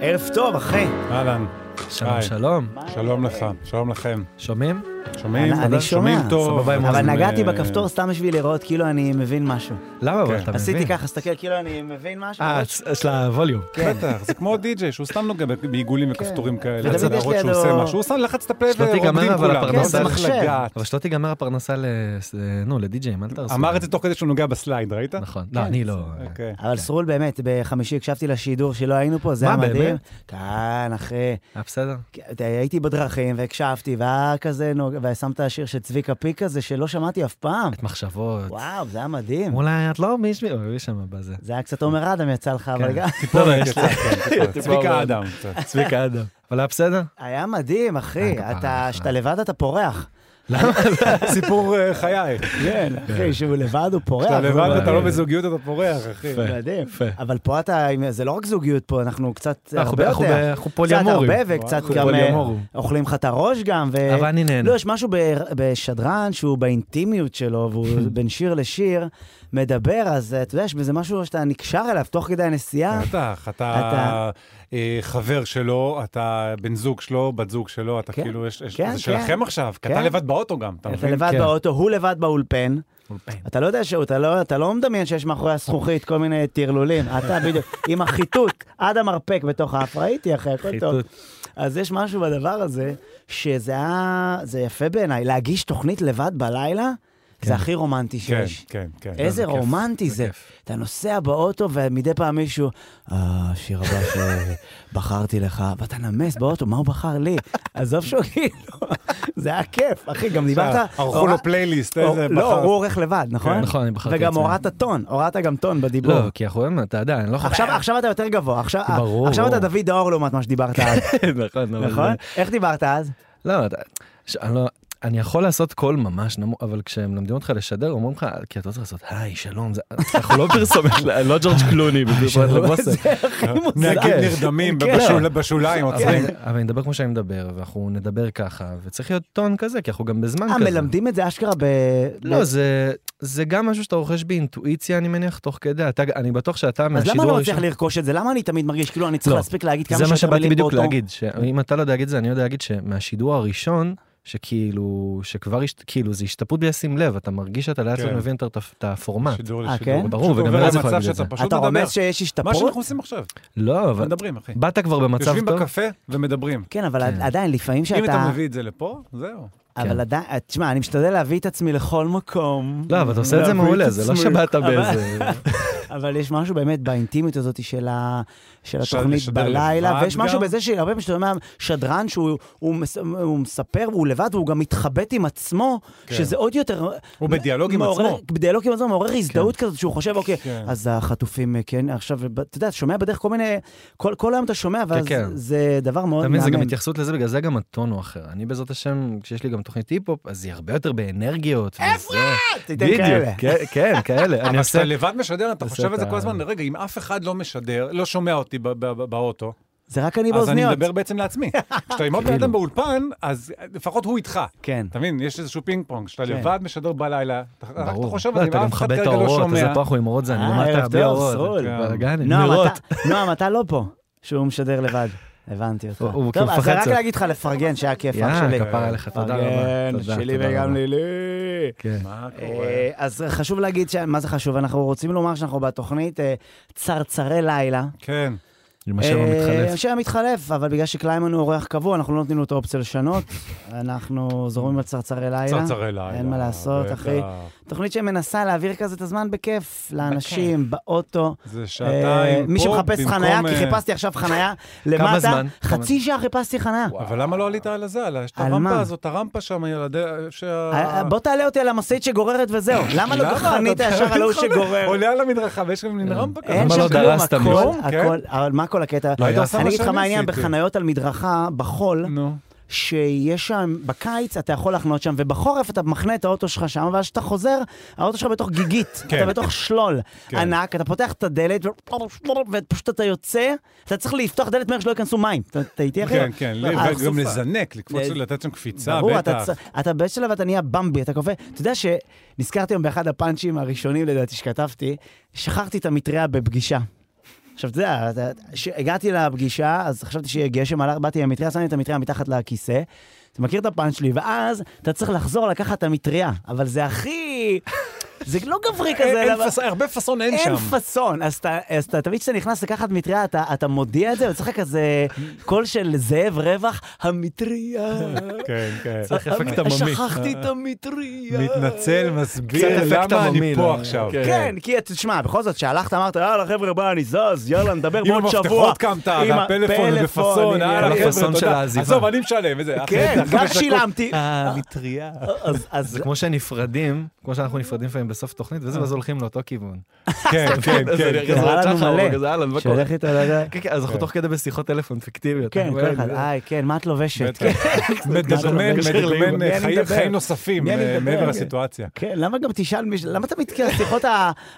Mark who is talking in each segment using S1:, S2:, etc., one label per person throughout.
S1: ערב טוב, אחי.
S2: אהלן,
S3: שלום,
S2: היי.
S3: שלום.
S2: שלום לך, שלום לכם.
S3: שומעים?
S2: שומעים?
S1: אני
S2: אתה- שומעים
S1: שומע.
S2: טוב.
S3: סבבה, הם
S1: אבל
S3: אז,
S1: נגעתי
S2: אה,
S1: בכפתור סתם בשביל לראות כאילו אני מבין משהו.
S3: למה אבל אתה
S2: כן.
S3: מבין?
S1: עשיתי ככה, הסתכל, כאילו אני מבין משהו.
S3: אה,
S1: אבל-
S3: של הווליום.
S1: כן.
S2: בטח, זה כמו די-ג'יי, שהוא סתם נוגע ב- בעיגולים וכפתורים כאלה.
S1: ותמיד
S2: רצה
S1: יש
S2: להראות שהוא
S1: לידו-
S2: עושה משהו. הוא שם לחץ את הפה
S3: שלא תיגמר,
S2: ורוקדים
S3: אבל
S2: כולם.
S3: הפרנסה
S2: כן, זה
S1: מחשב.
S2: לגעת.
S3: לא, אבל שלא תיגמר הפרנסה ל... אה, נו, לדי-ג'יים, אל תעזור.
S2: אמר את זה תוך כדי שהוא נוגע בסלייד, ראית?
S3: נכון. לא, אני לא...
S2: אוקיי.
S1: אבל סרול באמת, בחמישי הקשבתי לשידור שלא היינו פה, זה
S3: מה,
S1: היה מדהים.
S3: באמת?
S1: כן, אחי.
S3: אה, בסדר?
S1: אתה- הייתי בדרכים והקשבתי, והיה כזה, נוג- ושמת השיר של צביקה פיק הזה, שלא שמעתי אף פעם.
S3: את מחשבות.
S1: וואו, זה היה מדהים.
S3: אולי את לא מישמי... אוי, מי שם בזה.
S1: זה היה קצת עומר אדם יצא לך, אבל
S3: כן.
S1: גם...
S3: לא, יש
S2: יצא, כן, יצא. צביקה אדם. יצא.
S3: צביקה אדם. אבל היה בסדר?
S1: היה מדהים, אחי.
S3: אה, כפרה
S1: אתה,
S3: עליך.
S1: כשאתה לבד אתה פורח.
S3: לא,
S2: סיפור אה, חיי.
S1: כן, אחי, שהוא לבד הוא פורח.
S2: אתה
S1: הוא
S2: לבד,
S1: מדהים.
S2: אתה לא בזוגיות, אתה פורח, אחי.
S1: מדהים. אבל פה אתה, זה לא רק זוגיות פה, אנחנו קצת
S3: אנחנו
S1: הרבה
S3: אנחנו
S1: יותר.
S3: ב- אנחנו פוליאמורים.
S1: קצת הרבה וקצת
S3: אנחנו
S1: גם אה,
S3: פוליאמורים.
S1: אוכלים לך את הראש גם. ו-
S3: אבל אני נהנה.
S1: לא, יש משהו ב- בשדרן שהוא באינטימיות שלו, והוא בין שיר לשיר מדבר, אז אה, אתה יודע, יש בזה משהו שאתה נקשר אליו תוך כדי הנסיעה.
S2: בטח,
S1: אתה-
S2: אתה אה, חבר שלו, אתה בן זוג שלו, בת זוג שלו, אתה
S1: כן,
S2: כאילו, יש- יש-
S1: כן,
S2: זה שלכם
S1: כן.
S2: עכשיו, כי
S1: כן.
S2: אתה לבד באוטו גם, אתה
S1: אתה
S2: מבין?
S1: לבד
S3: כן.
S1: באוטו, הוא לבד באולפן.
S3: אולפן.
S1: אתה לא יודע שהוא, אתה לא, אתה לא מדמיין שיש מאחורי הזכוכית כל מיני טרלולים. אתה בדיוק, עם החיטוט עד המרפק בתוך האף, ראיתי אחי, הכל טוב.
S3: חיטוט.
S1: אז יש משהו בדבר הזה, שזה היה, זה יפה בעיניי, להגיש תוכנית לבד בלילה, זה הכי רומנטי
S2: כן,
S1: שיש.
S2: כן, כן.
S1: איזה רומנטי
S3: זה
S1: זה.
S3: כיף.
S1: אתה נוסע באוטו ומדי פעם מישהו, "אה, השיר הבא שבחרתי לך, ואתה נמס באוטו, מה הוא בחר לי? עזוב שהוא כאילו, זה היה כיף, אחי, גם דיברת...
S2: ערכו לו
S1: הורא-
S2: פלייליסט,
S1: או-
S2: איזה
S1: לא,
S2: בחר. כן.
S1: הוא עורך לבד, נכון?
S3: נכון, אני בחרתי את
S1: וגם
S3: זה.
S1: הורדת טון, הורדת גם טון בדיבור.
S3: לא, כי אנחנו... אתה יודע, אני לא יכול...
S1: עכשיו עכשיו אתה יותר גבוה, עכשיו
S3: ברור,
S1: עכשיו אתה
S3: ברור.
S1: דוד דאור לעומת מה שדיברת אז,
S3: נכון, אבל-
S1: נכון? איך דיברת אז?
S3: לא, אתה- ש- אני לא... אני יכול לעשות קול ממש נמוך, אבל כשמלמדים אותך לשדר, אומרים לך, כי אתה לא צריך לעשות, היי, שלום, זה- אנחנו לא פרסומת, ל- לא ג'ורג' קלוני, בפרט לבוסק.
S1: אה, זה הכי
S3: אה.
S1: מוזר. לא.
S2: נהגים נרדמים
S3: כן.
S2: בשול- בשוליים
S3: אבל
S2: עוצרים.
S3: אני- אבל אני אדבר כמו שאני מדבר, ואנחנו נדבר ככה, וצריך להיות טון כזה, כי אנחנו גם בזמן
S1: אה,
S3: כזה.
S1: מלמדים את זה אשכרה ב...
S3: לא, זה, זה גם משהו שאתה רוכש באינטואיציה, אני מניח, תוך כדי. אתה, אני בטוח שאתה
S1: אז
S3: מהשידור
S1: למה לא מצליח
S3: הראשון-
S1: לרכוש את זה? למה אני תמיד מרגיש כאילו אני צריך
S3: לא.
S1: להספיק להגיד כמה
S3: זה מה
S1: שיותר
S3: שבאתי
S1: מילים
S3: בדיוק
S1: באותו...
S3: להגיד, שאם אתה לא יודע להגיד את זה, אני יודע להגיד שמהשידור הראשון, שכאילו, שכבר, השת- כאילו, זה השתפרות בלי לשים לב, אתה מרגיש שאתה לאט לאט
S2: כן.
S3: מבין את ה- את הפורמט.
S2: שידור
S1: אה,
S2: לשידור.
S1: כן?
S3: ברור,
S2: פשוט
S3: וגם
S2: עובר
S3: ארז יכול
S2: למצב
S3: להגיד את
S2: שאתה
S3: זה.
S2: פשוט
S1: אתה
S2: מדבר.
S1: רומז שיש
S2: מה
S1: השתפרות?
S2: שאנחנו עושים עכשיו,
S3: לא, אבל
S2: מדברים, אחי.
S3: באת כבר במצב
S2: יושבים
S3: טוב.
S2: בקפה ומדברים.
S1: כן, אבל עדיין, לפעמים
S2: אם אתה
S1: שאתה...
S2: מביא את זה לפה, זהו.
S3: כן.
S1: אבל עדיין, אה, תשמע, אני משתדל להביא את עצמי לכל מקום.
S3: לא, אבל אתה עושה את זה
S1: להביא
S3: מעולה, זה לא
S1: עצמי.
S3: שבאת
S1: אבל-
S3: באיזה...
S1: אבל יש משהו באמת באינטימיות הזאת של, ה... של
S2: של-
S1: התוכנית
S2: לשדר
S1: בלילה,
S2: לבד
S1: ויש משהו
S2: גם?
S1: בזה שהרבה פעמים שאתה אומר, שדרן שהוא הוא מס... הוא מספר, הוא לבד, והוא גם מתחבט עם עצמו,
S2: כן.
S1: שזה עוד יותר...
S2: הוא בדיאלוג עם
S1: מעורר-
S2: עצמו.
S1: בדיאלוג עם עצמו, מעורר הזדהות כזאת, שהוא חושב, אוקיי,
S2: כן.
S1: אז החטופים, כן, עכשיו, אתה יודע, אתה שומע בדרך כל מיני... כל, כל היום אתה שומע, ואז
S3: כן.
S1: זה דבר מאוד
S3: אתה מבין,
S1: מאמן.
S3: זה גם התייחסות לזה, בגלל זה גם הטון הוא אחר. אני בעזרת השם, כשיש לי גם תוכנית היפ-הופ, אז היא הרבה יותר באנרגיות. אפרת!
S1: תיתן כאלה.
S3: כן, כאלה. אני
S2: אה, אבל
S3: עושה...
S2: כשאתה לבד משדר, אתה
S3: עושה
S2: חושב
S3: את
S2: על זה כל
S3: ה-
S2: הזמן, רגע, אם אף אחד לא משדר, לא שומע אותי ב- ב- ב- באוטו,
S1: זה רק אני
S2: אז אני
S1: באוזניות.
S2: מדבר בעצם לעצמי. כשאתה עם עוד בן
S3: כאילו.
S2: אדם באולפן, אז לפחות הוא איתך.
S1: כן.
S2: אתה מבין? יש איזשהו פינג פונג, כשאתה
S1: כן.
S2: לבד משדר בלילה, אתה רק אתה
S3: ברור.
S2: חושב,
S3: לא,
S2: על זה,
S3: אתה
S2: אם
S3: גם
S2: אף אחד
S3: מכבה את
S2: כרגע לא
S3: האורות, אז
S2: שומע.
S3: פה אנחנו עם אורות, זה
S1: אה,
S3: אני למדת
S1: ערב
S3: בלי
S1: טוב,
S3: אורות. כן.
S2: כן.
S1: סרול.
S3: בלאגנים,
S1: נועם,
S3: נרות.
S1: אתה- נועם, אתה לא פה, שהוא משדר לבד. הבנתי אותך.
S3: הוא- הוא
S1: טוב,
S3: כאילו
S1: אז זה
S3: מפחד
S1: רק
S3: קצת.
S1: להגיד לך לפרגן, שהיה כיף, אח
S3: יאה,
S1: שלי. כן,
S3: כפר עליך, תודה רבה.
S1: פרגן,
S3: תודה,
S1: שלי
S3: תודה
S1: וגם
S3: רבה.
S1: לילי.
S3: כן.
S2: מה קורה?
S1: אה, אז חשוב להגיד, ש- מה זה חשוב? אנחנו רוצים לומר שאנחנו בתוכנית אה, צרצרי לילה.
S2: כן.
S3: עם השם
S1: אה,
S3: המתחלף.
S1: השם המתחלף, אבל בגלל שקליימן הוא אורח קבוע, אנחנו לא נותנים לו את האופציה לשנות. אנחנו זורמים על צרצרי לילה.
S2: צרצרי לילה.
S1: אין מה לעשות,
S2: בטח.
S1: אחי. תוכנית שמנסה להעביר כזה את הזמן בכיף, לאנשים, באוטו. אה,
S2: זה שעתיים פה,
S1: מי שמחפש
S2: במקום,
S1: חנייה, כי
S2: אה,
S1: חיפשתי עכשיו חנייה למטה,
S3: זמן?
S1: חצי שעה חיפשתי חנייה.
S2: אבל למה לא עלית על הזה? על ה- יש את
S1: על
S2: הרמפה
S1: מה?
S2: הזאת, הרמפה שם, ילדי...
S1: אה, אה, בוא תעלה אותי על המשאית שגוררת וזהו. למה לא חנית ישר על ההוא שגורר?
S2: עולה על המדרכה ויש גם מין רמפה כזאת.
S1: אין
S3: למה
S1: שם
S3: לא
S1: כלום,
S3: דרסת
S1: הכל,
S3: מישהו?
S2: כן.
S1: הכל, אבל מה כל הקטע?
S2: לא,
S1: אני
S2: היה
S1: אגיד לך
S2: שאני
S1: מה העניין
S2: עשיתי.
S1: בחניות על מדרכה בחול,
S2: נו.
S1: שיש שם, בקיץ אתה יכול לחנות שם, ובחורף אתה מחנה את האוטו שלך שם, ואז כשאתה חוזר, האוטו שלך בתוך גיגית,
S2: כן.
S1: אתה בתוך שלול
S2: כן.
S1: ענק, אתה פותח את הדלת, ופשוט אתה יוצא, אתה צריך לפתוח דלת מהר שלא ייכנסו מים. אתה אתה איתי אחי?
S2: כן, כן, לי-
S1: הסופה.
S2: וגם לזנק, לקפוץ,
S1: אה, ל-
S2: לתת שם קפיצה,
S1: ברור, אתה,
S2: בטח.
S1: צ- אתה בשלב אתה נהיה במבי, אתה קופא. אתה יודע שנזכרתי היום באחד הפאנצ'ים הראשונים לדעתי שכתבתי, שכחתי את המטריה בפגישה. עכשיו, אתה יודע, אתה- כשהגעתי לפגישה, אז חשבתי שיהיה גשם, הלך- באתי עם המטריה, שמתי את המטריה מתחת לכיסא. אתה מכיר את הפאנץ' שלי, ואז אתה צריך לחזור לקחת את המטריה, אבל זה הכי... זה לא גברי כזה,
S2: אין
S1: אבל-
S2: פס- הרבה פאסון אין
S1: אין
S2: שם.
S1: פאסון, אז אתה- אז אתה תמיד כשאתה נכנס לקחת מטריה, אתה אתה מודיע את זה, וצריך כזה קול של זאב רווח, המטריה.
S2: כן, כן.
S3: צריך אפקט עממי.
S1: אה, שכחתי את המטריה.
S2: מתנצל,
S3: קצת
S2: מסביר
S3: אפקט
S2: למה
S3: עממי,
S2: אני פה
S3: לא?
S2: עכשיו.
S3: כן.
S1: כן, כי אתה- תשמע, בכל זאת, כשהלכת אמרת, יאללה חבר'ה, בוא, אני זז, יאללה, נדבר
S2: עם
S1: בעוד שבוע.
S2: המפתחות קמת,
S1: עם
S2: והפלאפון,
S1: הפלאפון,
S2: ובפסון,
S1: הנה,
S2: יאללה,
S1: הנה.
S2: חבר'ה,
S3: הפאסון של
S2: תודה.
S3: העזיבה.
S2: עזוב, אני משלם וזה.
S1: כן,
S2: אחרי
S1: גם
S2: חמש דקות,
S1: שילמתי.
S2: המטריה.
S1: אז- אז
S3: זה כמו שנפרדים, כמו שאנחנו נפרדים לפעמים בסוף תוכנית, וזה, ואז הולכים לאותו כיוון.
S2: כן, כן,
S3: אז אני כזה
S2: כן.
S1: קרה לנו
S3: צ'חר,
S1: מלא.
S3: כזה, "אהלן, מה קורה?"
S1: שהולך איתו לדעת.
S3: כן, כן, אז אנחנו תוך כדי בשיחות טלפון פיקטיביות.
S1: כן,
S3: אנחנו
S1: כל
S3: אלה,
S1: אחד,
S3: זה-
S1: היי, כן, מה את לובשת?
S2: בטח. מדגמן,
S1: קשר לאימא. מי
S2: מדגמן
S1: אני
S2: חיים-
S1: מדבר?
S2: חיים נוספים
S1: מי אני
S2: אה,
S1: מדבר?
S2: מעבר
S1: כן.
S2: לסיטואציה.
S1: כן, למה גם תשאל מישהו, למה תמיד כאילו השיחות ה-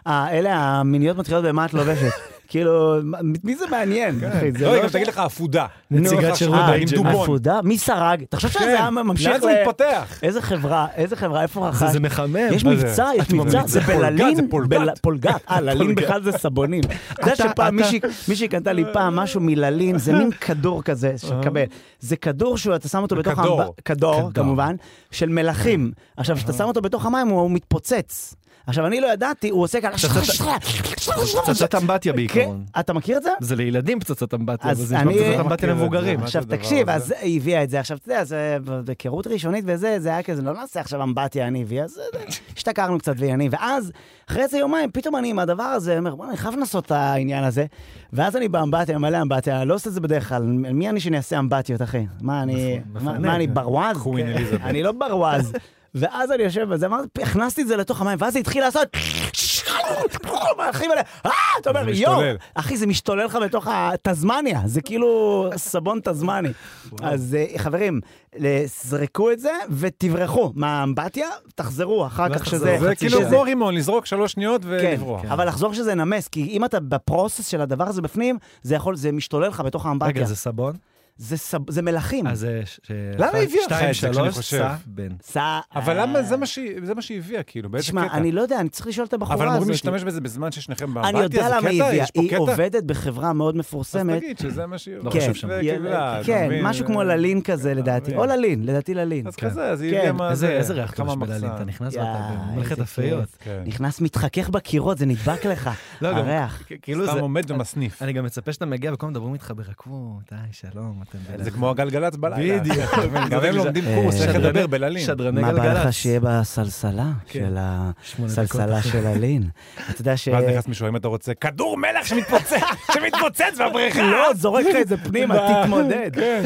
S1: ה- האלה המיניות מתחילות במה את לובשת? כאילו, מה- מי זה מעניין? אחי, זה
S2: לא, היא גם תגיד לך עפודה.
S3: נציגת
S2: אה,
S3: שירות
S2: עם
S3: האג'נט.
S2: דובון.
S1: עפודה? מי סרג? תחשוב שזה
S2: כן.
S1: היה ממשיך
S2: לאן זה מתפתח?
S1: איזה חברה, איזה חברה, איפה רכשת?
S3: זה- זה מחמם.
S1: יש
S2: מה זה?
S1: מבצע, יש
S2: מה
S1: מבצע,
S2: זה?
S1: זה
S2: זה פולגת,
S1: בללין,
S2: זה פולגת.
S1: בל- פולגת, אה, ללין בכלל זה סבונים. אתה יודע
S3: אתה-
S1: שפעם
S3: אתה-
S1: מישהי- מישהי קנתה לי פעם משהו מללין, זה מין כדור כזה שקבל. זה כדור שאתה שם אותו בתוך...
S2: כדור.
S1: האמב- כדור, כמובן, של מלחים. עכשיו, כשאתה שם אותו בתוך המים, הוא הוא מתפוצץ. עכשיו, אני לא ידעתי, הוא עושה ככה...
S3: פצצת אה. אמבטיה בעיקרון.
S1: כן, אתה מכיר את זה?
S3: זה לילדים פצצת אמבטיה, אבל
S1: אז
S3: זה נשמע
S1: אני-
S3: פצצת אמבטיה
S2: מכיר את כן, זה.
S3: למבוגרים.
S2: מה זה
S1: עכשיו
S2: הדבר
S1: תקשיב, אז
S2: הזה?
S1: היא הביאה את זה. עכשיו, אתה יודע, זה היכרות ראשונית וזה, זה היה כזה, לא נעשה עכשיו אמבטיה, אני והיא, אז אה, השתכרנו קצת והיא אני. ואז, אחרי איזה יומיים, פתאום אני עם הדבר הזה, אומר, בוא'נה, אני חייב לנסות את העניין הזה. ואז אני באמבטיה, מלא אמבטיה, לא עושה את זה בדרך כלל. מי אני שאני אעשה אמבטיות, אחי? מה, אני
S2: נכון,
S1: מה- מה, אני ברווז?
S2: קווין
S1: כן.
S2: אליזבת.
S1: אני לא ברווז. ואז אני יושב בזה, אמרתי, הכנסתי את זה לתוך המים, ואז זה התחיל לעשות... אחי, מלא, אה, אתה אומר,
S2: זה
S1: יואו,
S2: משתולל.
S1: אחי, זה משתולל לך בתוך התזמניה, זה כאילו סבון תזמני. אז אה, חברים, זרקו את זה ותברחו מהאמבטיה, תחזרו אחר
S3: ואז
S1: כך
S3: תחזרו.
S1: שזה...
S2: זה
S3: חצי
S2: כאילו
S3: שזה-
S2: כמו רימון, לזרוק שלוש שניות
S1: כן,
S2: ולברוח.
S1: אבל לחזור שזה נמס, כי אם אתה בפרוסס של הדבר הזה בפנים, זה יכול, זה משתולל לך בתוך
S3: רגע,
S1: האמבטיה.
S3: זה סבון?
S1: זה סב- זה מלכים.
S3: אז זה... ש-
S2: למה
S3: אחת,
S2: הביאה לך
S3: שתיים,
S2: את זה כשאני
S3: שלוש,
S2: חושב?
S3: סבן.
S1: ס-
S2: אבל למה זה מה שהיא- זה מה שהיא הביאה, כאילו, באיזה
S1: תשמע,
S2: קטע?
S1: אני לא יודע, אני צריך לשאול את הבחורה
S2: אבל
S1: הזאת.
S2: אמורים להשתמש בזה בזמן ששניכם באמבטיה?
S1: אני יודע
S2: זה
S1: למה היא
S2: קטע?
S1: הביאה,
S2: יש פה
S1: היא
S2: קטע?
S1: עובדת בחברה מאוד
S2: אז
S1: מפורסמת.
S2: תגיד שזה מה שהיא...
S3: לא
S1: כן,
S3: חושב שם.
S1: י-
S2: וקיבלה, אתה
S1: כן,
S2: מבין?
S1: משהו כמו ללין כזה לדעתי,
S2: מבין.
S1: או ללין, לדעתי ללין.
S2: אז
S3: כן.
S2: כזה, אז היא
S1: כן.
S2: הביאה מה
S3: איזה
S2: זה.
S3: איזה ריח
S2: כמה
S3: כבש בללים,
S2: מחסן.
S3: אתה נכנס
S1: יאי,
S3: ואתה במלאכת
S1: איזה
S3: הפיות.
S2: כן.
S1: נכנס, מתחכך בקירות, זה נדבק לך,
S3: לא, גם-
S1: הריח.
S3: כ- כאילו
S2: סתם
S3: זה...
S2: עומד ומסניף.
S3: אני גם מצפה שאתה מגיע וכל הזמן מדברים איתך ברכבות, היי, שלום, אתם בלחץ.
S2: אה, זה כמו הגלגלצ בלילה.
S3: בדיוק.
S2: גם הם לומדים קורס איך
S3: שדרני-
S2: לדבר בללים.
S3: שדרני
S1: מה בא לך
S3: גלגלצ.
S1: שיהיה בסלסלה
S3: כן.
S1: של ה-
S3: שמונה
S1: סלסלה
S3: דקות.
S1: של הלין? אתה יודע ש...
S2: ואז נכנס מישהו, אם אתה רוצה, כדור מלח שמתפוצץ, שמתפוצץ בבריכה.
S1: לא, זורק לך את זה פנימה,
S2: מה?
S1: תתמודד.
S2: כן.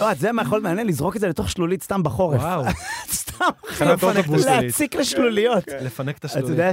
S1: לא, את זה מה יכול מעניין, לזרוק את זה לתוך שלולית סתם בחורף.
S3: וואו,
S1: סתם, אחי,
S2: חנת אוטובוס. כן.
S1: להציק לשלוליות.
S3: לפנק את השטויות.
S1: אתה יודע
S2: לא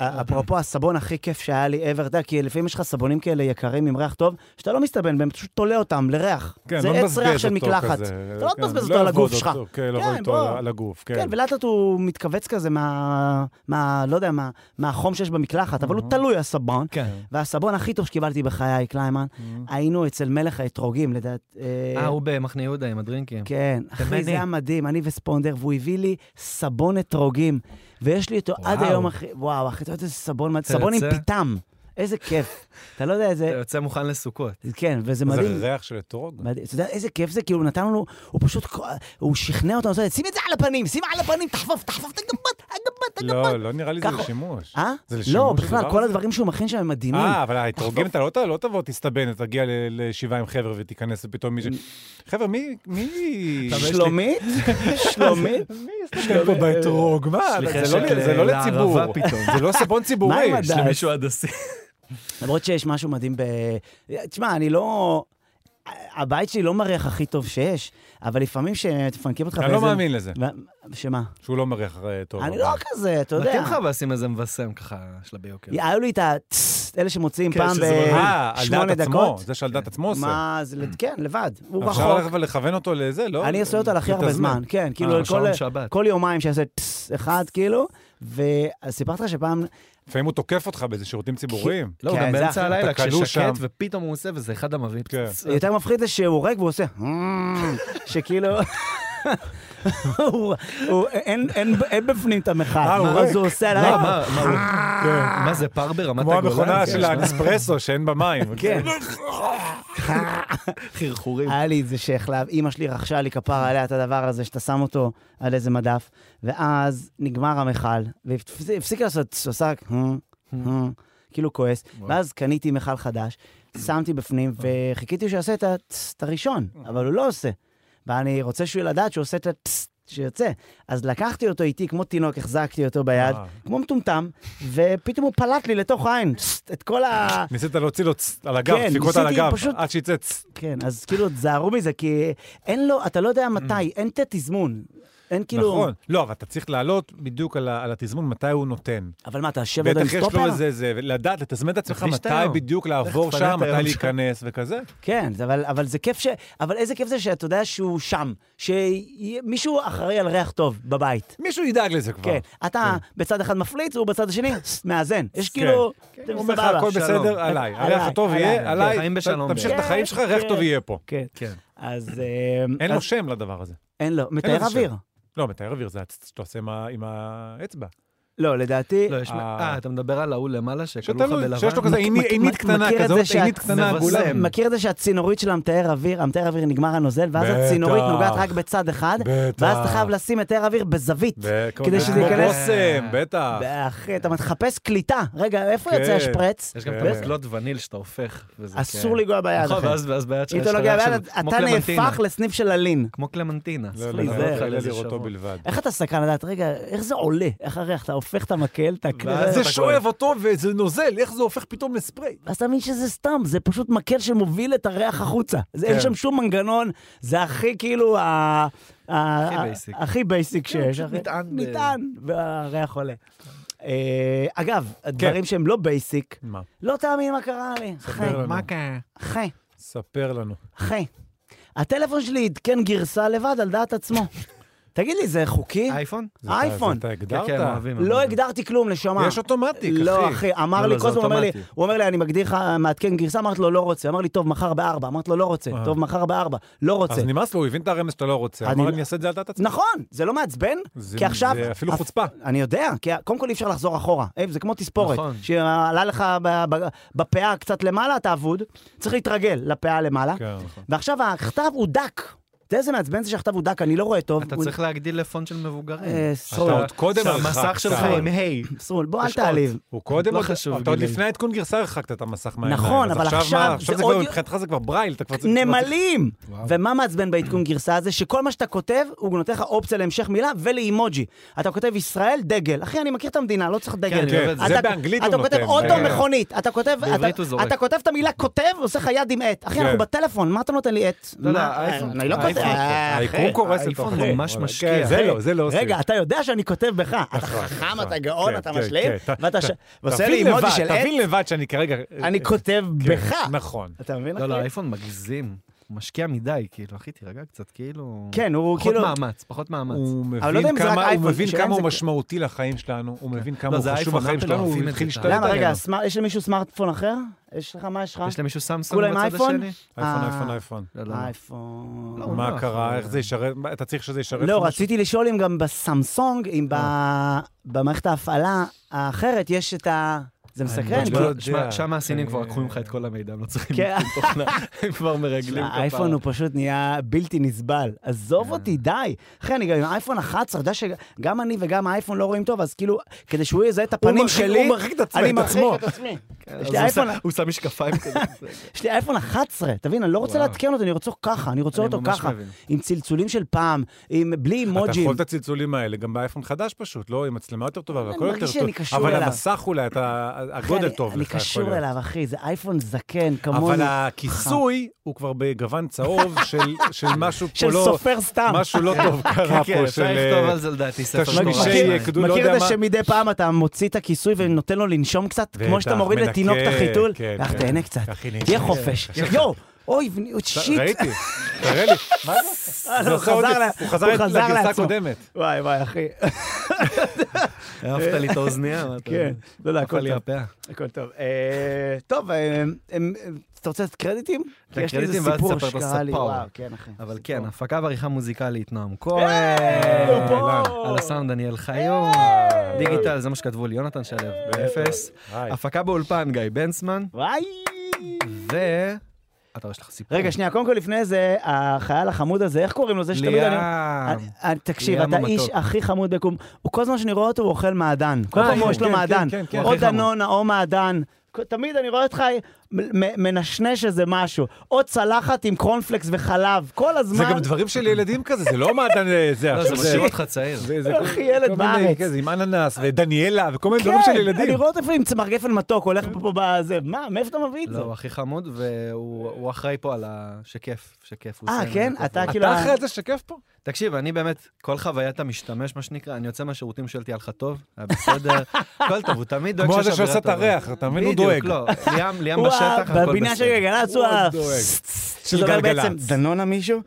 S1: שאפרופו הסבון הכי כיף שהיה לי ever, אתה יודע, כי לפעמים יש לך סבונים כאלה יקרים עם ריח טוב, שאתה לא מסתבן בהם, פשוט תולה אותם לריח.
S2: כן,
S1: זה
S2: לא
S1: עץ
S2: מבזבז
S1: ריח של
S2: אותו
S1: מקלחת.
S2: כזה.
S1: אתה לא
S2: כן,
S1: תבזבז
S2: לא
S1: אותו על הגוף
S2: יעבוד
S1: שלך.
S2: אותו, כן, לא
S1: כן,
S2: יעבוד אותו
S1: בוא.
S2: על הגוף, כן.
S1: כן, ולאט לאט הוא מתכווץ כזה מה... מה... לא יודע, מה... מהחום שיש במקלחת, אבל
S2: Mm-hmm.
S1: הוא תלוי הסבון.
S3: כן.
S1: והסבון הכי טוב שקיבלתי בחיי, קליימן,
S2: Mm-hmm.
S1: היינו אצל מלך האתרוגים, לדעת... אה,
S3: אה, הוא במחנה יהודה עם הדרינקים.
S1: כן, אחי,
S3: אני.
S1: זה היה מדהים, אני וספונדר, והוא הביא לי סבון אתרוגים, ויש לי אותו עד
S3: וואו.
S1: היום, אחי, וואו, אחי, אתה יודע איזה סבון, מדהים, סבון עם
S3: יוצא?
S1: פיתם, איזה כיף. אתה לא יודע
S3: אתה
S1: איזה,
S3: יוצא מוכן לסוכות.
S1: כן, וזה
S2: זה
S1: מדהים.
S2: ריח של אתרוג.
S1: מדהים. אתה יודע איזה כיף זה, כאילו נתן לנו, הוא פשוט, הוא שכנע אותנו, עושה, שים את זה על הפנים, שים על הפנים, תחפוף, תחפוף את הגבות, הגבות,
S2: לא,
S1: הגבות.
S2: לא נראה לי
S1: ככה.
S2: זה לשימוש.
S1: אה?
S2: זה לשימוש
S1: לא,
S2: הדבר
S1: בכלל, כל
S2: הזה?
S1: הדברים שהוא מכין שם הם מדהימים.
S2: אה, אבל האתרוגים, אתה לא ת- לא תבוא, תסתבן, תגיע ל- לשבעה עם חבר'ה ותיכנס ופתאום מישהו... חבר'ה, מי... מי...
S1: שלומית? שלומית?
S2: מי הסתכל פה באתרוג? מה?
S3: שליחי
S2: זה לא-
S3: של-
S2: זה לא
S3: לערבה
S2: לציבור.
S3: פתאום.
S2: זה לא סבון
S1: מה
S2: ציבורי.
S1: עם הד-
S3: יש למישהו הדסי.
S1: למרות שיש משהו מדהים ב... תשמע, אני לא... הבית שלי לא מריח הכי טוב שיש, אבל לפעמים שמפנקים אותך
S2: אני לא מאמין לזה,
S1: ו- שמה?
S2: שהוא לא מריח אה, טוב.
S1: אני
S2: אבל.
S1: לא כזה, אתה יודע.
S3: מתאים לך ועושים איזה מבשם ככה של הביוקר.
S1: היו לי את ה... "טס", אלה שמוציאים
S3: כן,
S1: פעם
S3: שזה מרעיל.
S2: אה, על
S1: בשמונה
S2: דעת עצמו,
S1: דקות.
S2: זה שעל דעת עצמו עושה.
S1: מה זה, כן, לבד. הוא
S2: אפשר
S1: רחוק.
S2: ללכת ולכוון אותו לזה, לא?
S1: אני עושה אותה על הכי הרבה
S2: לתזמן.
S1: זמן, כן, כאילו
S3: אה,
S1: כל-
S3: שעון שבת.
S1: כל יומיים שיעשה טס אחד, כאילו, וסיפרתי לך שפעם,
S2: לפעמים הוא תוקף אותך באיזה שירותים ציבוריים.
S3: לא, הוא
S1: כן,
S3: גם
S1: זה
S3: באמצע
S1: אחלה,
S3: הלילה,
S2: אתה כלוא שם.
S3: כששקט, ופתאום הוא עושה, וזה אחד המביא.
S2: כן.
S1: יותר מפחיד זה שהוא הורג והוא עושה, "אה", שכאילו, הוא- הוא- אין- אין אין בפנים את
S2: אה,
S1: המכל,
S2: הוא
S1: אז הוא
S2: ריק.
S1: עושה
S3: מה,
S1: עליי, אה.
S3: מה, מה, הוא- כן, מה זה פר ברמת
S2: כמו
S3: הגולן? כן.
S2: המכונה
S3: זה
S2: של
S3: נשמע
S2: האנספרסו שאין בה מים.
S1: כן.
S3: חרחורים.
S1: היה לי איזה שחלב, אימא שלי רכשה לי כפרה עליה את הדבר הזה, שאתה שם אותו על איזה מדף, ואז נגמר המכל, והפסיק לעשות, הוא עשה רק, "הם, הם", כאילו כועס, ואז קניתי מכל חדש, שמתי בפנים, וחיכיתי שהוא יעשה את הטס, את הראשון, אבל הוא לא עושה. ואני רוצה שהוא לדעת שהוא עושה את הטס, שיוצא. אז לקחתי אותו איתי, כמו תינוק, החזקתי אותו ביד,
S2: אה.
S1: כמו מטומטם, ופתאום הוא פלט לי לתוך העין, "טס", את כל ה...
S2: ניסית להוציא לו צ- על הגב,
S1: אה. כן,
S2: דפיקות על
S1: ניסיתי
S2: הגב,
S1: פשוט-
S2: עד שיצא צ-
S1: כן, אז כאילו, תזהרו מזה, כי אין לו, אתה לא יודע מתי, אין את התזמון. אין כאילו...
S2: Mm. נכון. לא, אבל אתה צריך לעלות בדיוק על ה- על התזמון מתי הוא נותן.
S1: אבל מה, אתה יושב עוד עם
S2: בטח יש לו
S1: סטופר?
S2: איזה זה, ולדעת, לתזמן את עצמך
S3: תכניס את
S2: מתי
S3: היום.
S2: בדיוק לעבור
S3: תפנה את
S2: שם,
S3: היום
S2: מתי
S3: שם.
S2: להיכנס וכזה.
S1: כן, זה- אבל, אבל זה כיף ש... אבל איזה כיף זה שאתה יודע שהוא שם, שמישהו אחראי על ריח טוב בבית.
S2: מישהו ידאג לזה כבר.
S1: כן, אתה בצד אחד מפליץ, הוא בצד השני מאזן. יש
S2: כן.
S1: כאילו... אתם
S2: הוא אומר לך,
S1: סבבה.
S2: הכל
S3: שלום.
S2: בסדר, עליי.
S1: עליי,
S2: הריח הטוב
S1: עליי.
S2: יהיה, עליי.
S3: חיים כן, בשלום.
S2: תמשיך את
S1: כן,
S2: החיים שלך, ריח
S1: כן.
S2: טוב יהיה פה.
S1: כן.
S3: כן.
S1: אז... אמ,
S2: אין לו
S1: אז-
S2: שם לדבר הזה.
S1: אין לו,
S2: אין
S1: מתאר
S2: לו שם.
S1: אוויר.
S2: לא, מתאר אוויר זה הצ- שאתה עושה עם ה- עם האצבע.
S1: לא, לדעתי...
S3: לא, יש...
S2: אה.
S3: אה, אתה מדבר על ההוא למעלה שכלו לך
S2: שתלוי,
S3: בלבן?
S2: שיש לו כזה
S1: מק-
S2: עיני-
S1: מק-
S2: עינית
S1: מק-
S2: קטנה
S1: מכיר את
S2: כזאת,
S1: זה שאת-
S2: עינית קטנה
S3: מבשם.
S2: עגולה.
S1: מכיר את זה שהצינורית של המתאר אוויר, המתאר אוויר נגמר הנוזל, ואז
S2: בטח.
S1: הצינורית נוגעת רק בצד אחד,
S2: בטח.
S1: ואז אתה חייב לשים מתאר אוויר בזווית.
S2: וכמו-
S1: כדי שזה
S2: כמו
S1: ייכנס-
S2: בושם, בטח.
S1: ואחי, אתה מחפש קליטה. רגע, איפה
S2: כן.
S1: יוצא השפרץ?
S3: יש גם את
S2: כן.
S3: המקלות וניל שאתה הופך. וזה
S1: אסור
S3: כן.
S1: לנגוע ביד,
S3: נכון,
S1: אחי.
S3: ואז ואז ביד
S1: אם
S3: שלך
S1: אתה
S3: יש
S1: נוגע
S3: לך
S1: ביד,
S3: עכשיו- כמו
S1: אתה
S3: קלמנטינה.
S1: נהפך לסניף של הלין.
S3: כמו קלמנטינה.
S2: לא,
S3: צריך
S2: לא,
S1: להיזהר.
S3: לזהות
S2: לא,
S3: לך
S2: לא
S3: לאיזה
S2: לראותו
S3: שבוע.
S2: בלבד.
S1: איך אתה סקרן לדעת, רגע, איך זה עולה? איך הריח? אתה הופך את המקל, אתה כאילו...
S3: ואז-
S2: זה
S3: אתה שואב
S2: שואב אותו וזה נוזל, איך זה הופך פתאום לספרי?
S1: אז אתה מבין שזה סתם, זה פשוט מקל שמוביל את הריח החוצה. זה אין
S2: כן.
S1: שם שום מנגנון, זה הכי כאילו ה... ה-
S3: הכי
S1: ה-
S3: בייסיק.
S1: הכי בייסיק
S3: כן,
S1: שיש.
S3: פשוט
S1: אחי.
S3: מטען ב- כן.
S1: מטען, והריח עולה. אה, אגב, הדברים שהם לא בייסיק,
S2: מה?
S1: לא תאמין מה קרה לי. חי,
S2: לנו.
S1: חי,
S2: ספר לנו.
S1: חי. הטלפון שלי עדכן גרסה לבד על דעת עצמו. תגיד לי, זה חוקי?
S3: אייפון?
S2: זה אתה-
S1: אייפון.
S2: זה אתה
S3: כן, כן, הם
S2: הגדרת.
S3: אוהבים. הם
S1: לא
S3: אוהבים.
S1: הגדרתי כלום, נשמה.
S2: יש אוטומטי, אחי.
S1: לא, אחי, אמר
S3: לא,
S1: לי,
S3: לא,
S1: כל
S3: זה
S1: הזמן הוא אומר לי,
S3: אוטומטי.
S1: הוא אומר לי, אני מגדיר לך, מעדכן גרסה, אמרתי לו, לא רוצה. אמר לי, טוב, מחר בארבע. אמרתי לו, לא רוצה.
S2: אה.
S1: טוב, מחר בארבע. לא רוצה.
S2: אז נמאס לו, הוא הבין את הרמז שאתה לא רוצה.
S1: אני-
S2: אמר, אני אעשה את זה על דעת עצמי.
S1: נכון, זה לא מעצבן,
S2: זה-
S1: כי עכשיו...
S2: זה אפילו
S1: אף-
S2: חוצפה.
S1: אני יודע, כי קודם כל אי אפשר לחזור אחורה. אה, זה כמו תספורת.
S3: נכון.
S1: שעלה לך ב- ב- בפאה קצת למעלה, אתה אבוד, צריך להתרגל לפאה למעלה.
S2: כן, נכון.
S1: ועכשיו הכתב הוא דק. אתה יודע איזה מעצבן זה שהכתב הוא דק, אני לא רואה טוב.
S3: אתה
S1: הוא-
S3: צריך להגדיל לפון של מבוגרים.
S1: אה,
S2: אתה
S1: סרול,
S2: עוד קודם הרחקת.
S3: שהמסך שלך עם היי.
S1: סרול, בוא, לא, אל
S3: יש עוד.
S1: תעליב.
S2: הוא קודם,
S3: לא
S2: עוד-
S3: חשוב,
S2: אתה עוד
S3: גילי.
S2: לפני עדכון גרסה הרחקת את המסך מהעיניים.
S1: נכון,
S2: אז
S1: אבל עכשיו
S2: מה?
S1: זה
S2: עכשיו זה
S1: עוד-
S2: כבר, מבחינתך זה כבר ברייל, אתה כבר צריך...
S1: נמלים!
S3: וואו.
S1: ומה מעצבן בעדכון גרסה הזה? שכל מה שאתה כותב, הוא נותן לך אופציה להמשך מילה ולאימוג'י. אתה כותב ישראל, דגל. אחי, אני מכיר את המדינה, לא צריך דגל.
S3: כן, אני אוהב את זה.
S1: אתה-
S2: כן, זה באנגלית הוא
S1: אתה כותב
S2: נותן,
S1: אוטו
S2: כן.
S1: מכונית, אתה כותב...
S3: בעברית
S1: אתה-
S3: הוא זורק.
S1: אתה כותב את המילה כותב, עושה לך יד עם עט. אחי,
S2: כן.
S1: אנחנו בטלפון, מה אתה נותן לי עט?
S3: לא, לא,
S1: מה?
S3: האייפון.
S1: אני לא כותב.
S3: האייפון.
S1: אה, אחי.
S2: היקום קורס אותו.
S3: האייפון
S2: אחי.
S3: ממש
S2: כן,
S3: משקיע.
S2: זה לא, זה לא עושה.
S1: רגע, אתה יודע שאני כותב בך. אתה חכם,
S2: נכון.
S1: אתה גאון,
S2: כן,
S1: אתה
S2: כן,
S1: משלים,
S2: כן. ת-
S1: ואתה
S2: ת-
S1: ש- ועושה לי
S2: תבין
S1: אימוג'י
S2: לבד,
S1: של עט,
S2: תבין לבד שאני כרגע...
S1: אני כותב בך.
S2: אה, נכון.
S1: אתה מבין,
S3: לא,
S1: אחי?
S3: לא, האייפון מגזים. הוא משקיע מדי, כאילו, אחי, תירגע קצת, כאילו...
S1: כן, הוא
S3: פחות
S1: כאילו...
S3: מאמץ, פחות מאמץ.
S2: הוא
S1: אבל לא יודע
S2: מבין
S1: אם זה רק
S2: כמה, הוא
S1: אייפון,
S2: מבין
S1: שאין
S2: כמה
S1: זה-
S2: הוא משמעותי לחיים שלנו, הוא מבין כמה
S3: לא,
S2: הוא
S3: זה
S2: חשוב
S3: האייפון,
S2: לחיים
S3: אפל
S2: שלנו, הוא
S3: אוהבים את
S2: התחיל
S3: זה,
S2: להשתלט
S1: למה, רגע,
S2: עלינו.
S1: הסמארט- יש למישהו סמארטפון אחר? יש לך, מה יש לך?
S3: יש למישהו סמסונג
S1: כולם עם
S3: בצד
S1: אייפון?
S3: השני?
S2: אייפון,
S1: אה.
S2: אייפון, אייפון.
S3: לא, לא, לא.
S1: אייפון.
S3: לא,
S2: מה
S3: לא,
S2: קרה,
S3: אה.
S2: איך זה ישרת, מה, אתה צריך שזה ישרת?
S1: לא,
S2: משהו?
S1: רציתי לשאול אם גם בסמסונג, אם ב-
S2: אה.
S1: במערכת ההפעלה האחרת יש את ה... זה מסקרן,
S2: אני
S1: כי
S2: לא יודע.
S3: שמע, שם הסינים כבר
S2: אה,
S3: לקחו ממך את כל המידע, הם לא צריכים
S1: כן.
S3: תוכנה, הם כבר מרגלים כפרה.
S1: האייפון הוא פשוט נהיה בלתי נסבל. עזוב אותי, די. אחי, אני גם עם אייפון 11, אתה יודע שגם אני וגם האייפון לא רואים טוב, אז כאילו, כדי שהוא יזהה את הפנים
S2: מרחיק-
S1: שלי,
S2: הוא מרחיק את עצמו,
S1: אני
S2: את
S1: מרחיק
S2: עצמו.
S1: את עצמי.
S3: כן,
S1: יש
S3: אז
S1: לי
S3: הוא
S1: אייפון-
S3: שם- הוא שם משקפיים כזה.
S1: יש לי אייפון 11, תבין, אני לא רוצה
S3: וואו.
S1: לעדכן אותו, אני רוצה אותו ככה, אני רוצה
S3: אני
S1: אותו
S3: ממש
S1: ככה.
S3: מבין.
S1: עם צלצולים של פעם, עם- בלי
S2: אתה
S1: אימוג'ים.
S2: יכול את הצלצולים האלה, גם באייפון חדש פשוט, לא? עם מצלמה יותר טובה והכל
S1: מרגיש
S2: יותר
S1: שאני
S2: טוב.
S1: קשור
S2: אבל
S1: אליו.
S2: המסך אולי, אתה-
S1: אחי,
S2: הגודל
S1: אני-
S2: טוב
S1: אני
S2: לך יכול
S1: קשור
S2: להיות.
S1: אליו, אחי, זה אייפון זקן, כמוני.
S2: אבל הכיסוי הוא כבר בגוון צהוב של- של משהו פה
S1: של
S2: לא...
S1: סופר סתם.
S2: משהו לא טוב קרה
S3: כן,
S2: פה של...
S3: אפשר לכתוב
S2: אה,
S3: על זה לדעתי ספר
S2: תשמישי
S3: תורה.
S1: מכיר,
S2: יקדו, לא
S1: מכיר
S2: יודע
S1: את זה
S2: מה.
S1: שמדי פעם אתה מוציא את הכיסוי ונותן לו לנשום קצת, כמו
S2: בטח,
S1: שאתה מוריד
S2: מנקה,
S1: לתינוק את החיתול?
S2: כן,
S1: אך
S2: כן.
S1: תהנה קצת,
S2: אחי, נהנה.
S1: תהיה חופש. יואו, אוי, בני- שיט.
S2: ראיתי, תראה לי. מה
S1: אה,
S2: זה?
S1: לא,
S2: עושה עוד-
S1: חזר לה-
S2: הוא חזר
S1: הוא חזר
S2: לגרסה
S1: לעצמו.
S2: הקודמת.
S1: וואי, וואי, אחי.
S3: העפת לי את האוזנייה, מה אתה...
S1: כן, לא, לא,
S3: עפה
S1: הכל
S3: לי
S1: טוב.
S3: הפאה.
S1: הכל טוב. אה, טוב, אה, אה, אתה רוצה לתת קרדיטים?
S3: את
S1: כי יש לי איזה
S3: הקרדיטים ואז
S1: סיפור
S3: תספר את
S1: שקרה לי,
S3: הסיפור.
S1: וואו, כן, אחי.
S3: אבל
S1: סיפור.
S3: כן, הפקה ועריכה מוזיקלית, נועם כהן.
S1: היי,
S2: אה,
S1: הוא פה!
S3: על הסאונד דניאל חיון. דיגיטל, זה מה שכתבו לי, יונתן שלו, באפס.
S2: היי.
S3: הפקה באולפן, גיא בנצמן.
S1: וואי!
S3: ו... אתה רואה שיש לך סיפור.
S1: רגע, שנייה, קודם כל לפני זה, החייל החמוד הזה, איך קוראים לו? זה שתמיד אני...
S3: ליאם.
S1: אני- אני- תקשיב,
S3: ליאם
S1: אתה
S3: המתוק.
S1: איש הכי חמוד בקום. הוא כל זמן שאני רואה אותו, הוא אוכל מעדן. כל
S2: אה,
S1: פעם
S2: כן,
S1: יש לו
S2: כן,
S1: מעדן.
S2: כן, כן,
S1: או
S3: הכי חמוד.
S1: דנונה, או מעדן. כ- תמיד אני רואה אותך מ- מ- מנשנש איזה משהו. או צלחת עם קרונפלקס וחלב. כל
S2: זה
S1: הזמן.
S2: גם דברים של ילדים כזה, זה לא מעדן אה, זה.
S3: לא, זה
S2: עכשיו,
S3: משאיר אותך צעיר.
S2: זה- זה
S1: אחי,
S2: כל-
S1: אה, ילד
S2: כל מיני
S1: בארץ. כן,
S2: כזה, עם אננס ודניאלה וכל מיני דברים של
S1: אני
S2: ילדים.
S1: רואה אותו לפעמים עם צמר גפן מתוק, הולך פה בזה. מה, מאיפה אתה מביא את זה?
S3: לא, הוא הכי חמוד, והוא הוא אחראי פה על ה... שכיף, שכיף. הוא
S1: אה,
S3: עושה
S1: כן?
S3: מזה
S1: אתה
S3: כיף.
S1: כאילו-
S2: אתה אחרי זה שקף פה?
S3: תקשיב, אני באמת, כל חוויית המשתמש, מה שנקרא, אני יוצא מהשירותים שואל אותי, "היה לך טוב? היה בסדר? הכל טוב, הוא תמיד דואג
S2: כמו
S3: שיש
S2: זה שעושה
S3: אווירה
S2: את
S3: טובה.
S2: הריח, אתה מבין? הוא דואג.
S3: בדיוק, לא, ליאם, ליאם
S1: הוא ה-
S3: בשטח, הכל
S1: בפינה של
S3: בסדר.
S1: גלגלצ הוא
S2: הוא
S1: ה...
S2: הדואג.
S1: שזה אומר
S2: גלגלצ.
S1: בעצם דנונה מישהו?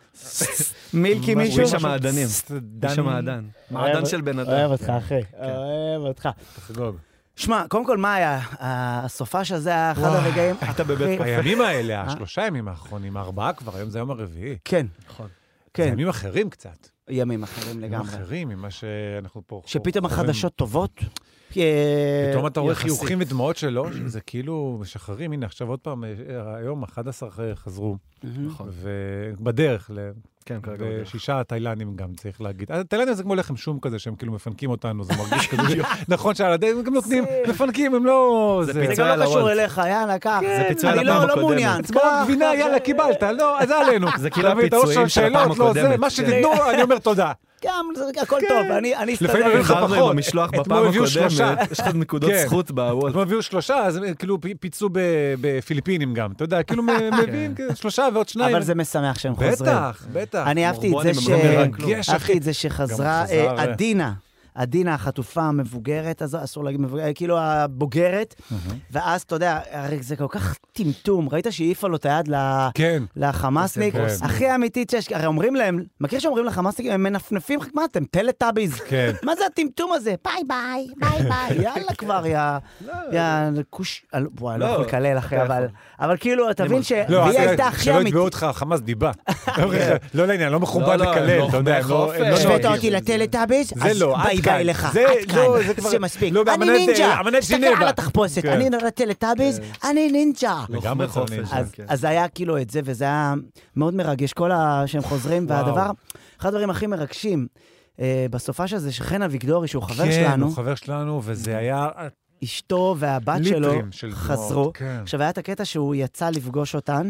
S1: מילקי
S3: הוא
S1: מישהו?
S3: איש המעדנים,
S2: דן-
S3: איש המעדן,
S1: אוהב-
S3: מעדן של בן
S1: אוהב
S3: אדם.
S1: אותך, אחי. אוהב אותך.
S2: תחגוג.
S1: שמע, קודם כל, מה היה? הסופש הזה היה אחד
S2: וואי,
S1: הרגעים...
S3: היית בבית
S1: הכי-
S2: הימים האלה, השלושה ימים האחרונים, הארבעה כבר, היום זה היום הרביעי.
S1: אה. כן,
S3: נכון.
S2: זה
S1: כן.
S2: ימים אחרים קצת.
S1: ימים אחרים
S2: ימים
S1: לגמרי.
S2: אחרים ממה שאנחנו פה...
S1: שפתאום
S2: חווים.
S1: החדשות טובות. אה,
S2: פתאום אתה רואה
S3: יחסית.
S2: חיוכים ודמעות שלו, זה כאילו משחררים, הנה עכשיו עוד פעם, אה, היום 11 חזרו,
S1: מהמם.
S3: נכון.
S2: ובדרך, ל-
S3: כן, כרגע. הוא דואג.
S2: ושישה תאילנדים גם, צריך להגיד. התאילנדים זה כמו לחם שום כזה, שהם כאילו מפנקים אותנו, זה מרגיש כזה, ש- נכון שעל הדרך הם גם נותנים,
S1: זה-
S2: מפנקים, הם לא...
S3: זה
S1: זה
S3: פיצוי
S1: גם
S3: על
S1: לא קשור
S3: הוולט.
S1: אליך, יאללה, קח.
S2: זה פיצוי
S1: אני
S2: על
S1: לא-
S3: הפעם
S1: לא
S3: הקודמת.
S1: מעוניין.
S2: כמו
S1: קח,
S2: גבינה,
S1: קח,
S2: יאללה,
S1: קח.
S2: קיבלת, לא, זה עלינו.
S3: זה כאילו
S2: אתה מבין, אתה לא
S3: הפיצויים
S2: שואל
S3: של הפעם
S2: שאלות, לא זה,
S3: הקודמת. כן.
S2: מה שתיתנו, אני אומר תודה.
S1: גם, זה- הכל טוב, אני אני אסתדר.
S2: לפעמים אומרים לך
S3: איחרנו עם
S2: פחות.
S3: המשלוח
S2: אתמול
S3: בפעם
S2: הביאו שלושה.
S3: הקודמת, יש לך נקודות
S2: כן.
S3: זכות
S2: אז
S3: בוולט.
S2: הם הביאו שלושה, אז הם כאילו פ- פיצו ב- בפיליפינים גם, אתה יודע, כאילו
S3: כן.
S2: מ- מביאים כזה שלושה ועוד שניים.
S1: אבל זה משמח שהם חוזרים.
S2: בטח, בטח.
S1: אני אהבתי את זה
S3: מורמונים,
S1: ש...
S3: הם לא מבינים
S2: כלום.
S1: אהבתי את זה שחזרה
S2: גם חזר,
S1: אה,
S2: אה.
S1: עדינה. עדינה, החטופה המבוגרת הזו, אסור להגיד מבוגרת, כאילו הבוגרת, ואז אתה יודע, הרי זה כל כך טמטום, ראית שהיא העיפה לו את היד ל-
S2: כן.
S1: לחמאסניק,
S2: איזה בוס.
S1: הכי אמיתית שיש, הרי אומרים להם, מכיר שאומרים לחמאסניקים, הם מנפנפים, מה אתם, טלטאביז?
S2: כן.
S1: מה זה הטמטום הזה? ביי ביי, ביי ביי, יאללה כבר, יא...
S2: לא,
S1: יא כוש... אה, לא, וואי, אני לא
S3: לא,
S1: יכול לקלל אחי,
S3: אתה
S1: אבל...
S3: יכול.
S1: אבל כאילו, אתה מבין ש...
S2: לא,
S1: והיא
S2: אז
S1: הייתה הכי
S2: שלא
S1: אמיתית. כן.
S2: יתבעו אותך, חמאס דיבה. לא לעניין, לא מכובד
S3: לא, לא, הם
S2: לקלל,
S3: לא
S2: אתה יודע, הם לא
S3: חופש.
S2: הם לא
S3: השווית
S1: השווית
S2: נוהגים.
S1: אותי לטלטאביז,
S2: זה
S1: אז
S2: לא, עד
S1: ביי ביי
S2: כאן.
S1: לך,
S2: זה-
S1: עד כאן,
S2: לא, זה כבר-
S1: זה מספיק.
S2: לא,
S1: אני
S2: באמנת,
S1: נינג'ה,
S2: אה, אמנת
S1: תסתכל
S2: ז'נבה.
S1: על התחפושת,
S2: כן.
S1: אני לטלטאביז, אני נינג'ה.
S2: לגמרי
S3: לוחמי חופש.
S2: חופש.
S1: כן. אז-
S3: כן.
S1: אז זה היה כאילו את זה, וזה היה מאוד מרגש, כל ה... שהם חוזרים,
S2: וואו.
S1: והדבר, אחד הדברים הכי מרגשים אה, בסופש הזה, שחן אביגדורי, שהוא חבר
S2: כן,
S1: שלנו,
S2: הוא חבר שלנו, וזה היה
S1: אשתו והבת שלו
S2: ליטרים של דמעות.
S1: חזרו.
S2: כן.
S1: עכשיו, היה את הקטע שהוא יצא לפגוש אותן,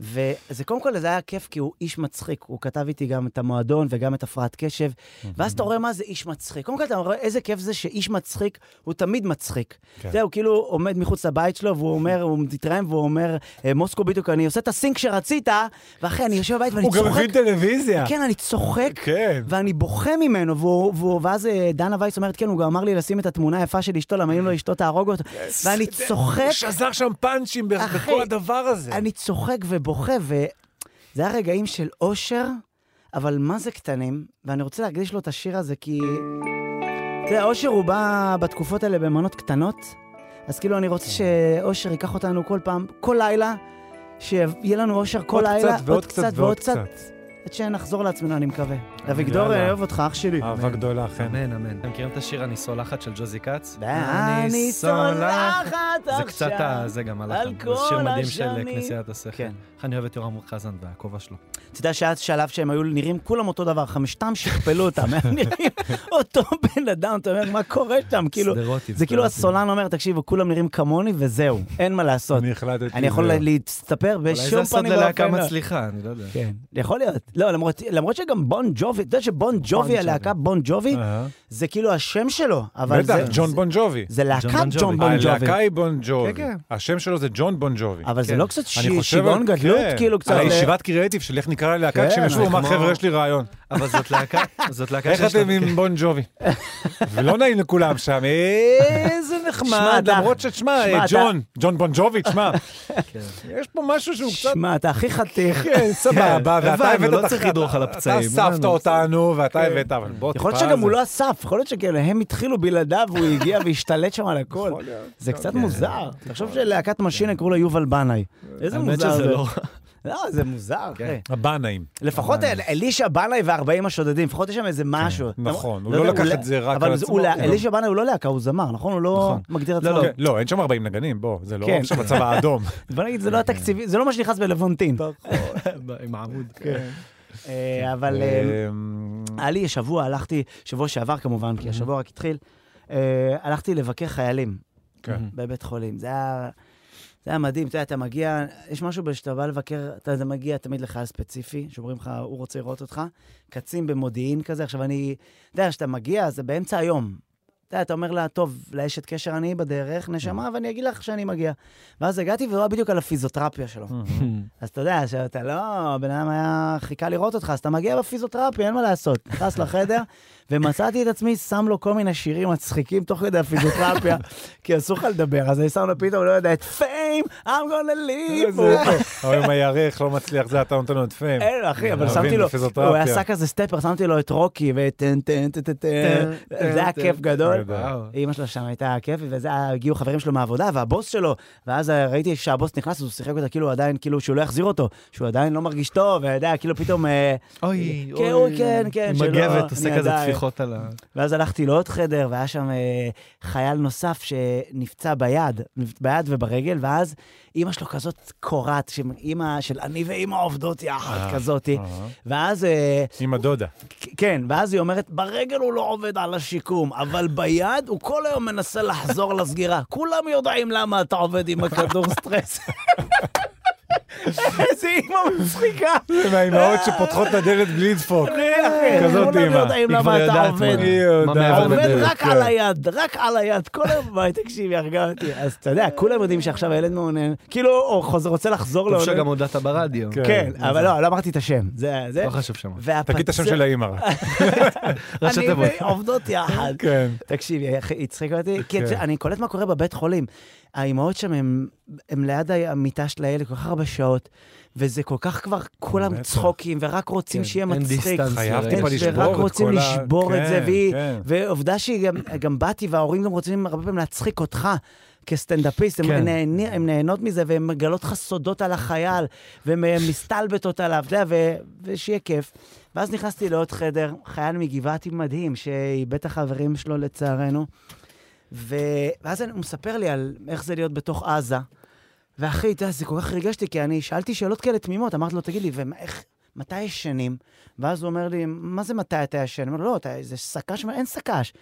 S1: וזה קודם כל, זה היה כיף, כי הוא איש מצחיק. הוא כתב איתי גם את המועדון וגם את הפרעת קשב, ואז אתה רואה מה זה איש מצחיק. קודם כל, אתה רואה איזה כיף זה שאיש מצחיק, הוא תמיד מצחיק.
S2: כן.
S1: זהו, כאילו עומד מחוץ לבית שלו, והוא אומר, הוא מתרעם והוא אומר, "אה, מוסקו בדיוק, אני עושה את הסינק שרצית, ואחי, אני יושב בבית ואני
S2: הוא גם
S1: צוחק.
S2: מבין טלוויזיה.
S1: כן, אני צוחק,
S2: כן.
S1: ואני בוכה ממנו, והוא- והוא- ואז אה, דנה וייס אומרת, כן, הוא גם אמר לי לשים את התמונה היפה של אשתו, למה אם לא אשתו תהרוג אותו, ואני
S2: הוא
S1: צוחק,
S2: שזר שם פאנצ'ים ב-
S1: אחי,
S2: בכל הדבר הזה.
S1: אני צוחק ובוכה, וזה היה רגעים של אושר, אבל מה זה קטנים, ואני רוצה להקדיש לו את השיר הזה, כי... אתה יודע, אושר הוא בא בתקופות האלה במנות קטנות, אז כאילו אני רוצה שאושר ייקח אותנו כל פעם, כל לילה, שיהיה לנו אושר כל
S2: עוד
S1: לילה,
S2: קצת ועוד קצת ועוד קצת.
S1: עד שנחזור לעצמנו, אני מקווה. אה, אביגדור,
S2: יאללה.
S1: אני אוהב אותך, אח שלי.
S2: אהבה גדולה, אכן.
S3: אמן, אמן. אתם מכירים את השיר "אני סולחת" של ג'וזי כץ?
S1: ואני צולחת עכשיו.
S3: זה קצת, ה- זה גם
S1: על
S3: הלחם. זה
S1: כל
S3: שיר מדהים של
S1: השנים.
S3: כנסיית השכל.
S1: כן.
S3: איך אני אוהב את יורם חזן והכובע שלו.
S1: אתה יודע שהיה שלב שהם היו נראים כולם אותו דבר, חמשתם שכפלו אותם, הם נראים אותו בן אדם, אתה אומר, מה קורה שם? כאילו,
S3: שדרות,
S1: זה כאילו
S3: שדרות.
S1: הסולן אומר, תקשיבו, כולם נראים כמוני וזהו, אין מה לעשות.
S2: אני החלטתי...
S1: אני יכול
S2: זהו.
S1: להצטפר
S3: אולי זה
S1: בשום
S3: הסוד
S1: פנים ואופן
S3: ללהקה
S1: לא.
S3: מצליחה, אני לא יודע.
S1: כן, יכול להיות. לא, למרות- למרות שגם בון ג'ובי, אתה יודע שבון ג'ובי,
S3: ג'ובי.
S1: הלהקה בון ג'ובי,
S2: אהה.
S1: זה כאילו השם שלו, אבל
S2: בטח,
S1: זה...
S2: ג'ון בון ג'ובי.
S1: זה להקת
S3: בון
S1: ג'ון
S3: ג'ובי.
S1: בון ג'ובי.
S2: הלהקה היא בון ג'ובי.
S3: כן,
S2: השם שלו זה ג'ון בון ג'ובי.
S1: אבל זה
S3: כן.
S1: לא קצת
S2: אני
S1: ש-
S2: חושב
S1: שיגעון
S2: על-
S1: גדלות,
S2: כן,
S1: כאילו קצת...
S2: על הישיבת קריאייטיב של איך נקרא ללהקה,
S1: כן,
S2: כשהם ישבו,
S1: זה
S2: הוא אמר,
S3: כמו-
S2: חבר'ה, יש לי רעיון.
S3: אבל זאת להקה, זאת להקה
S2: איך
S3: שיש לה...
S2: אתם עם בון ג'ובי? ולא נעים לכולם שם, איזה
S1: שמע,
S2: נחמד,
S1: אתה-
S2: למרות שתשמע,
S1: שמע,
S2: אה,
S1: אתה-
S2: ג'ון, ג'ון בון ג'ובי, תשמע,
S3: כן.
S2: יש פה משהו שהוא קצת...
S1: שמע, אתה הכי חתיך.
S2: כן, סבבה,
S3: כן,
S2: ואתה
S3: אבל
S2: הבאת
S3: לא
S2: את
S3: צריך
S2: הח-
S3: לדרוך על הפצעים,
S2: אתה אספת
S3: הבנו,
S2: אותנו, ואתה הבאת, אבל בוא טיפה...
S1: יכול להיות שגם הוא
S2: זה-
S1: לא אסף, יכול להיות שכאילו הם התחילו בלעדיו, הוא הגיע והשתלט שם על הכל.
S2: יכול להיות.
S1: זה קצת מוזר. תחשוב שלהקת משין יקראו לה יובל בנאי. איזה
S3: האמת
S1: מוזר
S3: שזה
S1: זה.
S3: לא כן. רע.
S1: לא, זה מוזר, אחי.
S2: הבנאים.
S1: לפחות אל- אלישע בנאי וארבעים השודדים, לפחות יש שם איזה משהו. אתה-
S2: נכון, הוא
S1: יודע,
S2: לא לקח
S1: אולי-
S2: את זה רק
S1: אבל
S2: על
S1: זה-
S2: עצמו,
S1: הוא לא-
S2: כן.
S1: אלישע בנאי הוא לא להקה, הוא זמר, נכון? הוא לא
S3: נכון.
S1: מגדיר
S3: לא,
S1: עצמו.
S2: כן, לא, אין שם 40 נגנים, בוא, זה לא
S1: כן.
S2: עכשיו הצבא האדום.
S1: בוא נגיד, זה לא התקציבי, זה לא מה שנכנס בלוונטין.
S3: עם העמוד.
S1: כן.
S2: כן.
S1: אה, אבל... אה, היה לי שבוע, הלכתי, שבוע שעבר כמובן, כי השבוע רק התחיל, אה, הלכתי לבקר חיילים
S2: כן.
S1: בבית חולים. זה היה... זה היה מדהים, אתה יודע, אתה מגיע, יש משהו שאתה בא לבקר, אתה זה מגיע תמיד לחייל ספציפי, שאומרים לך, הוא רוצה לראות אותך, קצין במודיעין כזה. עכשיו, אני, אתה יודע, כשאתה מגיע, זה באמצע היום. אתה יודע, אתה אומר לה, טוב, לאשת קשר אני בדרך, נשמה, ואני אגיד לך שאני מגיע. ואז הגעתי, והוא היה בדיוק על הפיזיותרפיה שלו. אז אתה יודע, שאתה לא, הבן אדם היה, חיכה לראות אותך, אז אתה מגיע בפיזיותרפיה, אין מה לעשות. נכנס לחדר, ומצאתי את עצמי, שם לו כל מיני שירים מצחיקים תוך כדי הפיזיותרפיה, כי אסור לך לדבר, אז אני שם לו פתאום, לא יודע, את פיים, I'm gonna leave.
S2: איזה יפה. היום הירך לא מצליח, זה אתה נותן לו את פיים.
S1: אין לו, אחי, אבל
S2: מבין,
S1: שמתי לו,
S2: בפיזיותרפיה.
S1: הוא עשה כזה סטפר, שמתי לו את רוקי, וטן טן טן טן טן,
S3: טן,
S1: זה היה
S3: טן,
S1: כיף
S3: טן.
S1: גדול.
S2: וואו.
S1: אימא שלו שם הייתה כיפית, וזה היה- הגיעו חברים שלו מהעבודה, והבוס שלו, ואז ראיתי שהבוס נכנס, אז הוא שיחק אותה כאילו הוא עדיין, כאילו שהוא לא יחזיר אותו, שהוא עדיין לא מרגיש טוב, ואתה יודע, כאילו פתאום... אה,
S3: אוי,
S1: כן, אוי, כן, כן,
S3: עם
S1: שלא,
S3: מגבת,
S1: אני
S3: עושה כזה
S1: עדיין.
S3: טפיחות על ה...
S1: ואז הלכתי לעוד חדר, והיה שם אה, חייל נוסף שנפצע ביד, נפ- ביד וברגל, ואז אימא שלו כזאת קורעת, אימא של אני ואימא עובדות יחד כזאתי,
S2: אה.
S1: ואז... אה,
S2: עם הדודה.
S1: כ- כן, ואז היא אומרת, ברגל הוא לא עובד על השיקום, אבל ביד הוא כל היום מנסה לחזור לסגירה. כולם יודעים למה אתה עובד עם הכדור סטרס. איזה אימא מצחיקה.
S2: מהאימהות שפותחות את הדלת בלי דפוק.
S1: אחי,
S2: כן, כזאת
S1: כולם
S2: אימא.
S1: יודעים
S3: היא כבר
S1: למה אתה
S3: יודעת
S1: עובד.
S3: מה.
S2: היא יודעת. כן.
S3: מעבר כן.
S1: עובד
S3: לדלת,
S1: רק על היד, רק על היד, כל היום, וואי, תקשיבי, הרגה אותי. אז אתה יודע, כולם יודעים שעכשיו הילד מעונן, כאילו, הוא חוזר- רוצה לחזור
S3: טוב
S1: לעונן.
S3: שגם הודעת ברדיו.
S2: כן.
S1: כן, אבל לא, לא אמרתי את השם. זה, זה.
S3: לא חשוב שם.
S2: תגיד את השם של האימא רק.
S3: ראשי
S1: אני
S3: תיבות.
S1: ועובדות יחד.
S2: כן.
S1: תקשיבי, איך- הצחיק אותי, כי
S2: כן.
S1: אני קולט מה קורה בבית חולים. האימהות שם הם- הם ליד המיטה של הילד כל כך הרבה שעות, וזה כל כך כבר כולם
S2: בטח.
S1: צחוקים, ורק רוצים
S3: כן,
S1: שיהיה
S3: אין
S1: מצחיק.
S3: דיסטנס
S2: חייב
S3: לרגע.
S1: כן,
S2: טיפה לשבור
S1: ורק
S2: את
S1: רוצים
S2: כל ה-
S1: לשבור את זה,
S2: כן,
S1: והיא-
S2: כן.
S1: ועובדה שהיא גם- גם באתי, וההורים גם רוצים הרבה פעמים להצחיק אותך. כסטנדאפיסט, הם
S3: כן.
S1: נהני- הם נהנות מזה, והן מגלות לך סודות על החייל, והן אה, מסתלבטות עליו, אתה יודע, ו- ושיהיה כיף. ואז נכנסתי לעוד חדר, חייל מגבעתי מדהים, שאיבד את החברים שלו לצערנו, ו... ואז אני- הוא מספר לי על איך זה להיות בתוך עזה. ואחי, אתה יודע, זה כל כך ריגש אותי, כי אני שאלתי שאלות כאלה תמימות, אמרתי לו, תגיד לי, ואיך, מתי ישנים? ואז הוא אומר לי, מה זה מתי אתה ישן? אני אומר לו, לא, אתה, זה סק"ש? הוא אומר, אין סק"ש.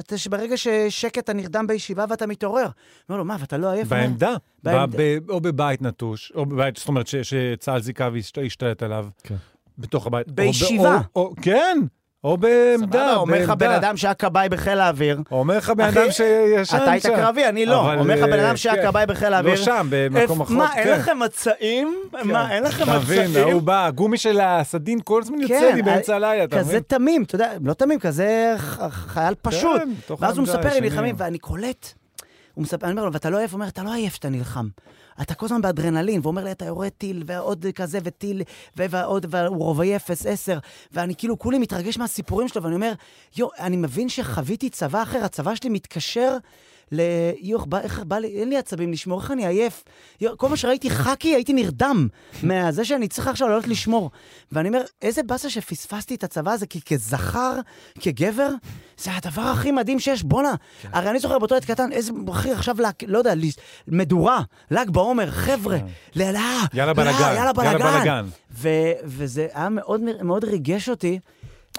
S1: אתה- שברגע ששקט אתה נרדם בישיבה ואתה מתעורר. אני אומר לו, מה, ואתה לא עייף? הוא אומר,
S2: בעמדה.
S1: בעמדה.
S2: ב- ב- או בבית נטוש, או בבית, זאת אומרת, ש- שצה"ל זיכה והשתלט עליו.
S3: כן.
S2: בתוך הבית. או ב-
S1: בישיבה.
S2: או- או- כן, או בעמדה.
S1: סבבה, אומר לך
S2: בעמדה.
S1: בן אדם שהיה כבאי בחיל האוויר,
S2: אומר לך בן
S1: אחי,
S2: אדם שישן שם.
S1: אתה היית קרבי, אני לא.
S2: אבל,
S1: אומר לך בן
S2: אה,
S1: אדם שהיה
S2: כן.
S1: כבאי בחיל האוויר.
S2: לא שם, במקום
S1: "איפ-
S2: אחר.
S1: מה, אין
S2: כן.
S1: לכם מצעים? מה, אין לכם
S2: אתה מבין, ההוא
S1: מצעים?
S2: בא, הגומי של הסדין כל הזמן יוצא
S1: כן,
S2: לי באמצע הלילה, אתה
S1: כזה
S2: מבין? כן,
S1: תמים, אתה יודע, לא תמים, כזה ח- חייל פשוט.
S2: בתוך
S1: ואז הוא
S2: העמדה
S1: מספר לי,
S2: ישנים.
S1: נלחמים, ואני קולט. הוא מספר, אני אומר לו, ואתה לא עייף? הוא אומר, אתה לא עייף שאתה נלחם. אתה כל הזמן באדרנלין, והוא אומר לי, אתה יורה טיל, ועוד כזה, וטיל, ו- ועוד, והוא רובעי 0-10, ואני כאילו כולי מתרגש מהסיפורים שלו, ואני אומר, יו, אני מבין שחוויתי צבא אחר, הצבא שלי מתקשר ל... יו, איך בא- איך בא לי, אין לי עצבים לשמור, איך אני עייף? יו, כל מה שראיתי חאקי, הייתי נרדם מזה שאני צריך עכשיו לעלות לשמור. ואני אומר, איזה באסה שפספסתי את הצבא הזה, כי כזכר, כגבר, זה הדבר הכי מדהים שיש, בואנה.
S2: כן.
S1: הרי אני זוכר באותו עת קטן, איזה, אחי, עכשיו, לק- לא יודע, לס- מדורה, ל"ג בעומר, חבר'ה, ל- לא,
S2: כן. יאללה
S1: לא,
S2: בלאגן,
S1: יאללה
S2: יאללה
S1: בלאגן.
S2: בלאגן.
S1: ו- וזה היה מאוד מ- מאוד ריגש אותי,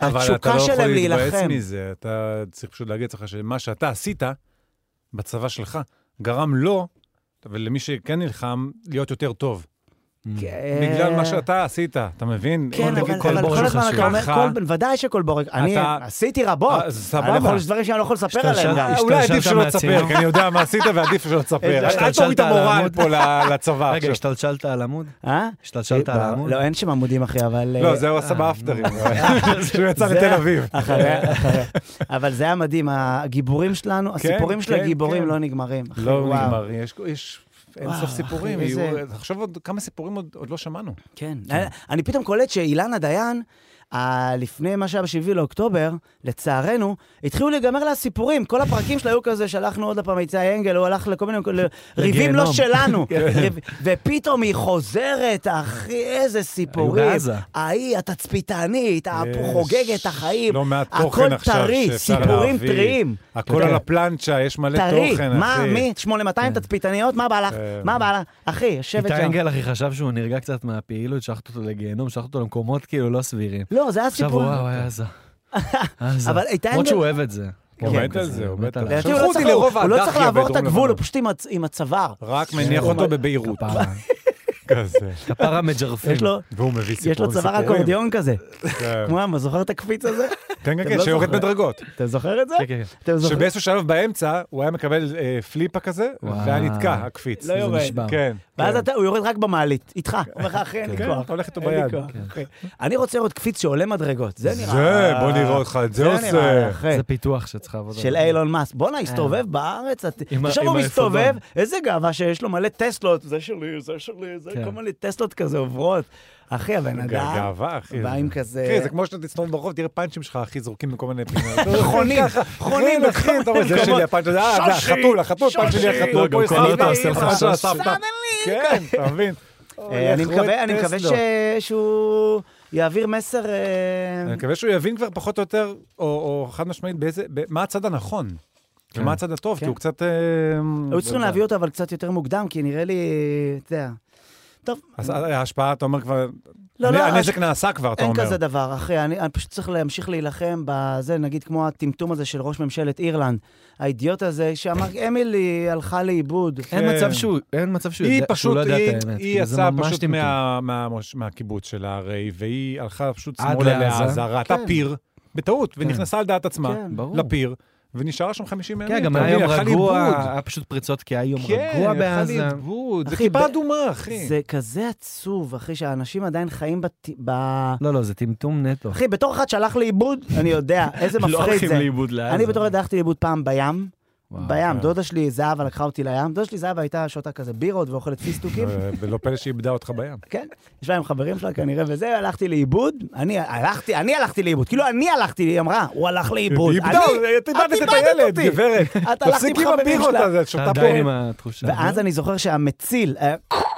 S2: אבל אתה
S1: התשוקה
S2: לא יכול
S1: שלהם
S2: להתבאס
S1: להילחם.
S2: מזה, אתה צריך פשוט להגיד לך שמה שאתה עשית בצבא שלך גרם לו ולמי שכן נלחם להיות יותר טוב. בגלל מה שאתה עשית, אתה מבין?
S1: כן,
S3: כל-
S1: אבל
S3: כל
S1: אבל
S3: בורג
S1: כל הזמן אתה אומר,
S2: ככה.
S1: כל בן- ודאי שכל בורג, אני
S2: אתה-
S1: עשיתי רבות,
S2: אה, סבבה.
S1: אני יכול, יש דברים שאני לא יכול לספר עליהם גם. אה,
S2: אה, אולי עדיף
S3: השתלשלת
S2: שלא תספר,
S3: מהצינור.
S2: כי אני יודע מה עשית ועדיף שלא תספר.
S1: השתלשלת
S2: אל תוריד את
S3: על
S2: המורל
S3: העמוד.
S2: פה ל- לצבא
S3: רגע,
S2: עכשיו.
S3: השתלשלת על עמוד?
S1: אה?
S3: השתלשלת על העמוד?
S1: לא, אין שם עמודים אחי, אבל...
S2: לא,
S1: אה,
S2: זה הוא עשה באפטרים, שהוא יצא
S1: זה-
S2: לתל אביב.
S1: אחרי, אחרי. אבל זה היה מדהים, הגיבורים שלנו, הסיפורים של
S2: כן,
S1: הגיבורים
S2: כן.
S1: לא נגמרים. אחי,
S2: לא
S1: וואו.
S2: נגמר, יש- יש אין
S1: וואו,
S2: סוף
S1: אה, אחי,
S2: סיפורים.
S1: איזה-
S2: יהיו- תחשוב עוד כמה סיפורים עוד עוד לא שמענו.
S1: כן. אני- אני פתאום קולט שאילנה דיין, אה, לפני מה שהיה ב-7 לאוקטובר, לצערנו, התחילו להיגמר לה סיפורים. כל הפרקים שלה היו כזה, שלחנו עוד פעם יצא אנגל, הוא הלך לכל מיני... ל- ריבים לא
S3: לגיהנום.
S1: שלנו.
S2: כן.
S1: ריב- ופתאום היא חוזרת, אחי, איזה סיפורים.
S3: היו בעזה.
S1: ההיא, התצפיתנית,
S2: יש
S1: חוגגת את החיים.
S2: לא מעט תוכן עכשיו
S1: הכל טרי,
S2: שאפשר
S1: סיפורים
S2: להביא.
S1: טריים.
S3: אוקיי.
S2: הכל על הפלנצ'ה, יש מלא
S1: טרי,
S2: תוכן,
S1: מה,
S2: אחי.
S1: מי? 8200 תצפיתניות, מה בא לך?
S2: כן.
S1: מה בא לך? אחי, יושבת
S3: איתי
S1: שם.
S3: אנגל אחי חשב שהוא נרגע קצת מהפעילות, שלחת אותו לגיהנום, שלחת אותו למקומות כאילו לא סבירים.
S1: לא, זה היה
S3: עכשיו
S1: סיפור.
S3: הוא וואו, היה עזה. עזה.
S1: אבל איתי
S3: אה, למרות
S1: אנגל-
S3: שהוא אוהב את זה.
S2: הוא
S1: כן,
S2: מת על זה, הוא מת על זה.
S1: לדעתי הוא לא
S2: שלחו אותי
S1: צריך-
S2: לרוב
S1: הוא לא צריך
S2: האדחיה
S1: לעבור את
S2: בדרום
S1: הגבול, הוא
S2: לבנון.
S1: פשוט עם הצ- עם הצוואר.
S3: כן.
S2: רק מניח אותו בביירות.
S3: כפרה.
S2: כזה.
S3: כפרה מג'רפים.
S1: יש לו-
S2: והוא מביא סיפורים.
S1: יש לו צוואר
S2: סיפורים.
S1: אקורדיון כזה.
S2: כן.
S1: כמו מה, זוכר את הקפיץ הזה?
S2: כן, כן,
S1: אתם
S2: כן,
S1: לא
S2: שיורד
S1: זוכר.
S2: בדרגות.
S1: אתה זוכר את זה?
S3: כן, כן, כן.
S1: אתם זוכרים?
S2: שבאיזשהו שלב באמצע, הוא היה מקבל אה, פליפה כזה,
S3: וואו.
S2: והיה נתקע, הקפיץ.
S1: לא
S2: זה
S1: יורד.
S2: נשבר. כן.
S1: ואז
S2: כן.
S1: אתה- הוא יורד רק במעלית, איתך. הוא אומר לך, אחי, אין לי
S2: כן,
S1: כוח.
S2: הולך איתו
S1: אין לי
S2: ביד.
S1: כוח,
S3: כן.
S1: אחי. אני רוצה לראות קפיץ שעולה מדרגות, זה נראה...
S2: זה, בוא נראה אותך, את זה
S1: נראה,
S2: עושה.
S1: אחי.
S3: זה פיתוח שצריך לעבוד
S1: של
S3: עליו. אה.
S1: אילון מאסק. בואנה, הסתובב בארץ, את-
S3: עם ה-
S1: עכשיו
S3: עם
S1: הוא
S3: האפודון.
S1: מסתובב, איזה גאווה שיש לו מלא טסלות, זה שלי, זה שלי, זה
S3: כן.
S1: כל מיני טסלות כזה עוברות. אחי, הבן
S2: גא-
S1: אדם,
S2: גאווה, אחי.
S1: בא עם כזה-
S2: אחי, זה כמו שאתה תסתובב ברחוב, תראה פאנצ'ים שלך, אחי, זורקים לכל מיני פינות.
S1: חונים, חונים
S2: חונים, אחי, אתה רואה, זה שלי הפאנץ' הזה, אה, זה
S1: שושי,
S2: החתול, החתול, פאנץ' שלי
S1: שושי.
S2: החתול,
S3: לא, גם
S2: פה יש
S3: כל
S2: סבתא,
S3: אתה עושה לך
S2: סבתא,
S3: שושי.
S2: סבתא. כן, אתה מבין?
S1: אה, אני
S2: הולך,
S1: מקווה-
S2: רואה
S1: אני מקווה
S2: טסלות.
S1: ש- שהוא יעביר מסר... אה,
S2: אני מקווה שהוא יבין כבר פחות או יותר, או- או חד משמעית, באיזה- ב- מה הצד הנכון. ומה הצד הטוב, כי
S1: כן.
S2: הוא קצת... אה, לא
S1: היו צריכים
S2: יודע.
S1: להביא אותו אבל קצת יותר מוקדם, כי נראה לי, אתה יודע. טוב,
S2: אז ההשפעה, אתה אומר כבר...
S1: לא,
S2: הנה,
S1: לא,
S2: הנזק נעשה כבר, אתה
S1: אין
S2: אומר.
S1: כזה דבר, אחי, אני, אני פשוט צריך להמשיך להילחם בזה, נגיד כמו הטמטום הזה של ראש ממשלת אירלנד, האידיוט הזה שאמר, אמילי הלכה לאיבוד.
S3: אין
S2: כן.
S3: מצב שהוא, אין מצב שהוא
S2: היא
S3: יודע- שהוא
S2: פשוט,
S3: לא יודע
S2: היא-
S3: את האמת.
S2: היא
S3: כאילו, זה
S2: יצאה
S3: ממש
S2: פשוט
S3: טמטום.
S2: מה- מהמוש- מהקיבוץ שלה הרי, והיא הלכה פשוט
S3: עד
S2: שמאלה
S3: לעזה.
S2: לעזה, ראתה
S1: כן.
S2: פיר, בטעות, ונכנסה על דעת עצמה
S1: כן.
S3: ברור.
S2: לפיר, ונשארה שם 50 ימים.
S3: כן, גם היה
S2: היא
S3: יום
S2: הלכה
S3: רגוע,
S2: לאיבוד.
S3: היה פשוט פריצות כי היה יום
S2: כן,
S3: רגוע
S2: היא הלכה
S3: בעזה.
S2: לאיבוד. זה
S1: אחי,
S2: כיפה
S1: ב-
S2: אדומה, אחי.
S1: זה כזה עצוב, אחי, שהאנשים עדיין חיים בת... ב...
S3: לא, לא, זה טמטום נטו. לא
S1: אחי, בתור אחד שהלך לאיבוד, אני יודע, איזה מפחיד זה.
S3: לאיבוד לעזה.
S1: אני בתור אחד הלכתי לאיבוד פעם בים,
S3: וואו, כן.
S1: בים. דודה שלי, זהבה, לקחה אותי לים. דודה שלי, זהבה, הייתה שותה כזה בירות ואוכלת פיסטוקים.
S2: ו- אה, ולא פלא שהיא איבדה אותך בים.
S1: כן, ישבה עם חברים שלה כנראה וזה, הלכתי לאיבוד, אני הלכתי, אני הלכתי לאיבוד, כאילו אני הלכתי, היא אמרה, הוא הלך לאיבוד,
S2: היא
S1: אני,
S2: איבדה, את איבדת את הילד,
S1: אותי.
S2: גברת.
S1: את הלכת עם
S2: תפסיקי עם
S1: חברים
S2: הבירות
S1: שלך.
S2: הזה, את
S3: אתה
S2: שותה פה.
S3: עדיין עם התחושה. לא?
S1: ואז אני זוכר שהמציל, אה,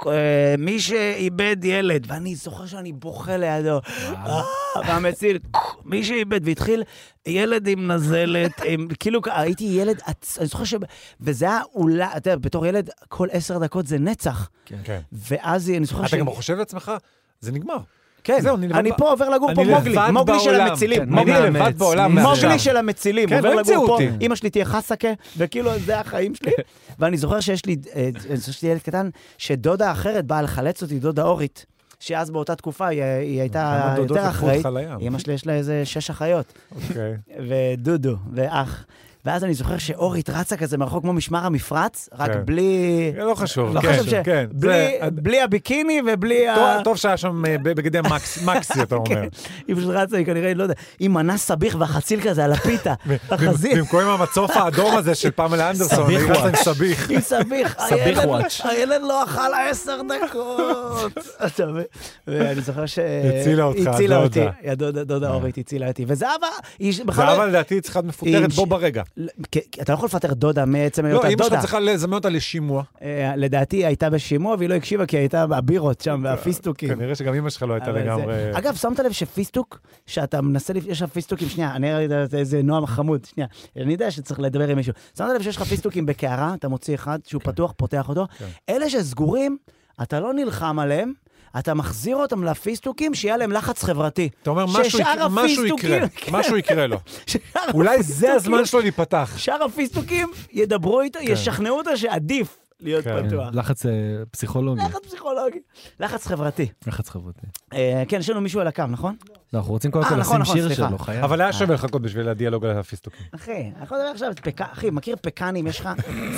S1: אה, מי שאיבד ילד, ואני זוכר שאני בוכה לידו, אה, והמציל, מי שאיבד, והתחיל ילד עם נזלת, עם- כאילו הייתי ילד, עצ- אני זוכר ש... וזה היה אולי, אתה יודע, בתור ילד, כל עשר דקות זה נצח,
S2: כן.
S1: ואז אני זוכר
S2: אתה גם חושב לעצמך, זה נגמר.
S1: כן,
S2: זהו, אני לבד
S1: אני
S2: ב-
S1: פה עובר לגור פה
S2: אני
S1: מוגלי,
S2: לבד
S1: מוגלי של
S2: בעולם.
S1: המצילים.
S2: כן,
S1: מוגלי
S2: אני
S3: מאמץ.
S2: לבד בעולם.
S3: מי זה?
S2: מעכשיו.
S1: מוגלי של המצילים,
S2: כן,
S1: עובר
S2: לא
S1: לגור
S2: המציאו
S1: פה,
S2: אותי. כן.
S1: אימא שלי תהיה חסקה, וכאילו זה החיים שלי. ואני זוכר שיש לי, אה, אני זוכר שיש לי ילד קטן, שדודה אחרת באה לחלץ אותי, דודה אורית, שאז באותה תקופה היא- היא הייתה
S2: כמה דודות
S1: יותר
S2: לקחו
S1: אחראית.
S2: אותך לים?
S1: אימא שלי יש לה איזה שש אחיות,
S2: אוקיי.
S1: ודודו, ואח. ואז אני זוכר שאורית רצה כזה מרחוק כמו משמר המפרץ, רק
S2: כן.
S1: בלי...
S2: לא חשוב,
S1: לא
S2: כן,
S1: חשוב ש...
S2: כן.
S1: בלי-
S2: זה-
S1: בלי הביקיני ובלי ה...
S2: טוב- טוב שהיה שם אה, בבגדי מקס- מקסי, אתה אומר.
S1: כן, היא פשוט רצה, היא כנראה, לא יודע, עם מנה סביח והחציל כזה על הפיתה, החזיר,
S2: במקום עם המצוף האדום הזה של פמלה אנדרסון,
S3: סביח
S2: היא רצה עם
S3: וואץ'.
S2: סביח.
S1: עם סביח,
S3: סביח
S1: הילד-
S3: וואץ'.
S1: הילד לא אכל עשר דקות. אתה מבין? ואני זוכר ש...
S2: הצילה אותך,
S1: הצילה אותי,
S2: הדודה.
S1: הדודה- דודה אורית הצילה אותי, וזהבה, היא בכלל... לא-
S2: זהבה לדעתי צריכה להיות
S1: עם
S2: מפוטרת
S1: ש-
S2: בו ברגע.
S1: לא- כי- כי אתה לא יכול לפטר דודה מעצם
S2: לא,
S1: היותה
S2: אמא שלך
S1: דודה.
S2: צריכה לזמן אותה לשימוע.
S1: אה, לדעתי היא הייתה בשימוע והיא לא הקשיבה כי היא הייתה בבירות שם והפיסטוקים.
S2: כנראה שגם אמא שלך לא הייתה
S1: אבל זה-
S2: לגמרי...
S1: אגב, שמת לב שפיסטוק, שאתה מנסה, לפ- יש לך פיסטוקים, שנייה, אני יודע איזה נועם חמוד, שנייה, אני יודע שצריך לדבר עם מישהו. שמת לב שיש לך פיסטוקים בקערה, אתה מוציא אחד שהוא
S2: כן.
S1: פתוח, פותח אותו. אלה שסגורים, אתה לא נלחם עליהם. אתה מחזיר אותם לפיסטוקים, שיהיה עליהם לחץ חברתי.
S2: אתה אומר, משהו
S1: ששאר
S2: יקרה- משהו יקרה,
S1: הפיסטוקים-
S2: משהו יקרה לו.
S1: ששאר
S2: אולי זה
S1: הפיסטוקים-
S2: הזמן שלו להיפתח.
S1: שאר הפיסטוקים ידברו איתו, ישכנעו אותו שעדיף להיות
S2: כן.
S1: פתוח.
S3: לחץ אה, פסיכולוגי,
S1: לחץ פסיכולוגי. לחץ חברתי.
S3: לחץ חברתי.
S1: אה, כן, יש לנו מישהו על הקו, נכון?
S3: לא, אנחנו רוצים קודם
S1: אה,
S3: כל
S1: נכון,
S3: לשים
S1: נכון,
S3: שיר
S1: סליחה.
S3: שלו, חייב. אה.
S2: אבל היה שווה לחכות בשביל הדיאלוג על הפיסטוקים.
S1: אחי, אני יכול לדבר עכשיו, את פק... אחי, מכיר פקנים, יש לך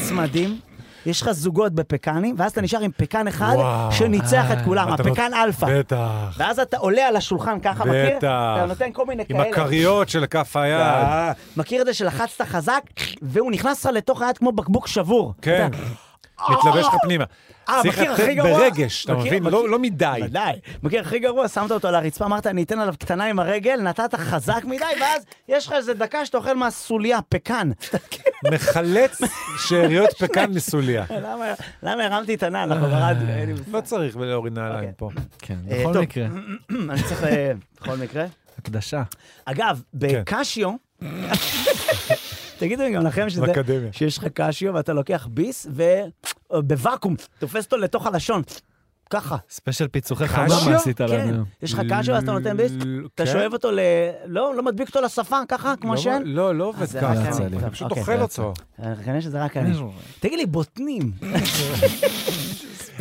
S1: צמדים, יש לך זוגות בפקנים, ואז אתה נשאר עם פקן אחד
S2: וואו.
S1: שניצח את
S3: אה,
S1: כולם,
S2: אתה נות-
S1: הפקן אלפא.
S2: בטח.
S1: ואז אתה עולה על השולחן ככה, מכיר?
S2: בטח.
S1: אתה נותן כל מיני
S2: עם
S1: כאלה.
S2: הכריות של כף היד.
S1: אה, מכיר את זה שלחצת חזק, והוא נכנס לך לתוך היד כמו בקבוק שבור.
S2: כן.
S1: אתה-
S2: מתלבש לך פנימה.
S1: אה,
S2: צריך
S1: מכיר, הכי
S2: לתת
S1: גרוע.
S2: ברגש, אתה
S1: מכיר,
S2: מבין?
S1: מכיר.
S2: לא לא מדי.
S1: ודאי. מכיר, הכי גרוע, שמת אותו על הרצפה, אמרת, אני אתן עליו קטנה עם הרגל, נתת חזק מדי, ואז יש לך איזה דקה שאתה אוכל מהסוליה, פקן.
S2: מחלץ שאריות פקן מסוליה.
S1: למה- למה הרמתי את הנעל? אנחנו ברדיו, אין לי מושג.
S2: לא צריך להוריד נעליים פה.
S3: כן,
S1: אה,
S3: בכל
S1: טוב.
S3: מקרה,
S1: אני צריך, אה, בכל מקרה.
S3: הקדשה.
S1: אגב,
S2: כן.
S1: בקשיו, תגידו לי גם לכם שזה,
S2: באקדמיה.
S1: שיש לך קשיו ואתה לוקח ביס ובוואקום, אה, תופס אותו לתוך הלשון, ככה.
S3: ספיישל פיצוחי חמה,
S2: קשיו?
S3: מה עשית
S1: כן,
S3: לנו? אה,
S1: יש לך קשיו ואז אתה נותן ביס,
S2: ל-
S1: אתה
S2: כן.
S1: שואב אותו ל... לא, לא מדביק אותו לשפה, ככה, כמו
S2: לא,
S1: שאין.
S2: לא, לא עובד
S1: אז זה
S3: רק
S2: ככה.
S3: אני.
S2: אתה פשוט
S1: אוקיי,
S2: אוכל
S1: זה
S2: אותו.
S1: אני חושב שזה רק אני. תגיד לי, בוטנים.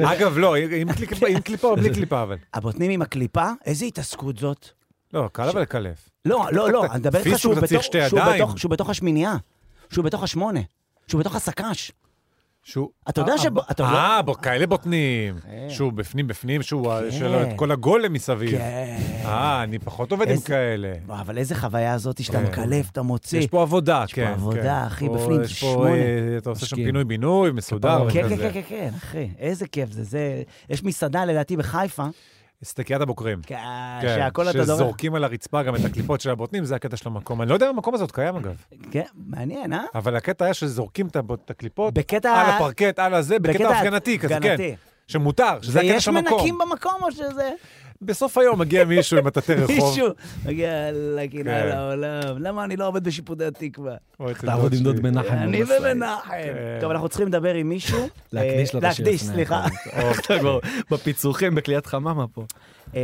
S2: אגב, לא, עם קליפה- עם קליפה או בלי קליפה, אבל.
S1: הבוטנים עם הקליפה, איזה התעסקות זאת.
S2: לא, קל אבל לקלף.
S1: לא, לא, לא, אני מדבר איתך
S2: פיס
S1: שהוא
S2: שהוא תציל
S1: בתוך-
S2: שתי
S1: שהוא
S2: ידיים.
S1: בתוך- שהוא בתוך השמינייה, שהוא בתוך השמונה, שהוא בתוך הסק"ש.
S2: שהוא...
S1: אתה יודע
S2: אה,
S1: שב-
S2: אה,
S1: אתה לא-
S2: אה, בוא, כאלה בוטנים.
S1: כן.
S2: שהוא בפנים בפנים, שהוא...
S1: כן.
S2: שלו את כל הגולם מסביב.
S1: כן.
S2: אה, אני פחות עובד עם
S1: איזה-
S2: כאלה.
S1: וואי, אבל איזה חוויה זאת שאתה
S2: כן.
S1: מקלף, אתה מוציא.
S2: יש פה עבודה, כן.
S1: פה
S2: כן.
S1: עבודה, אחי,
S2: פה-
S1: בפנים,
S2: יש
S1: זה
S2: פה,
S1: שמונה.
S2: אה, אתה עושה שם
S3: משקיעים.
S2: פינוי-בינוי, מסודר
S3: כפרה.
S1: כן,
S2: וכזה.
S1: כן, כן, כן, כן, אחי, איזה כיף זה, זה... יש מסעדה לדעתי בחיפה,
S2: סטקיית הבוקרים.
S1: כ-
S2: כן,
S1: שהכל אתה דורש.
S2: שזורקים על הרצפה גם את הקליפות של הבוטנים, זה הקטע של המקום. אני לא יודע אם המקום הזה עוד קיים, אגב.
S1: כן, מעניין, אה?
S2: אבל הקטע היה שזורקים את הבוט- את הקליפות
S1: בקטע...
S2: על הפרקט, על הזה, בקטע הפגנתי כזה, כן.
S1: הפגנתי.
S2: שמותר, שזה הקטע
S1: ויש
S2: של המקום.
S1: מנקים במקום או שזה...
S2: בסוף היום מגיע מישהו עם מטאטא רחוב.
S1: מישהו מגיע לקינה
S2: כן.
S1: לעולם, למה אני לא עובד בשיפוטי התקווה?
S2: או אצל
S3: תעבוד
S2: דוד
S3: עם דוד
S2: שלי.
S3: מנחם.
S1: אני
S3: במשאית.
S1: ומנחם.
S2: כן.
S1: טוב, אנחנו צריכים לדבר עם מישהו.
S3: להקדיש לו
S1: אה,
S3: את השיר.
S1: להקדיש,
S3: לפני
S1: סליחה.
S3: הכל. או,
S2: אוקיי.
S3: אתה כבר בפיצוחים, בקליית חממה פה.
S1: אה,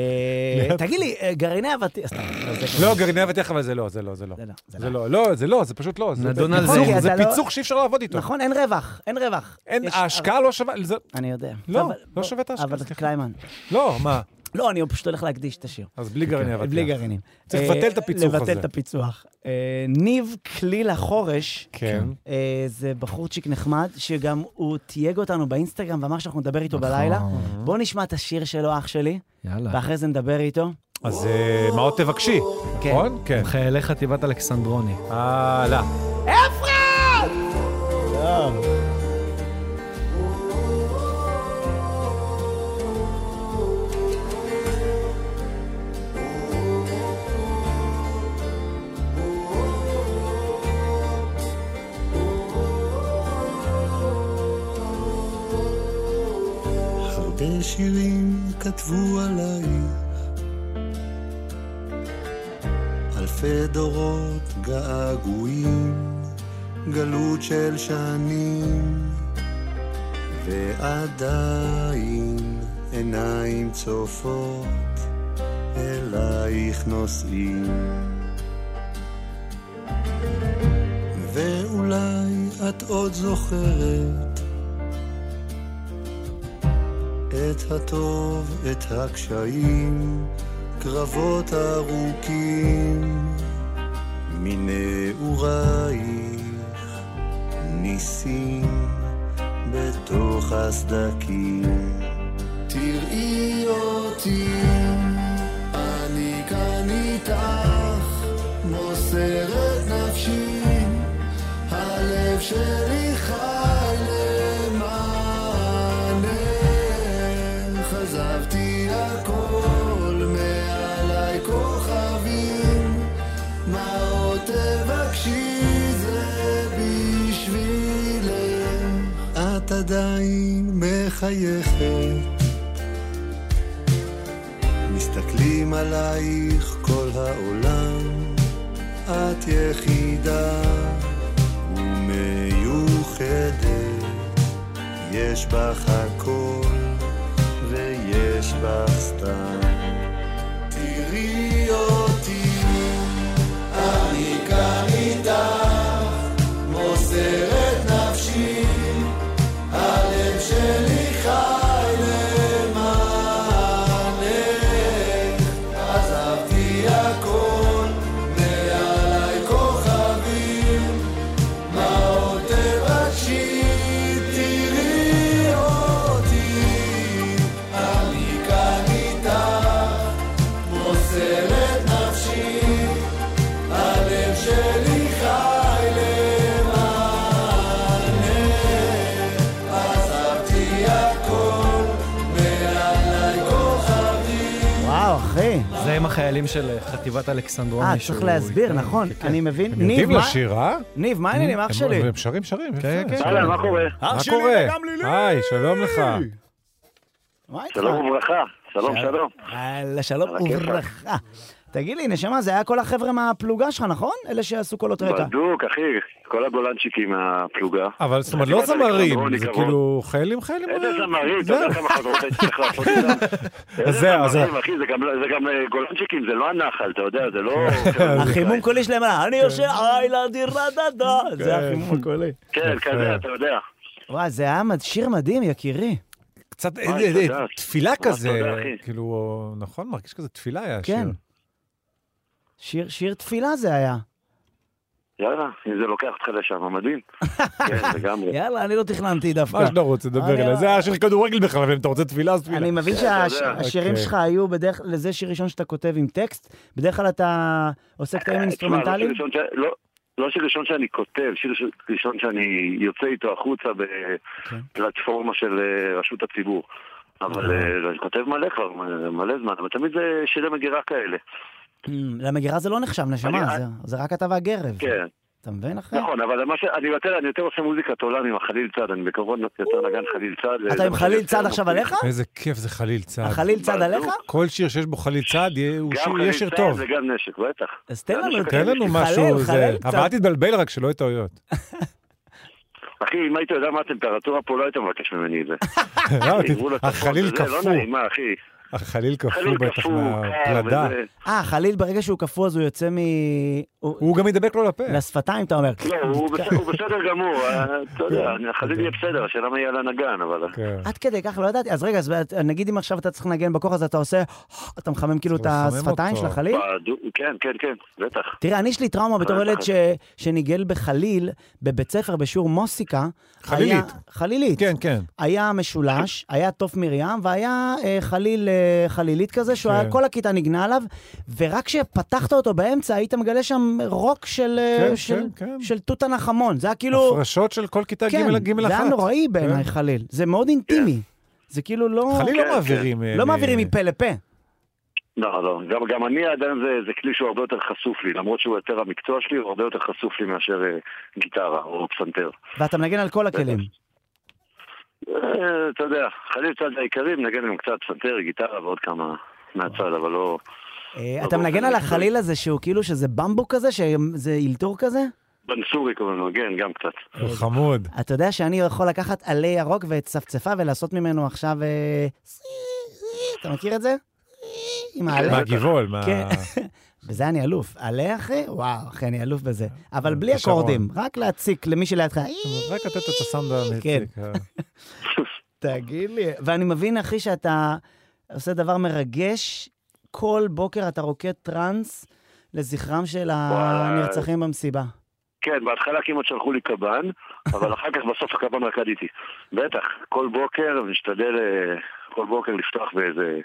S1: תגיד לי, אה, גרעיני אבטיח... סתם, זה כבר-
S2: לא, גרעיני אבטיח, אבל זה לא, זה לא, זה לא.
S1: זה לא, זה
S2: זה לא, לא, זה לא, זה פשוט לא. זה-
S3: נדון
S2: זה
S3: על זה.
S2: פיצוח,
S1: אוקיי,
S2: זה
S1: אתה לא-
S2: פיצוח שאי אפשר לעבוד איתו.
S1: נכון, אין רווח, אין רווח.
S2: אין,
S1: יש-
S2: ההשקעה לא שווה, זה-
S1: אני יודע.
S2: לא,
S1: אבל-
S2: לא שווה את ההשקעה,
S1: אבל
S2: סליחה.
S1: קליימן.
S2: לא, מה?
S1: לא, אני פשוט הולך להקדיש את השיר. כן,
S2: אז בלי גרעיני אבטיח.
S1: בלי גרעינים.
S2: צריך
S1: אה,
S2: לבטל את הפיצוח
S1: לבטל
S2: הזה.
S1: את הפיצוח. אה, ניב כליל החורש,
S2: כן.
S1: אה, זה בחורצ'יק נחמד, שגם הוא תייג אותנו באינסטגרם ואמר שאנחנו נדבר איתו
S3: נכון.
S1: בלילה. בואו נשמע את השיר שלו, אח שלי,
S3: יאללה.
S1: ואחרי זה נדבר איתו.
S2: אז אה, מה עוד תבקשי?
S1: כן. אה,
S2: נכון? כן.
S3: חיילי חטיבת אלכסנדרוני.
S2: הלאה.
S4: הרבה שירים כתבו עלייך, אלפי דורות געגועים, גלות של שנים, ועדיין עיניים צופות אלייך נושאים. ואולי את עוד זוכרת את הטוב, את הקשיים, קרבות ארוכים
S5: אה,
S4: מנעורייך, ניסים בתוך הסדקים. תראי אותי, אני כאן איתך, מוסרת נפשי, הלב שלי חי למענך. עזבתי הכל, מעליי כוכבים, מה עוד תבקשי זה בשבילך. את עדיין מחייכת מסתכלים עלייך כל העולם, את יחידה ומיוחדת. יש בך הכל ויש בך סתם. תראי אותי, אני כאן איתך, מוסרת נפשי, הלב
S3: זה עם החיילים של אה, חטיבת אלכסנדרוני.
S1: אה,
S3: שהוא
S1: צריך להסביר,
S3: איתנו.
S1: נכון,
S3: כן, כן.
S1: אני מבין.
S2: הם
S1: ניב,
S2: יודעים
S1: מה-
S2: לשיר, אה?
S1: ניב, מה העניינים, אח
S2: הם-
S1: שלי?
S2: הם שרים, שרים, יפה.
S3: כן, כן.
S2: יפה.
S5: אהלן, מה קורה?
S2: מה קורה? היי, שלום לך.
S1: מה איתך?
S5: שלום וברכה. שלום, שלום.
S1: יאללה, שלום
S5: על הכיפאק.
S1: וברכה. תגיד לי, נשמה, זה היה כל החבר'ה מהפלוגה שלך, נכון? אלה שעשו קולות רקע.
S5: בדוק, אחי. כל הגולנצ'יקים מהפלוגה.
S2: אבל זאת אומרת, לא זמרים, זה
S5: אלכסנדרוני,
S2: כאילו חיילים, חיילים.
S5: איזה
S2: אה,
S5: זמרים, אתה
S2: זה-
S5: יודע כמה חברות צריך לעשות איתם? איזה
S2: אז זהו, אז
S5: זמרים,
S2: זהו.
S5: אחי, זה גם- זה גם אה, גולנצ'יקים, זה לא הנחל, אתה יודע, זה לא...
S2: כן,
S1: החימום קולי שלהם היה, אני יושב, היי לדירה דדה. זה החימום הקולי.
S5: כן, כזה, אתה יודע.
S1: וואי, זה היה מד- שיר מדהים, יקירי.
S2: קצת אה,
S5: מה,
S2: אה, אה,
S5: תודה.
S2: תפילה
S5: ממש
S2: כזה,
S5: תודה, אחי.
S2: כאילו, נכון? מרגיש כזה תפילה היה השיר.
S1: כן. שיר- שיר תפילה זה היה.
S5: יאללה, אם זה לוקח אותך לשם, מדהים. כן, לגמרי.
S1: יאללה, אני לא תכננתי דווקא.
S2: מה שאתה רוצה,
S1: אני- לא-
S2: דבר אליי. זה היה שיר כדורגל בכלל, אבל אם אתה רוצה תפילה, אז תפילה.
S1: אני מבין
S5: כן,
S1: שהשירים
S2: אוקיי.
S1: שלך היו בדרך כלל, זה שיר ראשון שאתה כותב עם טקסט, בדרך כלל אתה עושה קטעים
S5: תשמע, לא שיר
S1: אינסטרומנטליים?
S5: ראשון ש- לא- לא שיר ראשון שאני כותב, שיר ש- ראשון שאני יוצא איתו החוצה בפלטפורמה של אה, רשות הציבור. אבל אה, אני כותב מלא כבר, מ- מלא זמן, אבל תמיד זה שירי מגירה כאלה.
S1: אמ, למגירה זה לא נחשב, נשמה,
S5: אני-
S1: זה- זה רק אתה והגרב.
S5: כן,
S1: אתה מבין, אחי?
S5: נכון, אבל מה ש- אני יותר- אני יותר עושה מוזיקת עולם עם החליל צד, אני בקרוב יותר נגן חליל צד. אה,
S1: אתה
S5: וזה
S1: עם חליל
S5: משהו
S1: צד
S5: יותר
S1: עכשיו
S5: מוציא.
S1: עליך?
S2: איזה כיף זה חליל צד.
S1: החליל צד עליך?
S2: כל שיר שיש בו חליל צד, יהיה- הוא
S5: גם
S2: שיר- יהיה
S5: חליל
S2: שיר
S5: צד
S2: טוב.
S5: וגם נשק, בטח.
S1: אז תן
S5: גם
S1: לנו,
S5: נשק
S2: תן לנו
S5: חליל.
S2: משהו,
S1: חלל
S2: זה...
S1: קצת.
S2: אבל אל תתבלבל רק, שלא יהיו טעויות.
S5: אחי, אם היית יודע מה הטמפרטורה פה, לא היית מבקש ממני את זה.
S2: לא,
S5: עברו לצפון
S2: החליל
S5: וזה, לא
S2: קפוא,
S5: נעים, מה, אחי?
S2: החליל קפוא
S5: חליל
S2: בטח
S5: קפוא, כן, קר,
S2: מהפלדה.
S5: וזה.
S1: אה, חליל ברגע שהוא קפוא אז הוא יוצא מ... הוא-
S2: הוא גם ידבק לו לפה.
S1: לשפתיים, אתה אומר.
S5: לא, הוא בס- הוא בסדר גמור, אה, אתה יודע, החליל יהיה בסדר, השאלה מה יהיה על הנגן, אבל...
S2: כן.
S1: עד כדי כך לא ידעתי, אז רגע, אז נגיד אם עכשיו אתה צריך לנגן בכוח, אז אתה עושה, אתה מחמם כאילו את
S2: אתה מחמם
S1: השפתיים
S2: אותו.
S1: של החליל?
S5: בדו- כן, כן, כן, בטח.
S1: תראה, אני יש לי טראומה בתור
S5: אה,
S1: ילד
S5: אה.
S1: ש... שניגל בחליל, בבית ספר בשיעור מוסיקה.
S2: חלילית.
S1: היה- חלילית.
S2: כן, כן.
S1: היה משולש, היה תוף מרים, והיה אה, חליל, אה, חלילית כזה, שהוא היה,
S2: כן.
S1: כל הכיתה ניגנה עליו, ורק כשפתחת אותו באמצע, היית מגלה שם רוק של, אה,
S2: כן,
S1: של,
S2: כן, כן.
S1: של תות הנחמון. זה היה כאילו...
S2: הפרשות של כל כיתה
S1: כן,
S2: ג' ג'
S1: זה היה
S2: אחת.
S1: נוראי בעיניי
S2: כן.
S1: חליל. זה מאוד אינטימי. זה כאילו לא...
S2: חליל לא
S5: כן,
S2: מעבירים... אה,
S1: לא
S2: מ-
S1: מעבירים מפה לפה.
S5: לא, לא, גם, גם אני עדיין זה, זה כלי שהוא הרבה יותר חשוף לי, למרות שהוא יותר המקצוע שלי, הוא הרבה יותר חשוף לי מאשר אה, גיטרה או פסנתר.
S1: ואתה מנגן על כל הכלים.
S5: אה, אתה יודע, חליל צד העיקרי מנגן עם קצת פסנתר, גיטרה ועוד כמה מהצד, אבל לא...
S1: אה,
S5: לא,
S2: אוקיי,
S1: אתה
S5: לא,
S1: מנגן
S5: זה
S1: על
S5: לא-
S1: החליל הזה, שהוא כאילו שזה במבו כזה, שזה אלתור כזה?
S5: בנסורי קוראים לו, כן, גם קצת.
S2: הוא חמוד.
S1: אתה יודע שאני יכול לקחת עלה ירוק וצפצפה ולעשות ממנו עכשיו... אה, אתה מכיר את זה? עם העלה?
S2: מהגבעול, מה...
S1: כן. בזה אני אלוף. עלה אחי? וואו, אחי, אני אלוף בזה. אבל בלי
S2: כישרון.
S1: אקורדים, רק להציק למי שלידך.
S2: רק לתת את הסאונד
S1: כן.
S2: המציק. אה.
S1: תגיד לי. ואני מבין, אחי, שאתה עושה דבר מרגש. כל בוקר אתה רוקד טראנס לזכרם של
S5: וואלה.
S1: הנרצחים במסיבה.
S5: כן, בהתחלה כמעט שלחו לי קב"ן, אבל אחר כך בסוף הקב"ן רקד איתי. בטח, כל בוקר אני משתדל אה, כל בוקר לפתוח באיזה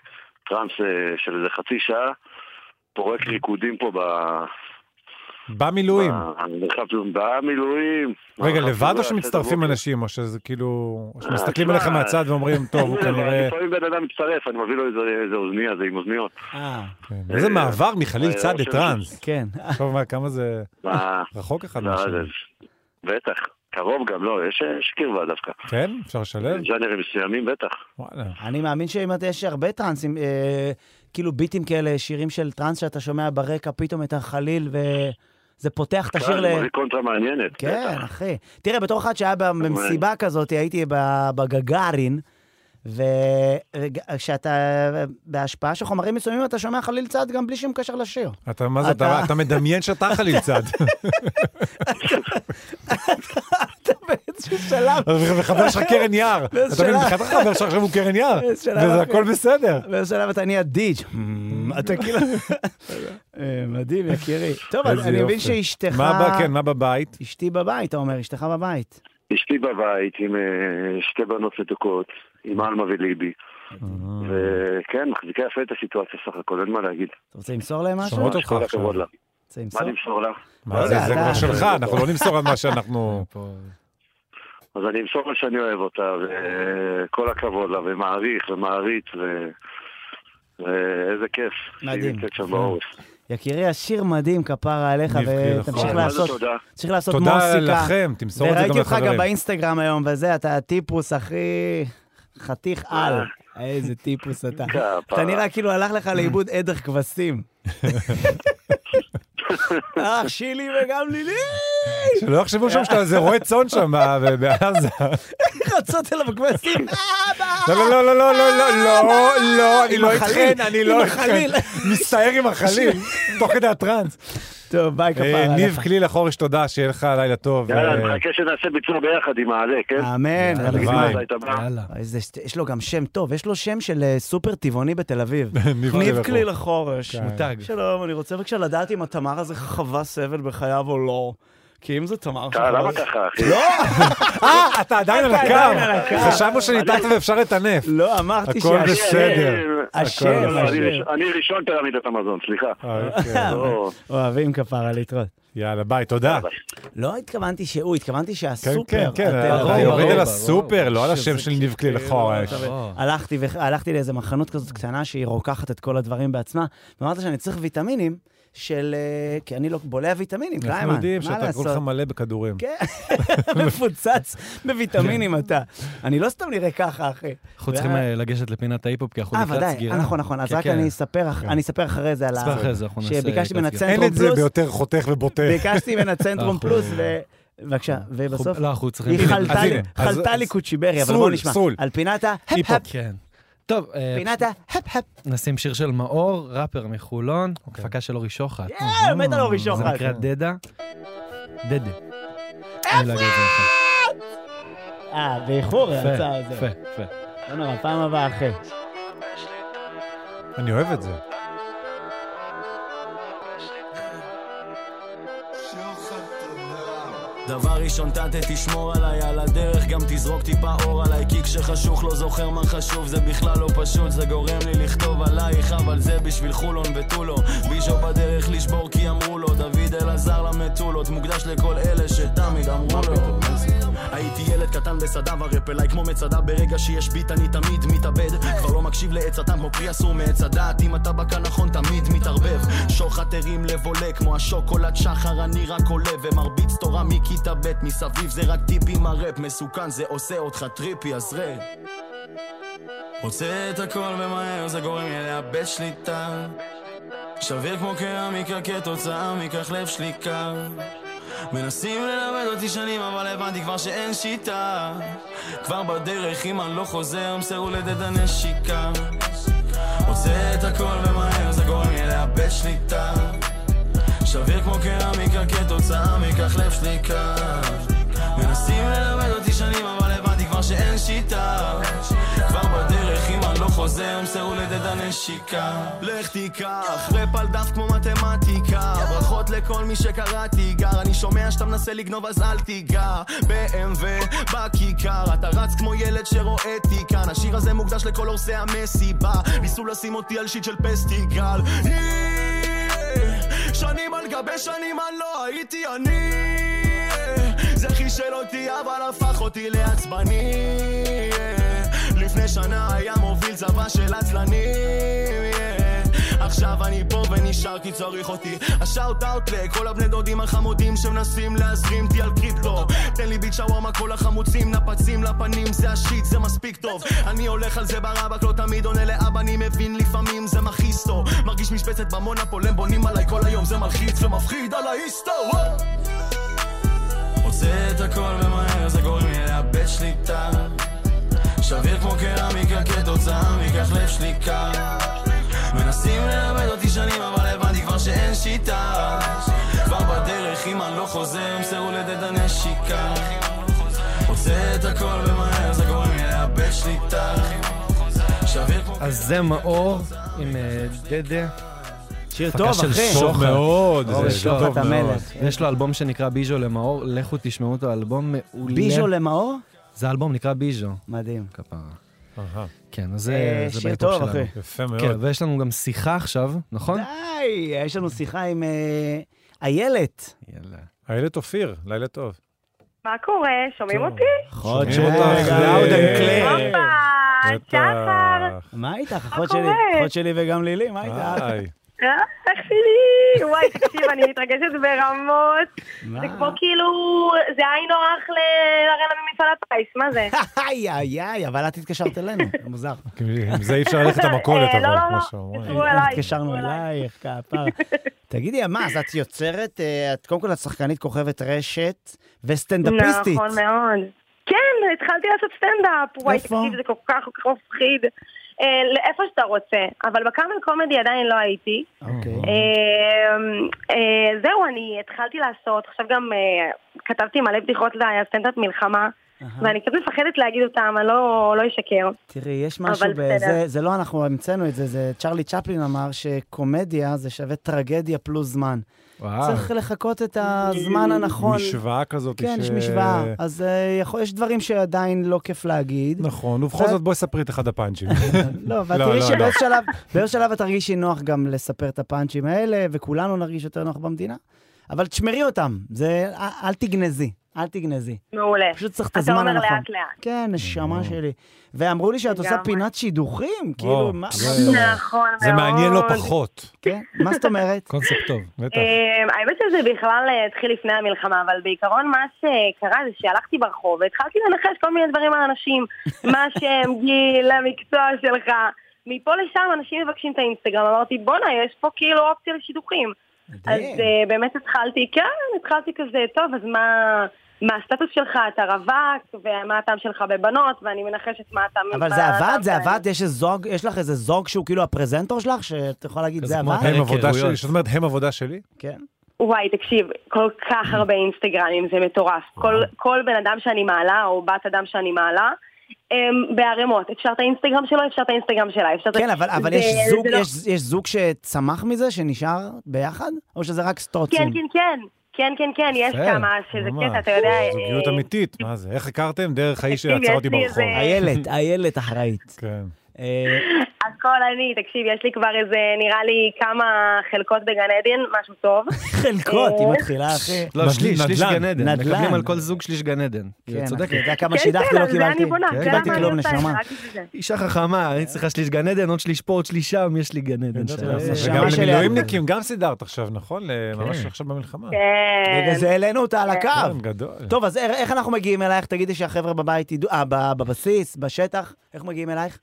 S5: טראנס אה, של איזה חצי שעה, פורק ריקודים פה ב...
S2: במילואים.
S5: המרחב- במילואים.
S2: רגע,
S5: המרחב
S2: לבד
S5: לא
S2: או
S5: יעשה
S2: שמצטרפים
S5: דבר.
S2: אנשים, או שזה כאילו... או שמסתכלים
S5: תשמע,
S2: עליכם מהצד ואומרים, טוב, הוא
S5: אני לבד,
S2: כנראה...
S5: לא, לפעמים בן אדם מצטרף, אני מביא לו איזה- איזה אוזניה, זה עם אוזניות.
S1: אה,
S2: כן. איזה מעבר מחליל
S5: אה,
S2: צד
S5: או
S2: לטראנס.
S1: כן.
S2: עכשיו, מה, כמה זה
S5: מה-
S2: רחוק אחד
S5: לא,
S2: מהשני.
S5: זה- בטח, קרוב גם, לא, יש יש קרבה דווקא.
S2: כן? אפשר לשלב?
S5: ז'אנרים מסוימים, בטח.
S2: וואלה.
S1: אני מאמין שאם אתה- יש הרבה טראנסים, אה, כאילו ביטים כאלה, שירים של טראנס שאתה שומע ברקע, פתאום את החליל, וזה פותח את השיר ל...
S5: כן, זה קונטרה מעניינת.
S1: כן,
S5: בטח.
S1: אחי. תראה, בתור אחד שהיה במסיבה כזאת, הייתי ב- בגגארין, וכשאתה בהשפעה של חומרים מסוימים, אתה שומע חליל צד גם בלי שום קשר לשיר.
S2: אתה, מה זה,
S1: אתה-
S2: אתה אתה מדמיין שאתה חליל צד.
S1: אתה באיזשהו שלב,
S2: וחבר שלך קרן יער. אתה
S1: באיזה
S2: מבין,
S1: שלב?
S2: מבחינתך חבר שלך עכשיו הוא קרן יער.
S1: באיזה שלב,
S2: וזה
S1: אחי?
S2: הכל בסדר. Mm,
S1: באיזשהו שלב אתה נהיה דיג'. אתה כאילו... אה, מדהים, יקירי. טוב, אז
S2: איזה
S1: אני מבין
S2: יופי.
S1: שאשתך...
S2: מה ב- כן, מה בבית?
S1: אשתי בבית, אתה אומר, אשתך בבית.
S5: אשתי בבית עם אה, שתי בנות מתוקות, עם עלמה וליבי.
S2: אה.
S5: וכן, מחזיקה יפה את הסיטואציה סך הכל, אין מה להגיד.
S1: אתה רוצה למסור להם משהו?
S2: שומעות אותך
S5: כל
S2: עכשיו.
S5: הכבוד לה.
S1: רוצה
S5: מה
S1: למסור?
S5: למסור לך?
S2: מה זה, זה
S1: אתה-
S2: כבר שלך, אנחנו לא נמסור על מה שאנחנו...
S3: פה-
S5: אז אני אמסור לה שאני אוהב אותה, וכל הכבוד לה, ומעריך ומעריץ, ו... אה, איזה כיף. שהיא
S1: מדהים.
S5: נמצאת שם בעורף.
S1: יקירי, השיר מדהים, כפרה עליך,
S2: נבחי,
S1: ותמשיך
S2: נכון.
S5: וואי, מה זה
S1: לעשות,
S5: תודה.
S1: תמשיך לעשות
S2: תודה
S1: מוסיקה.
S2: לכם, תמסור את זה גם
S1: וראיתי אותך גם
S2: לחברים.
S1: באינסטגרם היום, וזה, אתה הטיפוס הכי חתיך על. איזה טיפוס אתה.
S5: כפרה.
S1: אתה נראה כאילו הלך לך לאיבוד עדר כבשים. אח שלי וגם לילי!
S2: שלא יחשבו שם שאתה איזה רועה צאן שם ב- ב- בעזה.
S1: רצות אליו כבשים, אבא!
S2: לא, לא, לא, לא, לא, לא, לא, לא, לא, אני
S1: עם
S2: לא
S1: החליל,
S2: איתכן, אני
S1: עם
S2: לא איתכן.
S1: החליל.
S2: מסתער עם החליל, תוך כדי הטראנס.
S1: טוב, ביי,
S2: אה,
S1: כפרה
S2: ניב
S1: עליך.
S2: כליל החורש, תודה, שיהיה לך לילה טוב. אה,
S5: יאללה, נחכה שנעשה ביצוע ביחד עם העלה, כן?
S1: אמן.
S5: תגיד לי,
S2: הלוואי.
S5: מתי אתה בא?
S3: יאללה.
S1: איזה שט- יש לו גם שם טוב, יש לו שם של אה, סופר טבעוני בתל אביב.
S2: ניב
S1: ניב
S2: כליל
S1: כליל
S2: כן.
S1: החורש.
S3: מותג.
S1: שלום, אני רוצה בבקשה לדעת אם התמר הזה חווה סבל בחייו או לא. כי אם זה תמר
S5: אתה, למה
S1: שחווה-
S5: ככה, אחי?
S2: אה, אתה עדיין על
S1: עדיין
S2: הקו.
S1: על הקו.
S2: חשבנו שניתקת ואפשר לטנף.
S1: לא, אמרתי
S2: הכל
S1: שהש-
S2: בסדר.
S5: אה,
S1: השם,
S5: לא, לא,
S1: השם.
S5: אני- אני ראשון פירמידת המזון, סליחה.
S2: אה, אוקיי.
S5: לא,
S1: אוהבים כפרה להתראות.
S2: יאללה, ביי, תודה.
S5: ביי.
S1: לא התכוונתי שהוא, התכוונתי
S2: כן,
S1: שהסופר.
S2: כן, כן,
S1: התל
S2: אתה
S1: אביב-
S3: ברור,
S2: יורד
S3: ברור,
S2: על
S3: ברור.
S2: הסופר, לא על
S1: שזה
S2: השם של ניב כליל החורש.
S1: אתה מבין?
S3: אה.
S1: הלכתי, ו- הלכתי לאיזה מחנות כזאת קטנה שהיא רוקחת את כל הדברים בעצמה, ואמרת שאני צריך ויטמינים של... אה, כי אני לא בולע ויטמינים,
S2: אנחנו
S1: קליימן,
S2: יודעים
S1: מה
S2: שאתה
S1: לעשות?
S2: כולך מלא בכדורים.
S1: כן, מפוצץ בוויטמינים אתה. אני לא סתם נראה ככה, אחי.
S3: אנחנו צריכים
S1: וה-
S3: אה, לגשת לפינת ההיפ-הופ, כי אנחנו
S1: אה,
S3: לקראת
S1: ודאי,
S3: סגירה.
S1: אה, נכון, נכון, אז
S3: כן,
S1: רק
S3: כן.
S1: אני אספר אח- אני אספר אחרי זה על
S3: אז
S1: ה...
S3: אחרי זה אנחנו נעשה...
S1: שביקשתי
S3: לקראת
S1: ממנה
S3: סגירה.
S1: צנטרום
S2: אין את זה
S1: פלוס.
S2: ביותר חותך ובוטה.
S1: ביקשתי ממנה צנטרום
S3: אנחנו-
S1: פלוס, ו... בבקשה, ובסוף...
S3: אנחנו- לא, אנחנו צריכים...
S1: היא חלתה
S2: אז
S1: לי-
S2: הנה, אז-
S1: חלתה לי
S2: אז-
S1: קוצ'יברי, אבל
S2: סרול,
S1: בוא נשמע.
S2: סרול.
S1: על פינת ההפ-הפ,
S2: היפ-הופ.
S3: כן. טוב, אה,
S1: פינת ההפ-הפ.
S3: נשים שיר של מאור, ראפר מחולון, הפקה של אורי שוחט.
S1: יאו, מת על אורי
S3: זה
S1: שוחט.
S3: נקרא דדה. דדה. לא אפרת! נכון.
S1: אה, באיחור,
S3: יפה,
S1: יצא זה.
S3: יפה, יפה.
S1: לא נורא, פעם הבאה אחרי.
S2: אני אוהב את זה.
S6: דבר ראשון תתה תשמור עליי על הדרך גם תזרוק טיפה אור עליי כי כשחשוך לא זוכר מה חשוב זה בכלל לא פשוט זה גורם לי לכתוב עלייך אבל זה בשביל חולון ותו לא ביז'ו בדרך לשבור כי אמרו לו דוד אלעזר למטולות מוקדש לכל אלה שתמיד אמרו לו הייתי ילד קטן בסדיו הרפ אליי כמו מצדה ברגע שיש ביט אני תמיד מתאבד כבר לא מקשיב לעצתם כמו פרי אסור מעץ הדעת אם אתה בקה נכון תמיד מתערבב שוחט הרים לב עולה כמו השוקולד שחר אני רק עולה ומרביץ תורה מכיתה ב' מסביב זה רק טיפים הראפ מסוכן זה עושה אותך טריפי אז ראה רוצה את הכל ומהר זה גורם לי לאבד שליטה שביר כמו קרמיקה כתוצאה מכך לב שלי קר מנסים ללמד אותי שנים אבל הבנתי כבר שאין שיטה כבר בדרך אם אני לא חוזר מסרו לדד הנשיקה רוצה את הכל ומהר זה גורם לי לאבד שליטה שביר כמו קרמיקה כתוצאה מכך לב שלי קר מנסים ללמד אותי שנים אבל הבנתי כבר שאין שיטה כבר בדרך אם אני לא חוזר מסרו לדד הנשיקה לך תיקח רפ על דף כמו מתמטיקה ברכות לכל מי שקרא תיגר אני שומע שאתה מנסה לגנוב אז אל תיגע ב.מ.ו בכיכר אתה רץ כמו ילד שרואה תיקן השיר הזה מוקדש לכל הורסי המסיבה ניסו לשים אותי על שיט של פסטיגל שנים על גבי שנים אני לא הייתי אני זה חישל אותי אבל הפך אותי לעצבני לפני שנה היה מוביל צבא של עצלנים yeah. עכשיו אני פה ונשאר כי צריך אותי השאוט אאוט לכל הבני דודים החמודים שמנסים להזרים אותי על קריפטו תן לי ביט שווארמה כל החמוצים נפצים לפנים זה השיט זה מספיק טוב אני הולך על זה ברבק לא תמיד עונה לאבא אני מבין לפעמים זה מכעיסו מרגיש משבצת במונופול הם בונים עליי כל היום זה מלחיץ ומפחיד על האיסטו וואו. רוצה את הכל ומהר זה גורם לי לאבד שליטה שביר כמו קרמיקה כתוצאה מכך לב שליקה מנסים ללמד אותי שנים אבל הבנתי כבר שאין שיטה כבר בדרך אם אני לא חוזר מסרו לדד הנשיקה רוצה את הכל ומהר זה גורם לי לאבד שליטה שביר כמו
S3: אז זה מאור עם אה, דדה.
S1: שיר
S3: הפקה
S1: טוב,
S3: של
S1: אחי.
S3: שור.
S2: טוב מאוד,
S1: אורי
S2: זה
S1: שוחט
S2: טוב מאוד.
S1: המלך.
S3: יש לו אלבום שנקרא ביז'ו למאור, לכו תשמעו אותו, אלבום מעולה.
S1: ביז'ו למאור?
S3: זה אלבום נקרא ביז'ו.
S1: מדהים.
S3: כפרה.
S2: אהה,
S3: כן, אז זה
S1: אה,
S3: זה
S1: שיר
S3: בהיפ-הופ
S1: טוב,
S3: שלנו.
S1: אחי.
S2: יפה
S3: כן,
S2: מאוד.
S3: ויש לנו גם שיחה עכשיו, נכון?
S1: די, יש לנו שיחה עם אה, איילת.
S3: יאללה.
S2: איילת אופיר, לילה טוב.
S7: מה קורה? שומעים אותי?
S1: חוד
S2: שומעים אותך,
S1: רגע, loud and
S2: אה,
S1: clear.
S7: הופה! שחר.
S1: מה איתך,
S7: מה
S1: אחות שלי?
S7: קורה?
S1: אחות שלי וגם לילי, מה איתך?
S2: היי.
S1: כן.
S7: אה, אח שלי! וואי, תקשיב, אני מתרגשת ברמות.
S1: מה?
S7: זה כמו כאילו, זה היינו הך לארנה ממפעל הפיס, מה זה?
S1: איי, איי, איי, אבל את התקשרת אלינו, מוזר.
S2: כאילו, עם זה אי אפשר ללכת למכולת,
S7: אה, לא,
S2: אבל
S7: לא,
S2: כמו
S7: לא.
S2: שאומרים.
S7: הוא אליי,
S1: התקשרנו
S7: הוא אליי.
S1: אלייך, כפר. תגידי, מה, אז את יוצרת, אה, את קודם כל את שחקנית כוכבת רשת וסטנדאפיסטית.
S7: נכון מאוד. כן, התחלתי לעשות סטנדאפ. וואי,
S1: איפה?
S7: תקשיב, זה כל כך כל כך מפחיד. אה, לאיפה שאתה רוצה, אבל בקאמל קומדי עדיין לא הייתי.
S1: אוקיי.
S7: אה, אה, זהו, אני התחלתי לעשות, עכשיו גם אה, כתבתי מלא בדיחות לסטנדאפ מלחמה,
S1: אהה.
S7: ואני קצת מפחדת להגיד אותם, אני לא לא אשקר.
S1: תראי, יש משהו
S7: אבל
S1: ב...
S7: בסדר.
S1: זה- זה לא אנחנו המצאנו את זה, זה צ'רלי צ'פלין אמר שקומדיה זה שווה טרגדיה פלוס זמן.
S3: אה.
S2: וואו.
S1: צריך לחכות את הזמן הנכון.
S2: משוואה כזאת.
S1: כן,
S2: ש-
S1: יש משוואה. אז אה, יכול- יש דברים שעדיין לא כיף להגיד.
S2: נכון, ובכל
S1: ואת-
S2: זאת בואי ספרי את אחד הפאנצ'ים.
S1: לא, אבל
S2: לא,
S1: תראי
S2: לא, לא.
S1: שבאיזשהו שלב, באיזשהו שלב את תרגישי נוח גם לספר את הפאנצ'ים האלה, וכולנו נרגיש יותר נוח במדינה. אבל תשמרי אותם, זה, אל- אל תגנזי, אל תגנזי.
S7: מעולה.
S1: פשוט צריך את
S7: אתה
S1: הזמן
S7: אומר
S1: הנכון.
S7: לאט לאט.
S1: כן, נשמה שלי. ואמרו לי שאת עושה
S7: לגמרי.
S1: פינת שידוכים,
S2: Mm. וואו,
S1: כאילו, מה,
S2: זה-
S1: מה זאת אומרת?
S7: נכון מאוד.
S2: זה מעניין לא פחות.
S1: כן, מה זאת אומרת?
S2: קונספט טוב. בטח.
S7: אה, האמת שזה בכלל אה, התחיל לפני המלחמה, אבל בעיקרון מה שקרה זה שהלכתי ברחוב והתחלתי לנחש כל מיני דברים על אנשים. מה שהם גיל, המקצוע שלך. מפה לשם אנשים מבקשים את האינסטגרם, אמרתי בואנה, יש פה כאילו אופציה לשידוכים. אז
S1: מדהים.
S7: אה, באמת התחלתי, כן, התחלתי כזה, טוב, אז מה... מה הסטטוס שלך, אתה רווק, ומה הטעם שלך בבנות, ואני מנחשת מה הטעם...
S1: אבל
S7: מה
S1: זה עבד,
S7: הטעם
S1: זה
S7: שלהם.
S1: עבד, יש איזה זוג, יש לך איזה זוג שהוא כאילו הפרזנטור שלך, שאת יכולה להגיד,
S3: כזה
S1: זה
S3: כמו
S1: עבד?
S2: הם
S3: היכרויות.
S2: עבודה שלי, זאת אומרת, הם עבודה שלי?
S1: כן.
S7: וואי, תקשיב, כל כך
S1: Mm.
S7: הרבה אינסטגרמים, זה מטורף. כל, כל בן אדם שאני מעלה, או בת אדם שאני מעלה, הם בערימות. אפשר את האינסטגרם שלו, אפשר את האינסטגרם שלה, אפשר את...
S1: כן, אבל, אבל
S7: זה-
S1: יש,
S7: זה
S1: זוג,
S7: לא-
S1: יש, יש זוג שצמח מזה, שנשאר ביחד? או שזה רק סטרוצים?
S7: כן, כן, כן. כן, כן, כן, יש
S2: יפה,
S7: כמה שזה
S2: ממש.
S7: קטע, אתה יודע...
S2: זוגיות
S7: אה,
S2: אמיתית, מה זה? איך הכרתם? דרך האיש
S7: תקשיב,
S2: שעצר
S7: יש
S2: אותי
S7: לי
S2: ברחוב.
S7: איזה-
S1: איילת, איילת אחראית.
S2: כן.
S1: אה,
S7: הכל אני, תקשיב, יש לי כבר איזה, נראה לי, כמה חלקות בגן עדן, משהו טוב.
S1: חלקות,
S7: אה,
S1: היא מתחילה אחרי...
S3: לא, שליש, שליש
S2: נדל"ן,
S3: גן עדן.
S1: נדל"ן.
S3: מקבלים על כל זוג שליש גן עדן. היא
S1: כן,
S3: צודקת.
S1: אתה יודע כמה
S7: כן,
S1: שידכתי,
S7: כן,
S1: לא
S7: על זה
S1: קיבלתי.
S7: אני בונה,
S1: לא
S7: זה
S1: קיבלתי
S7: למה אני
S1: כלום,
S7: עושה את זה,
S1: נשמה.
S7: רק בשביל זה.
S3: אישה חכמה, אני צריכה שליש גן עדן, עוד שליש פה, עוד שליש שם, יש לי גן עדן. אה,
S1: זה
S3: שלום.
S1: לא זה
S2: וגם
S1: שמה שלי-
S2: למילואימניקים גם סידרת עכשיו, נכון? ממש עכשיו במלחמה.
S7: כן.
S1: בגלל זה העלינו אותה על הקו.
S2: כן, גדול.
S1: טוב, אז איך איך אנחנו מגיעים אלייך? תגידי שהחבר'ה בבית ידעו, אה, ב- בבסיס, בשטח, איך מגיעים אלייך?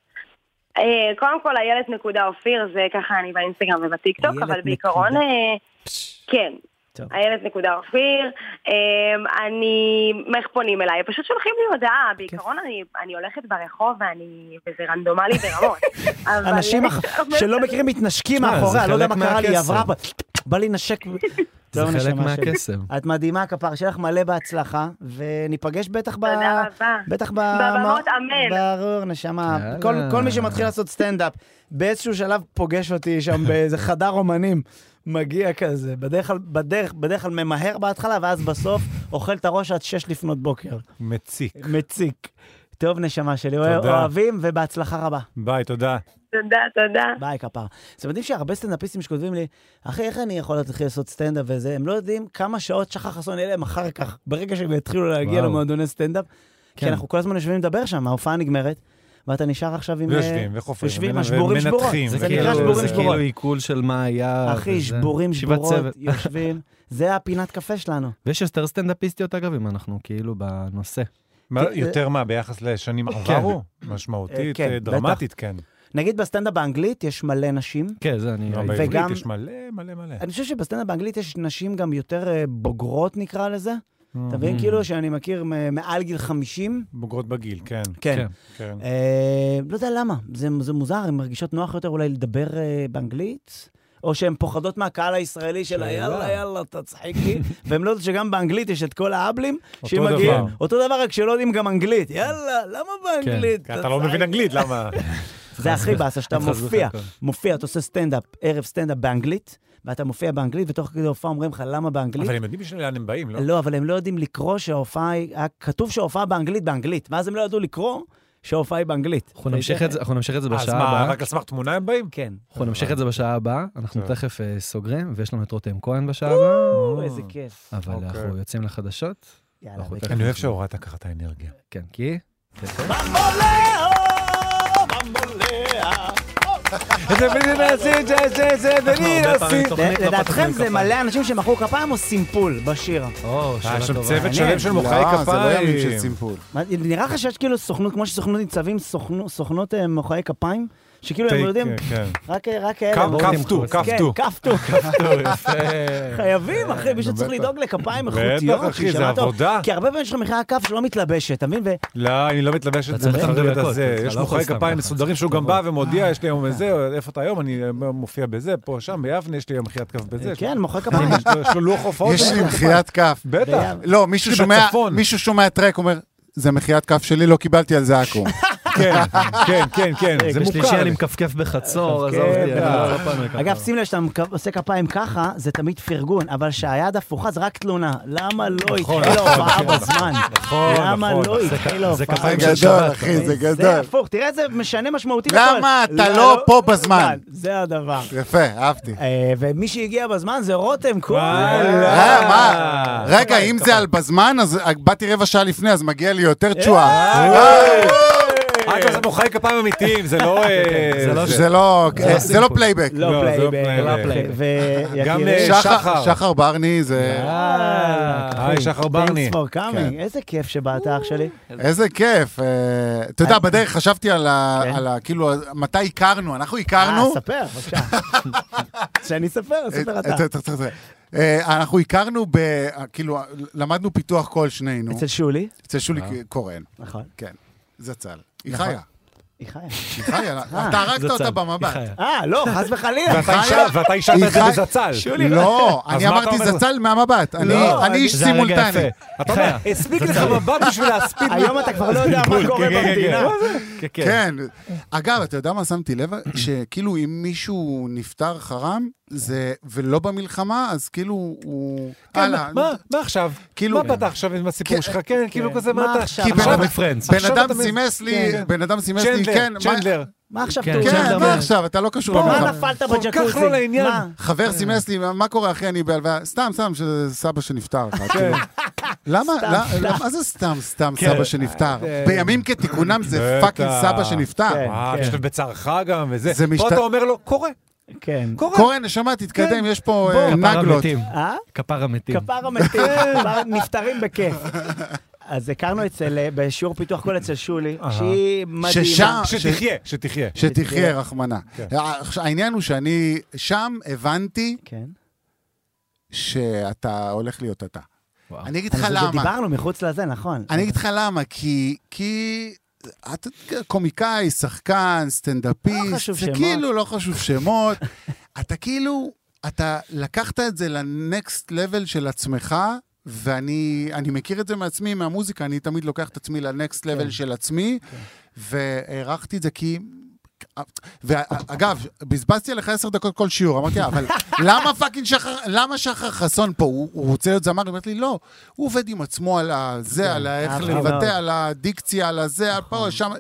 S7: אה, קודם כל, איילת נקודה אופיר, זה ככה אני באינסטגרם ובטיקטוק,
S1: איילת
S7: אבל בעיקרון,
S1: נקודה.
S7: אה, כן.
S1: טוב.
S7: איילת נקודה אופיר, אה, אני, איך פונים אליי? פשוט שולחים לי הודעה, בעיקרון אני- אני הולכת ברחוב ואני, וזה רנדומלי ברמות. אבל-
S1: אנשים אח- שלא מכירים מתנשקים
S3: תשמע, זה
S1: מאחוריה, לא יודע מה
S3: חלק
S1: קרה לי, היא עברה,
S3: מהקסם.
S1: ב- בא לי לנשק.
S3: זה
S1: טוב,
S3: חלק
S1: נשמה שלי.
S3: מהקסם.
S1: את מדהימה, כפר, שיהיה לך מלא בהצלחה, וניפגש בטח ב...
S7: תודה רבה.
S1: בטח ב...
S7: בבמות, אמן.
S1: ברור, נשמה.
S3: יאללה.
S1: כל, כל מי שמתחיל לעשות סטנדאפ, באיזשהו שלב פוגש אותי שם באיזה חדר אומנים, מגיע כזה, בדרך כלל, בדרך, בדרך כלל ממהר בהתחלה, ואז בסוף אוכל את הראש עד שש לפנות בוקר.
S2: מציק.
S1: מציק. טוב, נשמה שלי,
S2: תודה.
S1: אוהבים, ובהצלחה רבה.
S2: ביי, תודה.
S7: תודה, תודה.
S1: ביי, כפר. זה מדהים שהרבה סטנדאפיסטים שכותבים לי, אחי, איך אני יכול להתחיל לעשות סטנדאפ וזה? הם לא יודעים כמה שעות שחר חסון יהיה להם אחר כך, ברגע שהם יתחילו להגיע
S2: וואו.
S1: למועדוני סטנדאפ. כי
S3: כן.
S1: אנחנו כל הזמן יושבים לדבר שם, ההופעה נגמרת, ואתה נשאר עכשיו עם... אה,
S2: ויושבים וחופרים
S1: יושבים,
S2: ומנ-
S1: השבורים שבורות.
S2: ומנתחים.
S1: זה
S2: זה
S1: נקרא
S2: כאילו-
S1: שבורים
S3: זה כאילו
S1: שבורות.
S3: עיכול של מה היה.
S1: אחי,
S3: וזה.
S1: שבורים
S3: ישיבת
S1: שבורות,
S3: צוות.
S1: יושבים. זה הפינת קפה שלנו.
S3: ויש יותר סטנדאפיסטיות אגב, אם אנחנו כאילו בנושא. כן.
S2: מה, יותר מה, ביחס לשנים עברו? משמעותית,
S1: כן. אה, כן,
S2: אה, דרמטית, כן.
S1: נגיד בסטנדאפ באנגלית יש מלא נשים.
S3: כן, זה אני...
S2: גם
S3: ראיתי.
S2: בעברית
S1: וגם-
S2: יש מלא מלא מלא.
S1: אני חושב שבסטנדאפ באנגלית יש נשים גם יותר אה, בוגרות, נקרא לזה. אתה מבין? כאילו שאני מכיר מ- מעל גיל 50.
S2: Mm. בוגרות בגיל, כן.
S1: כן.
S2: כן.
S1: אה, לא יודע למה, זה, זה מוזר, הן מרגישות נוח יותר אולי לדבר אה, באנגלית, או שהן פוחדות מהקהל הישראלי של יאללה, יאללה, תצחיקי, והן לא יודעות שגם באנגלית יש את כל האבלים שמגיעים.
S2: דבר.
S1: אותו דבר, רק שלא יודעים גם אנגלית. יאללה, למה באנגלית?
S2: כי אתה לא מבין
S1: תצחיקי?"
S2: אנגלית, למה?
S1: זה הכי באסה, שאתה
S3: חס
S1: מופיע,
S3: וחלילה.
S1: מופיע, אתה עושה סטנדאפ, ערב סטנדאפ באנגלית, ואתה מופיע באנגלית, ותוך כדי הופעה אומרים לך, למה באנגלית?
S2: אבל הם יודעים בשביל לאן הם באים, לא?
S1: לא, אבל הם לא יודעים לקרוא שההופעה היא... היה כתוב שההופעה באנגלית באנגלית, ואז הם לא ידעו לקרוא שההופעה היא באנגלית.
S3: אנחנו נמשיך את זה- אנחנו נמשיך את זה
S2: אז
S3: בשעה
S2: מה,
S3: הבאה.
S2: רק על סמך תמונה הם באים?
S1: כן.
S3: אנחנו נמשיך
S8: אה.
S3: את זה בשעה הבאה. אנחנו
S8: כן.
S2: טוב.
S3: תכף אה, סוגרים, ויש לנו את רותם כהן בשעה הבאה.
S1: או, איזה כיף.
S8: אוקיי.
S3: אבל אנחנו יוצאים לחדשות.
S1: יאללה,
S3: אנחנו כן,
S1: בכיף.
S3: תכף
S2: אני אוהב שהורדת ככה את האנרגיה.
S3: כן, כי...
S1: עולה, או!
S2: זה בלי נעשית, זה זה זה בלי
S3: הרבה פעמים צוחקים.
S2: נעשית.
S3: תוכנית לא
S1: לדעתכם
S3: פתחנו
S1: זה
S3: עם
S1: מלא אנשים שמחאו כפיים או סימפול בשיר?
S3: או,
S2: היה
S3: שאלה
S2: אה, שם
S3: טובה.
S2: צוות שלם של מוחאי
S1: לא,
S2: כפיים.
S1: זה
S8: זה לא ימים של סימפול.
S1: מה, נראה לך שיש כאילו סוכנות, כמו שסוכנות ניצבים, סוכנו- סוכנות אה, מוחאי כפיים? שכאילו הם
S2: טייק,
S1: יודעים,
S2: כן.
S1: רק אה, רק אלה.
S2: כף-
S1: בואו
S2: כפתו,
S1: תמחאו.
S2: כפתו.
S1: כן, כפתו.
S3: יפה.
S1: חייבים, אחי, מישהו צריך
S2: אה, בטח.
S1: לדאוג לכפיים
S2: בטח,
S1: איכותיות.
S2: אחי, זה
S1: שמעת?
S2: עבודה.
S1: כי הרבה פעמים יש לך מחאה כף שלא מתלבשת, אתה מבין? ו-
S2: לא, אני לא מתלבש את
S3: אתה
S2: זה
S3: צריך את
S2: בחרדת
S3: המדויקות,
S2: הזה.
S3: אתה
S2: יש
S3: לא יכול
S2: מוחאי
S3: סתם
S2: כפיים
S3: ככה.
S2: מסודרים
S8: לא
S2: שהוא גם בא ומודיע, יש לי היום איזה, איפה אתה היום? אני אה, מופיע בזה, פה, שם, ביבנה, יש לי היום מחיית כף בזה. יש לי-
S1: כן, מוחא כפיים.
S2: יש לו- יש לו לוח הופעות.
S8: יש
S2: של
S8: לי
S2: מחיאות
S8: מחיית כף.
S2: כפיים. בטח.
S1: בים.
S8: לא, מישהו
S2: יש לי
S8: שומע,
S2: בצפון.
S8: מישהו שומע טרק, אומר, זה מחיית כף שלי, לא קיבלתי על זה עכו"ם.
S2: כן, כן, כן, כן, זה
S3: בשלישי
S2: מוכר.
S3: אני מכפכף בחצור, עזוב
S2: כן,
S3: אותי, אני
S2: אה.
S3: לא לא פנוי ככה.
S1: אגב, שים לב שאתה מק- עושה כפיים ככה, זה תמיד פרגון, אבל שהיד הפוכה זה רק תלונה. למה לא
S2: נכון,
S1: התחילה
S2: נכון,
S1: ההופעה
S2: נכון,
S1: בזמן?
S2: נכון,
S1: למה
S2: נכון.
S1: לא
S2: זה
S1: התחילה
S3: זה
S1: ההופעה?
S3: כפיים של
S8: גדול,
S3: שבת.
S8: אחי, זה
S1: זה
S8: גדול.
S1: הפוך, תראה איזה משנה משמעותית.
S8: למה
S1: הכל.
S8: אתה לא פה בזמן?
S1: זה הדבר.
S8: יפה, אהבתי.
S1: אה, ומי שהגיע בזמן זה רותם קול.
S2: וואלה.
S8: אה, מה? רגע, אם זה על בזמן, אז אה, באתי רבע שעה לפני, אז מגיע לי
S1: אה,
S8: יותר תשואה.
S2: אה,
S8: אה,
S2: רק עושה מוחאי כפיים אמיתיים, זה
S1: כן,
S2: לא... אה,
S3: זה לא
S8: זה לא
S3: לא
S8: זה לא
S3: סימפול.
S8: פלייבק.
S1: לא
S2: לא, זה לא
S1: פלייבק.
S3: פלייבק.
S2: גם,
S1: ויקירי.
S2: אה,
S8: שחר
S2: שחר. אה.
S8: שחר ברני זה...
S1: אה,
S2: היי, שחר ברני.
S1: Thanks for coming.
S8: כן.
S1: איזה כיף שבאת אח שלי.
S8: איזה כיף. אה, אתה יודע, בדרך חשבתי על ה...
S1: כן.
S8: על ה- כאילו, מתי הכרנו? אנחנו
S1: אה,
S8: הכרנו...
S1: ספר, בבקשה. שאני אספר, ספר אתה.
S8: אה, ת- ת- ת- ת- אה, אנחנו הכרנו ב... כאילו, למדנו פיתוח קול שנינו.
S1: אצל שולי.
S8: אצל שולי
S2: אה.
S8: קורן.
S1: נכון.
S8: כן, זצ"ל. היא חיה.
S1: היא חיה.
S8: היא חיה. אתה הרגת אותה במבט.
S1: אה, לא, חס וחלילה.
S2: ואתה אישה- ואתה אישרת את זה
S8: היא חי-
S2: בזצ"ל.
S8: לא,
S2: אז
S8: אני
S2: מה אתה
S8: אמרתי
S2: אומר?
S8: זצ"ל מהמבט. אני-
S2: לא,
S8: אני איש
S3: זה הרגע
S8: סימולטני.
S3: יפה.
S2: אתה אומר, הספיק לך מבט בשביל להספיד.
S1: היום אתה כבר לא יודע מה קורה
S2: כן, כן, כן.
S1: במדינה.
S8: כן. אגב, אתה יודע מה שמתי לב? שכאילו אם מישהו נפטר חרם, זה, ולא במלחמה, אז כאילו הוא... הלאה.
S2: כן, מה- מה- מה עכשיו?
S8: כאילו-
S2: מה באת עכשיו עם הסיפור
S8: כן,
S2: שלך? כן, כאילו כזה,
S1: מה
S2: מה אתה
S1: עכשיו?
S2: עכשיו?
S8: כי בן
S3: עכשיו
S8: אדם-
S3: בפרנדס.
S8: בן
S2: עכשיו
S8: אדם
S2: אתה מבין.
S8: סימס לי,
S2: כן.
S8: בן אדם סימס לי,
S2: צ'נדלר,
S8: כן, מה-
S2: צ'נדלר.
S1: מה עכשיו
S3: כן,
S1: קורה?
S8: כן,
S3: צ'נדלר.
S8: מה עכשיו? אתה לא קשור
S1: מה
S8: למלחמה.
S1: נפלת
S2: כל כך
S1: בג'קוזי?
S2: לא לעניין.
S1: מה? כן.
S8: חבר סימס לי, מה קורה אחי, אני בהלוויה, סתם, סתם, שזה סבא שנפטר
S1: כן.
S8: לך. כאילו. למה, למה- למה, מה זה סתם, סתם סבא שנפטר? בימים כתיקונם זה
S2: כן. אה, בטח.
S8: פאקינג סבא
S1: כן.
S8: שנפטר.
S2: אה,
S1: אה, כן.
S2: משתתף בצערך גם, וזה.
S8: זה
S2: פה
S8: משת-
S2: אתה אומר לו, קורה,
S1: כן.
S2: קורה. כן.
S8: קורן, נשמה, תתקדם, יש פה אה,
S3: כפרה
S8: נגלות.
S3: מתים.
S1: אה?
S3: כפרה מתים.
S1: כפר המתים, כפר- לא נפטרים בכיף. אז הכרנו אצל, אה, בשיעור פיתוח קול אצל שולי, שהיא מדהימה.
S8: ששם-
S2: שתחיה, כן. שתחיה.
S8: שתחיה, רחמנה. עכשיו, העניין הוא שאני שם הבנתי
S1: כן.
S8: שאתה הולך להיות אתה.
S3: וואו.
S8: אני אגיד לך
S1: על זה
S8: למה.
S1: דיברנו מחוץ לזה, נכון.
S8: אני אגיד לך למה, כי... כי... אתה קומיקאי, שחקן,
S1: לא
S8: סטנדאפיסט,
S1: חשוב
S8: זה
S1: שמות.
S8: כאילו לא חשוב שמות. אתה כאילו, אתה לקחת את זה לנקסט לבל של עצמך, ואני אני מכיר את זה מעצמי, מהמוזיקה, אני תמיד לוקח את עצמי לנקסט
S1: כן.
S8: לבל של עצמי, והערכתי את זה כי... ואגב, בזבזתי עליך עשר דקות כל שיעור, אמרתי, אבל למה פאקינג שחר, למה שחר חסון פה? הוא, הוא רוצה להיות זמר? היא אומרת לי, לא, הוא עובד עם עצמו על זה, על איך
S1: אהבתי מאוד.
S8: לבטא, על הדיקציה, על הזה, על פה, שם...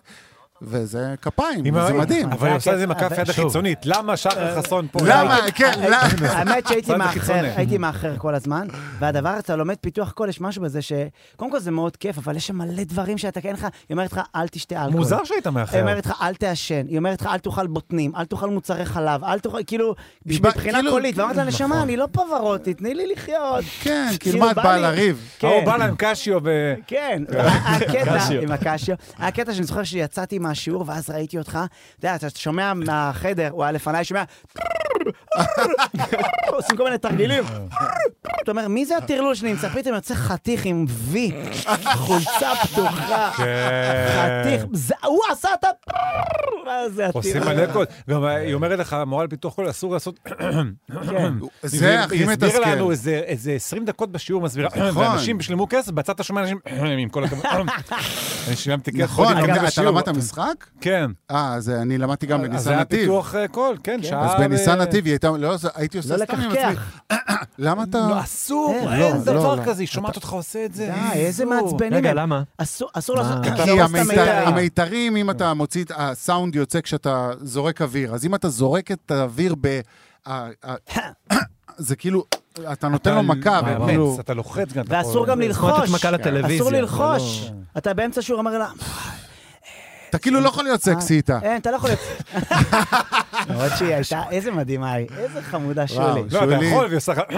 S8: וזה כפיים, זה מדהים.
S2: אבל היא עושה את זה עם הכף
S1: אבל-
S2: יד החיצונית. למה שחר
S1: אה,
S2: חסון פה?
S8: למה? כן, למה?
S1: האמת שהייתי
S2: מה זה
S1: מאחר,
S2: חיצוני?
S1: הייתי מאחר כל הזמן, והדבר, אתה לומד פיתוח קול, יש משהו בזה ש... קודם כל זה מאוד כיף, אבל יש שם מלא דברים שאתה כן לך, היא אומרת לך, אל תשתה אלכוהול.
S2: מוזר שהיית מאחר.
S1: היא אומרת לך, אל תעשן, היא אומרת לך, אל תאכל בוטנים, אל תאכל מוצרי חלב, אל תאכל, כאילו,
S8: היא בא-
S1: מבחינה
S8: כאילו-
S1: קולית, ואמרת לה, נשמה, אני לא פברוטי, תני לי לחיות.
S8: כן,
S1: כאילו,
S8: כמעט
S1: בא
S8: בא
S1: לי-
S8: לריב.
S1: כן.
S2: ההוא בא לה עם קשיו ו...
S1: כן, הקטע עם הקשיו, הקטע שאני זוכר שיצאתי מהשיעור ואז ראיתי אותך, אתה יודע, אתה שומע מהחדר, הוא היה לפניי, שומע, עושים כל מיני תרגילים, אתה אומר, מי זה הטרלול שנמצא? פתאום יוצא חתיך עם וי, חולצה פתוחה, חתיך, זה- הוא עשה את ה... מה אה, זה הטרלול?
S2: עושים מלא קוד. גם היא אומרת לך, המורה לפיתוח קול, אסור לעשות...
S1: כן.
S8: זה הכי
S2: היא הסבירה לנו
S8: מתסכל.
S2: איזה איזה 20 דקות בשיעור מסבירה,
S8: נכון.
S2: ואנשים שילמו כסף, בצד אתה שומע אנשים, עם כל הכבוד, אני שילמתי כסף.
S8: נכון,
S2: הייתי גם
S8: אתה- אתה
S2: בשיעור.
S8: למדת משחק?
S2: כן.
S8: אה, אז אני למדתי גם
S2: אז זה
S8: בניסן
S2: היה
S8: נתיב.
S2: פיתוח אה, קול, כן, שעה...
S8: אז
S2: ב-
S8: בניסן נתיב היא הייתה, לא, זה- הייתי
S1: לא
S8: עושה סתם עם עצמי.
S1: לקחקח.
S8: למה
S2: לא,
S8: אתה...
S2: אסור,
S1: אה,
S2: אין
S8: לא,
S2: דבר
S8: לא.
S2: כזה, היא שומעת אותך עושה את זה.
S1: די, איזה
S2: אסור.
S1: מעצבנים.
S3: רגע,
S1: הם.
S3: למה?
S1: אסור אסור לעשות... אתה
S8: כי
S1: לא עושה את
S8: המיתר-
S1: המיתר.
S8: המיתרים, אם אתה מוציא, את- הסאונד יוצא כשאתה זורק אוויר. אז אם אתה זורק את האוויר ב... ה- ה- זה כאילו, אתה נותן לו מכה,
S2: אתה
S8: והוא
S2: מאמץ,
S8: כאילו...
S2: אתה לוחץ גם. אתה
S1: ואסור
S2: פה-
S1: גם
S3: כמו לתת
S1: ללחוש.
S8: לא-
S2: לא-
S3: מכה לטלוויזיה.
S1: אסור
S3: זה לא-
S1: ללחוש. אתה באמצע שיעור אומר לה,
S8: אתה כאילו לא יכול להיות סקסי איתה.
S1: אין, אתה לא יכול לצאת. למרות שהיא הייתה, איזה מדהימה היא, איזה חמודה
S8: וואו,
S1: שולי.
S2: לא, אתה
S8: שולי.
S2: יכול, והיא עושה לך...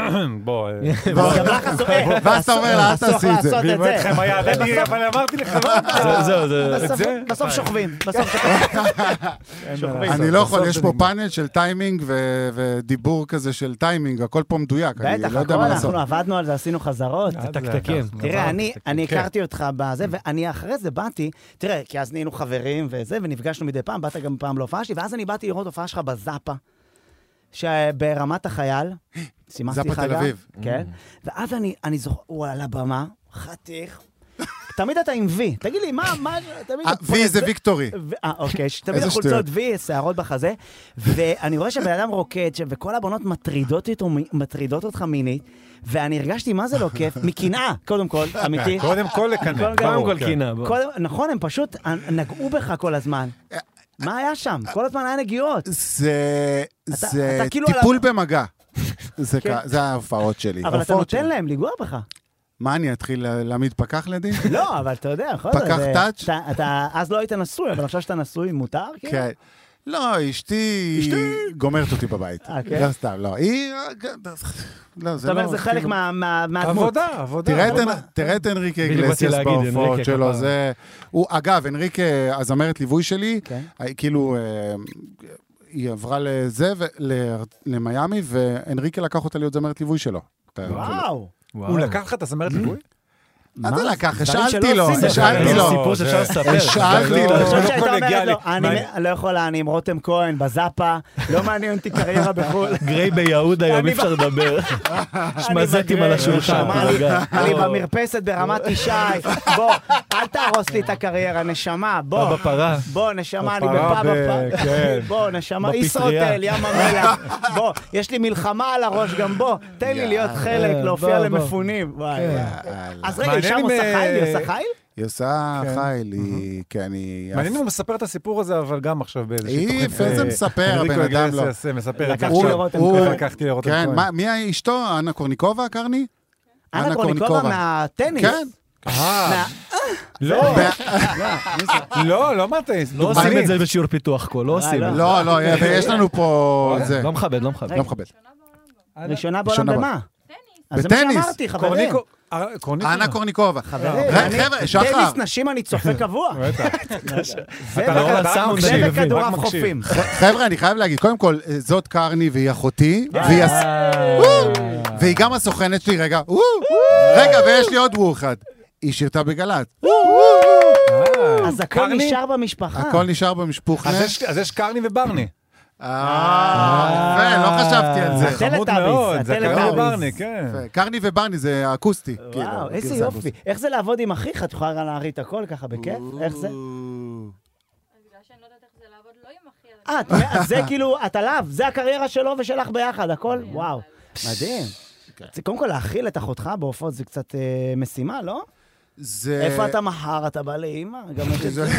S2: בוא, אה,
S1: גם לך אסור, אה,
S8: ואז אתה אומר לה, אל
S1: אסור לך
S8: תעשי את זה.
S1: לעשות
S2: והיא אומרת
S1: זה.
S2: לך, "מה, ידעתי, אבל אמרתי לך, לא, אתה-"
S3: זהו, זה...
S2: את
S1: בסוף-
S2: זה?
S1: בסוף שוכבים, בסוף שוכבים.
S2: אין מה לעשות,
S8: אני לא יכול,
S2: בסוף
S8: יש
S2: זה
S8: פה
S2: נגמר.
S8: פאנל של טיימינג ו- ודיבור כזה של טיימינג, הכל פה מדויק, אני
S1: בטח,
S8: לא
S1: הכל,
S8: יודע מה לעשות.
S1: אנחנו עבדנו על זה, עשינו חזרות.
S2: עד זה
S3: תקתקים.
S2: אנחנו
S1: תראה,
S2: עברנו
S1: אני,
S2: תקתקים.
S1: אני
S2: כן.
S1: הכרתי אותך בזה, ואני אחרי זה באתי, תראה, כי אז נהיינו חברים וזה, ונפגשנו מדי פעם, באת גם פעם להופעה שלי, ואז אני באתי לראות הופעה שלך בזאפה, שברמת החייל, סימסתי
S8: זאפה
S1: לך
S8: תל
S1: גם,
S8: אביב. Mm.
S1: כן, ואז אני, אני זוכר, הוא על הבמה, חתיך, תמיד אתה עם וי, תגיד לי, מה, מה, תמיד...
S8: אה,
S1: אתה
S8: וי זה
S1: פורק-
S8: ויקטורי.
S1: ו- אה, אוקיי, שתמיד
S8: איזה
S1: החולצות
S8: שטויות.
S1: וי, שערות בחזה, ואני רואה שבן אדם רוקד, ש- וכל הבנות מטרידות אותו מ- מטרידות אותך מינית, ואני הרגשתי מה זה לא כיף, מקנאה, קודם כל, אמיתי.
S2: קודם כל לקנא.
S1: קודם כל-
S2: ברור,
S3: קודם כל
S2: כן.
S3: קינה. בוא.
S1: כל- נכון, הם פשוט נגעו בך כל הזמן.
S8: אה,
S1: מה היה שם? כל הזמן היה נגיעות.
S8: זה
S1: אתה-
S8: זה
S1: אתה כאילו על
S8: טיפול
S1: ה-
S8: במגע. זה
S1: כן.
S8: כ- זה ההופעות שלי.
S1: אבל אתה
S8: ההופעות
S1: נותן
S8: שלי.
S1: להם לנגוע בך.
S8: מה, אני אתחיל לה- להעמיד פקח לדין?
S1: לא, אבל אתה יודע, בכל זאת.
S8: פקח
S1: זה-
S8: טאץ'?
S1: אתה- אתה אז לא היית נשוי, אבל עכשיו שאתה נשוי מותר? כאילו?
S8: כן. לא, אשתי גומרת אותי בבית.
S1: אה, כן?
S8: לא סתם, לא. היא... לא, זה
S1: זאת
S8: לא...
S1: אומרת, זה חלק
S8: כאילו-
S1: מה- מה- מהדמות.
S2: עבודה, עבודה.
S8: תראה את
S2: עבודה.
S8: אנ- תראה את אנריקה
S3: בדיוק באתי
S8: אגלסיאס
S3: להגיד,
S8: בהופעות
S3: אנריקה,
S8: שלו,
S3: כפרה.
S8: זה... הוא, אגב, אנריקה, הזמרת ליווי שלי,
S1: כן.
S8: הי- כאילו, אה, היא עברה לזה, ו- ל- למיאמי, ואנריקה לקח אותה להיות זמרת ליווי שלו. אתה- כאילו-
S1: וואו.
S2: הוא לקח לך את הזמרת ליווי?
S8: Hmm? מה זה לקח?
S1: דברים
S8: השאלתי
S1: שלא
S8: לו,
S1: עושים בכלל.
S8: השאלתי
S3: זה
S8: לו.
S3: סיפור שאפשר לספר.
S8: השאלתי
S2: לא,
S8: לו.
S1: אני חושב
S2: לא
S1: שהייתה אומרת
S2: קולגיאלי.
S1: לו, אני
S2: מה-
S1: מ- לא יכולה, אני עם רותם כהן, בזאפה, לא מעניין אותי קריירה בחו"ל.
S3: גריי ביהוד היום,
S1: אני
S3: אי אפשר לדבר. שמזטים על השולחן.
S1: אני בגריי,
S3: תירגע.
S1: נשמה, אני- אני במרפסת ברמת ישי, בוא, אל תהרוס לי את הקריירה, נשמה, בוא.
S3: אתה בפרה.
S1: בוא, נשמה, אני
S2: בפרה
S1: בפאב
S2: ב- כן.
S1: הפאב. בוא, נשמה,
S3: בפטריה.
S1: ישרוטל, ים המלח. בוא, יש לי מלחמה על הראש גם בוא, תן לי להיות חלק,
S2: כן,
S3: אה,
S1: להופיע
S3: בוא, בוא.
S1: למפונים. וואי, וואי.
S8: יאללה.
S1: אז רגע, היא שם
S2: מעניין אם,
S1: עושה
S2: אה,
S1: חייל? היא עושה חייל?
S8: היא עושה חייל, היא... כן, היא...
S2: מעניין אם הוא מספר את הסיפור הזה, אבל גם עכשיו באיזושהי
S8: אי,
S2: תוכנית.
S8: איזה
S2: אה,
S8: מספר, הבן
S2: אנריקו
S8: אדם לא.
S2: אגלסיאס, אה, מספר את זה
S1: לקחתי
S2: עכשיו.
S1: לרותם
S2: הוא-
S1: כהן.
S2: לקחתי לרותם
S8: כן,
S2: כהן.
S8: מה- מי היה אשתו? אנה קורניקובה, קרני?
S1: אנה קורניקובה מהטניס.
S8: כן.
S2: אה, לא, לא, לא מהטניס.
S3: לא עושים
S8: דוגמנית.
S3: את זה בשיעור פיתוח כה, לא עושים.
S1: לא.
S8: לא, לא, יש לנו פה... זה.
S3: לא מכבד, לא מכבד.
S8: לא מכבד.
S1: ראשונה בעולם
S8: ראשונה
S1: במה? אז זה מה
S8: בטניס.
S1: שאמרתי, חברים.
S2: קורניקו... אה, קורניקו.
S8: אנה קורניקובה.
S1: חברים,
S8: רגע,
S1: אני-
S8: חבר'ה, שחר.
S1: טניס נשים אני צופה קבוע. זה
S3: אתה לא
S1: בכ-
S3: רואה סאונד
S1: זה
S3: שלי, מבין,
S1: בכדורעף
S2: רק מקשיב.
S1: חופים.
S8: חבר'ה, אני חייב להגיד, קודם כל, אה, זאת קרני והיא אחותי,
S1: אה.
S8: והיא הס- וואו! והיא גם הסוכנת שלי, רגע, וואו! רגע, ויש לי עוד וואו אחד. היא שירתה בגל"צ.
S1: אז הכל
S2: קרני?
S1: נשאר במשפחה.
S8: הכל נשאר במשפוחה.
S2: אז יש- אז יש קרני וברני.
S8: אה, יפה, לא חשבתי על
S1: זה
S8: זה.
S1: חמוד.
S2: חמוד
S1: הטלטאביס,
S2: מאוד, זה קרני
S1: הטלטאביס.
S2: וברני, כן.
S8: יפה. קרני וברני זה אקוסטי.
S1: וואו,
S8: כאילו,
S1: איזה
S8: גרסה
S1: יופי. איך זה לעבוד עם אחיך? את יכולה להראי את הכל ככה בכיף? איך זה? אה, את אומרת, זה כאילו, את עליו, זה הקריירה שלו ושלך ביחד, הכל? וואו, מדהים. זה קודם כל להאכיל את אחותך בעופות זה קצת אה, משימה, לא?
S8: זה...
S1: איפה אתה מחר? אתה בא לאימא? גם יש את זה.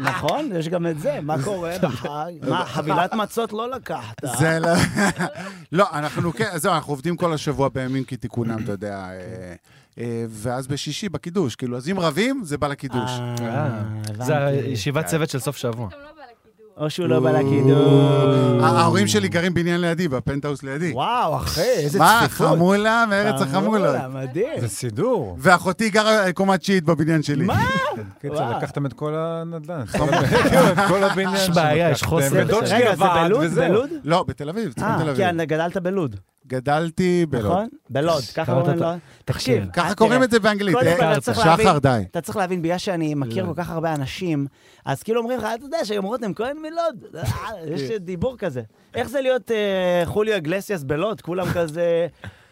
S1: נכון? יש גם את זה. מה קורה מחר? מה, חבילת מצות לא לקחת.
S8: זה לא... לא, אנחנו כן, זהו, אנחנו עובדים כל השבוע בימים כתיקונם, אתה יודע. אה, אה, ואז בשישי בקידוש, כאילו, אז אם רבים, זה בא לקידוש.
S1: אה,
S3: זה
S1: הבנתי. אה,
S3: ישיבת צוות של סוף שבוע.
S1: או שהוא לא בא לקידוש.
S8: אה, ההורים שלי גרים בניין לידי, בפנטהאוס לידי.
S1: וואו, אחי, איזה
S8: מה,
S1: צפיפות.
S8: חמולה מארץ
S2: אה,
S8: החמולות.
S1: חמולה, מדהים.
S2: לא, זה סידור.
S8: ואחותי גרה קומה תשיעית בבניין שלי.
S1: מה?
S2: קיצר,
S1: וואו.
S2: לקחתם כן, את כל הנדל"ן. את כל הבניין.
S3: יש בעיה, יש
S2: שלקחתם,
S3: חוסר.
S2: ודוד שלי
S1: רגע, זה
S2: עבד,
S1: בלוד?
S2: וזהו.
S1: בלוד?
S8: לא, בתל אביב, צריכים
S1: אה,
S8: תל אביב.
S1: כן, גדלת בלוד,
S8: גדלתי בלוד.
S1: נכון? בלוד, ככה
S3: קראת
S1: אומרים
S3: את
S1: לו.
S3: ה-
S1: תקשיב.
S3: תקשיב.
S1: אה,
S8: ככה קוראים
S1: תראה,
S8: את זה באנגלית.
S1: קודם כל,
S8: אה,
S1: אתה צריך
S8: שחר,
S1: להבין-
S8: די. לא.
S1: אתה צריך להבין, בגלל שאני מכיר כל כך הרבה אנשים, אז כאילו אומרים לך, אתה יודע שגם רותם כהן מלוד, אה, יש
S8: כן.
S1: דיבור כזה. איך זה להיות אה, חוליו אגלסיאס בלוד? כולם כזה,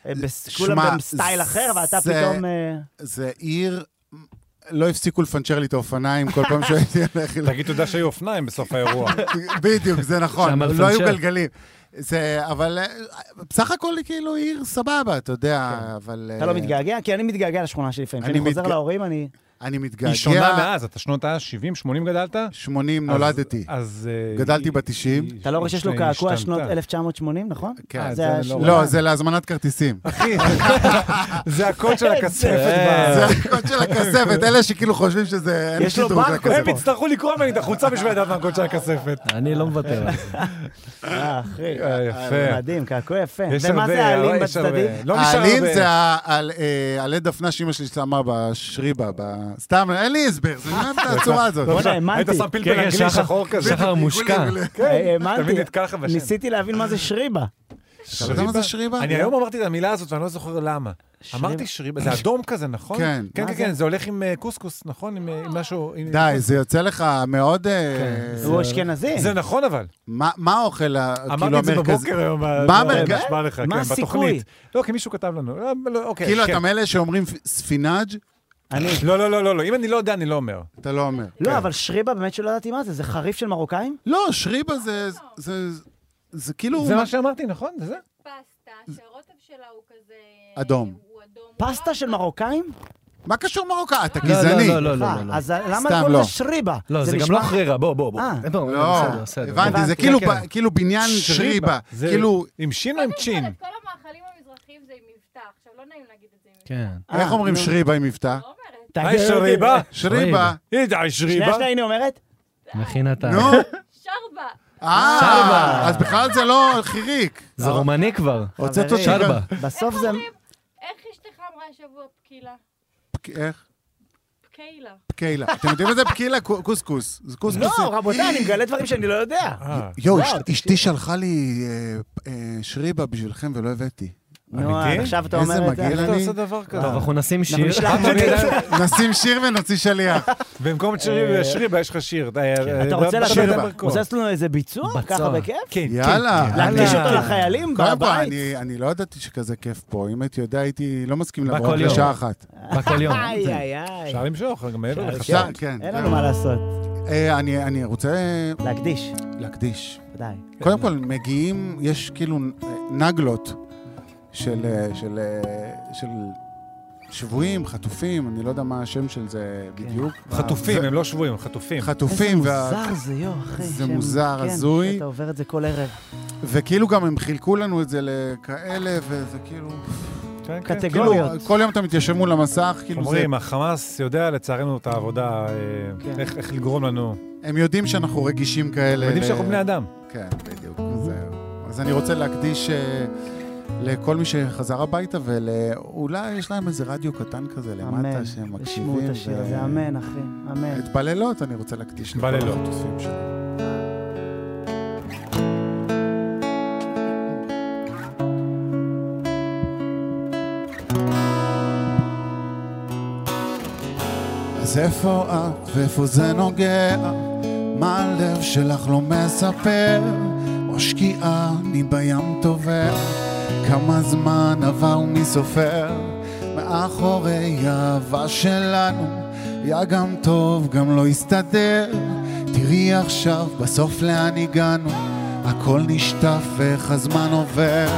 S1: אה, בס- כולם
S8: שמע,
S1: בסטייל אחר, ואתה
S8: זה-
S1: פתאום... אה,
S8: זה עיר... לא הפסיקו לפנצ'ר לי את האופניים כל פעם שהייתי הולך אליהם.
S2: תגיד תודה שהיו אופניים בסוף האירוע.
S8: בדיוק, זה נכון,
S3: שם על
S8: לא היו
S3: פנצ'ר.
S8: גלגלים. זה, אבל אה, בסך הכל היא כאילו עיר סבבה, אתה יודע, אבל...
S1: אתה לא
S8: אה,
S1: מתגעגע? כי אני מתגעגע לשכונה שלי לפעמים.
S8: אני
S1: כשאני חוזר
S8: מתגע-
S1: להורים, אני...
S8: אני
S2: היא שונה
S8: מתגעגע,
S2: מאז, אתה שנות ה-70, 80 גדלת?
S8: 80
S2: אז-
S8: נולדתי.
S2: אז... אה,
S8: גדלתי
S2: היא-
S8: ב-90.
S2: היא-
S1: אתה לא רואה שיש לו
S2: היא
S1: קעקוע
S2: השתנתה.
S1: שנות 1980, נכון?
S8: כן,
S1: אה,
S2: זה אני לא
S1: השיר.
S2: רואה.
S8: לא, זה להזמנת כרטיסים.
S2: אחי, זה הקוד של הכספת.
S3: אה,
S8: זה הקוד של הכספת, אלה שכאילו חושבים שזה... אין
S1: יש לו
S8: שידור, זה
S1: ברקוד.
S2: הם
S8: הכספת.
S2: יצטרכו לקרוא ממני את החולצה בשביל לדעת מה הקוד של הכספת.
S3: אני לא מוותר על זה.
S1: אה, אחי,
S2: אה, יפה.
S1: מדהים, קעקוע יפה.
S2: יש
S1: ומה
S2: הרבה,
S1: זה העלים
S2: אבל יש הרבה.
S1: בצדדים?
S2: לא נשאר הרבה.
S8: העלים זה ה- על- אה, עלי דפנה שאימא שלי שמה בשריבה, ב- סתם, אין לי הסבר, זה נראה את הצורה הזאת.
S1: בוא'נה,
S2: היית
S1: האמנתי.
S2: שם פלפל
S3: כן, כן,
S2: אנגלי
S3: שחר-
S2: שחור כזה. כן,
S3: שחר מושקע.
S1: אה,
S2: תמיד
S1: האמנתי.
S2: נתקע לך בשם.
S1: ניסיתי להבין מה זה שריבה.
S8: אתה יודע מה זה שריבה?
S2: אני היום אמרתי את המילה הזאת ואני לא זוכר למה.
S1: שריבה.
S2: אמרתי שריבה, זה אדום כזה, נכון?
S8: כן.
S2: כן,
S1: מה
S2: כן,
S1: זה?
S2: כן, זה הולך עם אה, קוסקוס, נכון? עם אה, עם משהו... עם- כן.
S8: די, זה יוצא לך מאוד... אה,
S1: כן. הוא אשכנזי.
S2: זה נכון אבל.
S8: מה מה האוכל, ה-
S2: אמרתי
S8: כאילו,
S2: את זה
S8: המרכזי?
S2: בבוקר היום,
S8: מה
S2: ב-
S8: המרכז?
S2: נשמע לך,
S1: מה
S2: כן,
S1: הסיכוי?
S2: בתוכנית. לא, כי מישהו כתב לנו. לא, לא, אוקיי,
S8: כאילו,
S2: כן.
S8: אתה מאלה שאומרים פ- ספינאג',
S1: אני...
S2: לא, לא, לא, לא, לא, אם אני לא יודע, אני לא אומר.
S8: אתה לא אומר.
S1: לא, אבל שריבה באמת שלא ידעתי מה זה, זה חריף של מרוקאים?
S8: לא, שריבה זה... זה- זה- זה כאילו...
S2: זה מה שאמרתי, נכון? זה זה?
S9: פסטה, שהרוטב שלה הוא כזה...
S8: אדום.
S3: לא,
S9: הוא אדום.
S1: פסטה של מרוקאים?
S8: מה קשור מרוקה? אתה
S3: לא,
S8: גזעני.
S3: לא, לא, לא, לא, לא.
S1: אה, אז למה
S8: סתם
S1: קוראים
S8: לא.
S1: לזה שריבה?
S3: לא, זה גם
S1: נשמע-
S3: לא חררה, בוא, בוא, בוא.
S1: אה.
S3: בוא,
S8: לא,
S3: בסדר, בסדר.
S8: הבנתי, זה
S1: הבנתי,
S8: כאילו
S1: כן,
S8: ב- כאילו בניין שריבה.
S2: זה
S8: כאילו,
S2: עם שין או עם
S9: קודם כל,
S2: צ'ין?
S9: את כל המאכלים המזרחיים זה עם מבטא. עכשיו, לא נעים להגיד את זה עם מבטא.
S3: כן.
S1: אה,
S8: איך אומרים
S1: נו.
S8: שריבה עם מבטא?
S9: לא אומרת.
S1: תגיד- אוקיי.
S2: היי שריבה?
S8: שריבה.
S2: הנה די
S1: שנייה
S2: שריבה.
S1: שנייה, הנה אומרת.
S3: מכינת ה...
S8: נו,
S9: שרבה.
S8: אה,
S1: שריבה.
S8: אז בכלל זה לא חיריק.
S3: זה רומני כבר.
S8: הוצאת
S1: חברים,
S8: אותי גם-
S3: שרבה.
S1: בסוף
S9: איך
S1: זה...
S9: אומרים? איך אשתך אמרה השבוע פקילה?
S8: פק- איך?
S9: פקיילה.
S8: פקיילה. אתם יודעים מה זה פקיילה? קו- קוסקוס. זה
S1: לא,
S8: קוסקוס.
S1: רבותיי, אני מגלה דברים שאני לא יודע.
S2: אה,
S8: יואו,
S1: וואו,
S8: אש-
S1: תקשיב.
S8: אשתי שלחה לי אה, פ- אה, שריבה בשבילכם ולא הבאתי.
S1: נו,
S2: אמיתי?
S1: אז עכשיו אתה
S8: איזה
S1: אומר את זה. אה.
S8: מגעיל.
S2: איך אתה
S8: אני-
S2: עושה דבר כזה?
S3: טוב, אנחנו נשים
S1: אנחנו
S3: שיר.
S1: נשלח
S2: אה,
S1: מגעיל.
S2: אני יודע-
S8: נשים שיר ונוציא שליח.
S2: במקום שריבה, שריבה, יש לך שיר.
S1: אה,
S2: אה,
S1: כן. אתה רוצה
S2: דבר-
S1: לעשות-
S2: דבר-
S8: שריבה.
S2: דבר-
S1: רוצה לעשות לנו איזה ביצוע?
S3: בצוע.
S1: אה, ככה בכיף?
S2: כן,
S8: יאללה.
S2: כן,
S1: להקדיש
S2: יאללה.
S1: אותו לחיילים
S8: קודם כל,
S1: בבית?
S8: אני- אני לא ידעתי שכזה כיף פה. אם הייתי יודע, הייתי לא מסכים
S3: בא
S8: לבוא רק
S3: כל יום.
S8: לשעה אחת.
S3: רק כל יום.
S1: איי, איי, איי.
S2: כן. אפשר למשוך, גם מעבר
S1: אפשר,
S2: לך.
S1: אפשר.
S8: עכשיו, כן.
S1: אין לנו מה לעשות.
S8: אה, אני- אני רוצה
S1: להקדיש,
S8: להקדיש.
S1: ודאי.
S8: קודם כל, מגיעים, יש כאילו אה, נגלות של, אה, של, אה, של שבויים, חטופים, אני לא יודע מה השם של זה בדיוק.
S2: חטופים,
S8: ו-
S2: הם לא שבויים, הם חטופים.
S8: חטופים,
S1: כן. איזה
S8: וה-
S1: מוזר זה, יו, אחי.
S8: זה
S1: שהם-
S8: מוזר,
S1: כן,
S8: הזוי.
S1: אתה עובר את זה כל ערב.
S8: וכאילו גם הם חילקו לנו את זה לכאלה, וזה כאילו...
S2: כן, כן,
S1: קטגוריות.
S8: כאילו,
S2: כאילו,
S8: כל יום אתה מתיישב מול המסך, כאילו זה...
S2: אומרים, החמאס יודע לצערנו את העבודה, אה,
S1: כן.
S2: איך- איך לגרום לנו.
S8: הם יודעים שאנחנו רגישים כאלה.
S2: הם יודעים
S8: ל-
S2: שאנחנו בני אדם.
S8: כן, בדיוק, זהו. אז אני רוצה להקדיש אה, לכל מי שחזר הביתה, ואולי יש להם איזה רדיו קטן כזה
S1: אמן.
S8: למטה שהם מקשיבים.
S1: תשמעו את השיר
S8: ו-
S1: הזה, אמן, אחי. אמן.
S8: את בלילות אני רוצה להקדיש לכל
S2: בלילות.
S8: החטופים שלנו. אז איפה את ואיפה זה נוגע? מה הלב שלך לא מספר? או שקיעה, אני בים טובע. כמה זמן עבר מי סופר? מאחורי האהבה שלנו, היה גם טוב, גם לא הסתדר. תראי עכשיו, בסוף לאן הגענו, הכל נשטף ואיך הזמן עובר.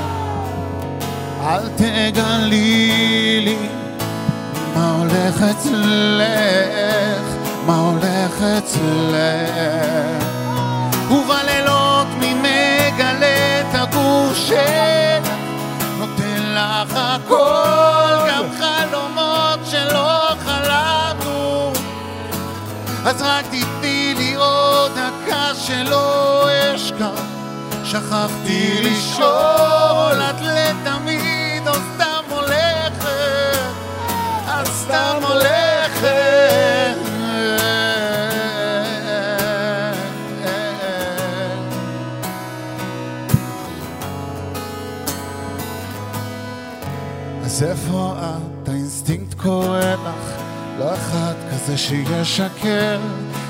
S8: אל תגלי לי מה הולך אצלך? מה הולך אצלך? ובלילות מי מגלה את הגוף שלך? נותן לך הכל, גם חלומות שלא חלמנו. אז רק תתני לי עוד דקה שלא אשכח. שכחתי לשאול, את לתמיד או סתם הולכת? את סתם הולכת. אז איפה את? האינסטינקט קורא לך, לא אחד כזה שישקר.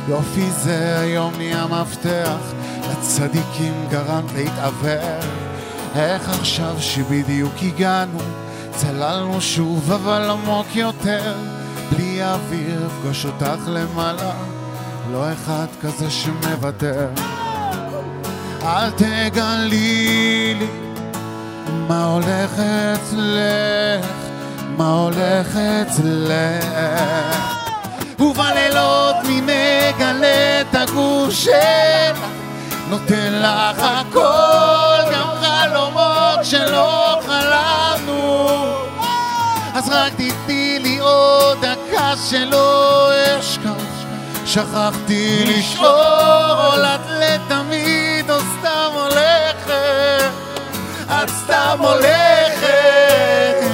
S8: יופי זה היום נהיה מפתח, לצדיקים גרמת להתעוור. איך עכשיו שבדיוק הגענו, צללנו שוב אבל עמוק יותר. בלי אוויר אפגוש אותך למעלה, לא אחד כזה שמוותר. אל תגלי לי מה הולך אצלך? מה הולך אצלך? ובלילות אני מגלה את הגוף שלך נותן לך הכל, גם חלומות שלא חלמנו אז רק תתני לי עוד דקה שלא אשכח שכחתי לשאול, עולת לתמיד או סתם הולכת את סתם הולכת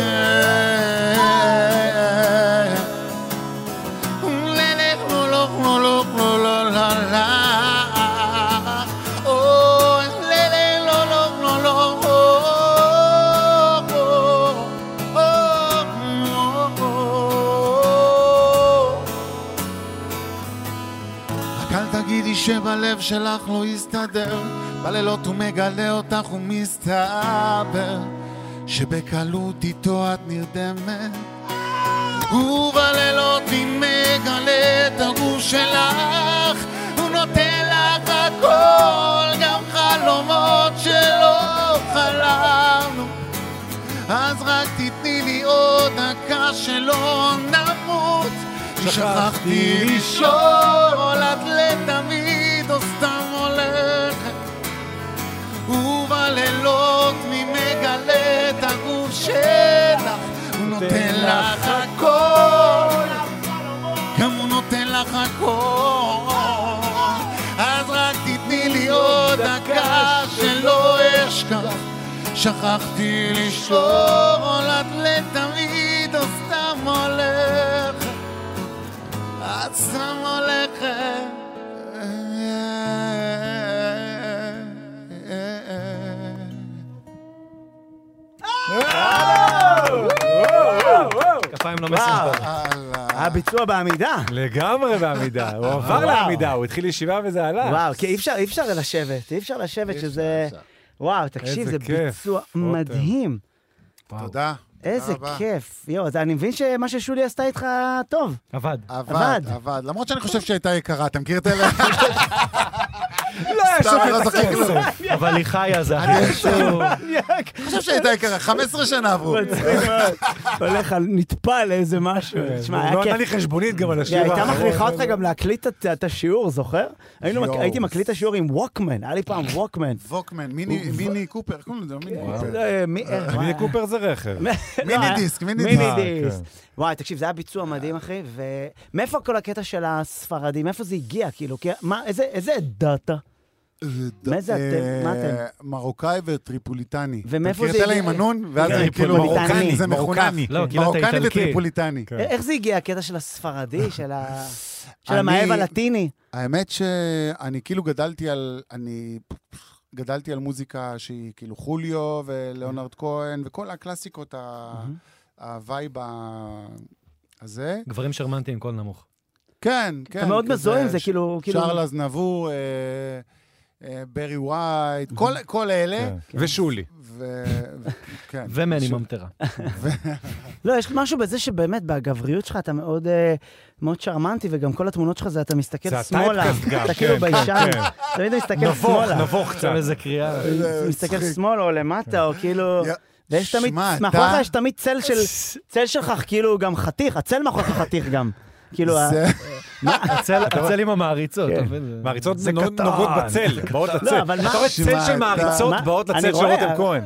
S8: רק אל תגידי שבלב שלך לא יסתדר, בלילות הוא מגלה אותך ומסתבר שבקלות איתו את נרדמת. ובלילות היא מגלה את הגוף שלך, הוא נותן לך הכל, גם חלומות שלא חלמנו. אז רק תתני לי עוד דקה שלא נמות. שכחתי לשאול את לתמיד או סתם הולכת ובלילות מי מגלה את הגוף שלך הוא נותן לך הכל גם הוא נותן לך הכל אז רק תתני לי עוד דקה שלא אשכח שכחתי לשאול את לתמיד או סתם הולכת את סתם
S1: לא
S8: הולכת.
S3: כפיים לא מסמפות.
S1: הביצוע בעמידה. אה,
S2: לגמרי בעמידה, הוא עבר לעמידה, הוא התחיל ישיבה וזה עלה.
S1: וואו, כי אי אפשר, אי אפשר לשבת, אי אפשר לשבת שזה... וואו, תקשיב,
S2: איזה
S1: זה
S2: כיף.
S1: ביצוע
S2: פוטר.
S1: מדהים.
S8: תודה.
S1: איזה
S8: רבה.
S1: כיף. יואו, אז אני מבין שמה ששולי עשתה איתך טוב.
S3: עבד.
S8: עבד,
S1: עבד.
S8: עבד. למרות שאני חושב שהייתה יקרה, אתה מכיר את אלה?
S2: לא, יש
S8: סתם, לא
S2: לך
S8: זוכר
S2: את
S8: כלום.
S3: אבל היא חיה, זה הכי חשוב.
S8: אני חושב שהייתה יקרה, 15 שנה עברו.
S1: מצחיק מאוד. הולך על נטפל לאיזה משהו. תשמע,
S2: הוא לא
S1: היה
S2: נתן
S1: כיף.
S2: לי חשבונית גם על
S1: היא
S2: השיר
S1: הייתה
S2: האחרון.
S1: מכריחה אותך גם להקליט את- את השיעור, זוכר? היינו מק-
S8: יואו.
S1: הייתי מקליט את השיעור עם ווקמן, היה לי פעם ווקמן.
S8: ווקמן, מיני מיני קופר, איך קוראים לזה? מיני קופר.
S1: אה, מי- אה,
S2: מיני
S1: וואי.
S2: קופר זה רכב.
S8: מיני
S1: לא,
S8: דיסק, מיני
S1: מיני
S2: דיסק. אה,
S1: דיסק. וואי, תקשיב, זה היה ביצוע מדהים, אחי, ומאיפה כל הקטע של הספרדים? מאיפה זה הגיע, כאילו? כי- מה, איזה- איזה דאטה? מאיזה אתם? מה
S8: אה, מרוקאי וטריפוליטני.
S1: ומאיפה
S8: אתה
S1: זה
S8: מכיר את אלה
S1: הגיע?
S8: עם הנון? ואז
S1: כן.
S8: זה כאילו
S1: טריפוליטני.
S8: מרוקני, זה מחונף.
S2: מרוקני.
S3: לא, כאילו אתה
S8: מרוקני
S3: איטלקי.
S8: וטריפוליטני.
S2: כן.
S1: איך זה הגיע, הקטע של הספרדי, של ה- של
S8: אני-
S1: המאהב הלטיני?
S8: האמת שאני כאילו גדלתי על... אני גדלתי על מוזיקה שהיא כאילו חוליו ולאונרד כהן וכל הקלאסיקות, ה- הווייב ה- הזה.
S3: גברים שרמנטיים, קול נמוך.
S8: כן, כן.
S1: אתה מאוד
S8: כזה
S1: מזוהה עם זה,
S8: ש-
S1: כאילו... כאילו-
S8: שרל אזנבור, אה, אה, ברי ווייט, כל-
S1: Mm-hmm.
S8: כל אלה.
S2: כן. ושולי.
S8: ו... ו- כן.
S3: ומני
S8: ש-
S3: ממטרה.
S1: לא, יש משהו בזה שבאמת, בגבריות שלך אתה מאוד אה, מאוד שרמנטי, וגם כל התמונות שלך זה, אתה מסתכל
S2: זה
S1: שמאלה.
S2: הטייפקאסט גם,
S1: אתה כאילו
S2: כן,
S1: ביישן,
S2: כן.
S1: תמיד אתה מסתכל
S2: נבוך,
S1: שמאלה.
S2: נבוך קצת.
S3: עכשיו איזה קריאה.
S8: זה
S1: מסתכל
S8: מצחיק.
S1: שמאלה או למטה, או כאילו...
S8: יא-
S1: ויש תמיד,
S8: שמע, אתה-
S1: מאחוריך יש תמיד צל של, צל שלך, כאילו גם חתיך, הצל מאחוריך חתיך גם. כאילו, ה- כן.
S8: זה-
S3: הצל הצל עם המעריצות, אתה מבין? זה-
S2: כן. מעריצות נוגעות נוגעות בצל, באות
S1: לא,
S2: לצל.
S1: אבל מה,
S2: אתה רואה
S8: שמע,
S2: צל
S8: אתה-
S2: של מעריצות
S1: מה?
S2: באות
S1: אני
S2: לצל של
S1: רואה, כן.
S2: רותם כהן.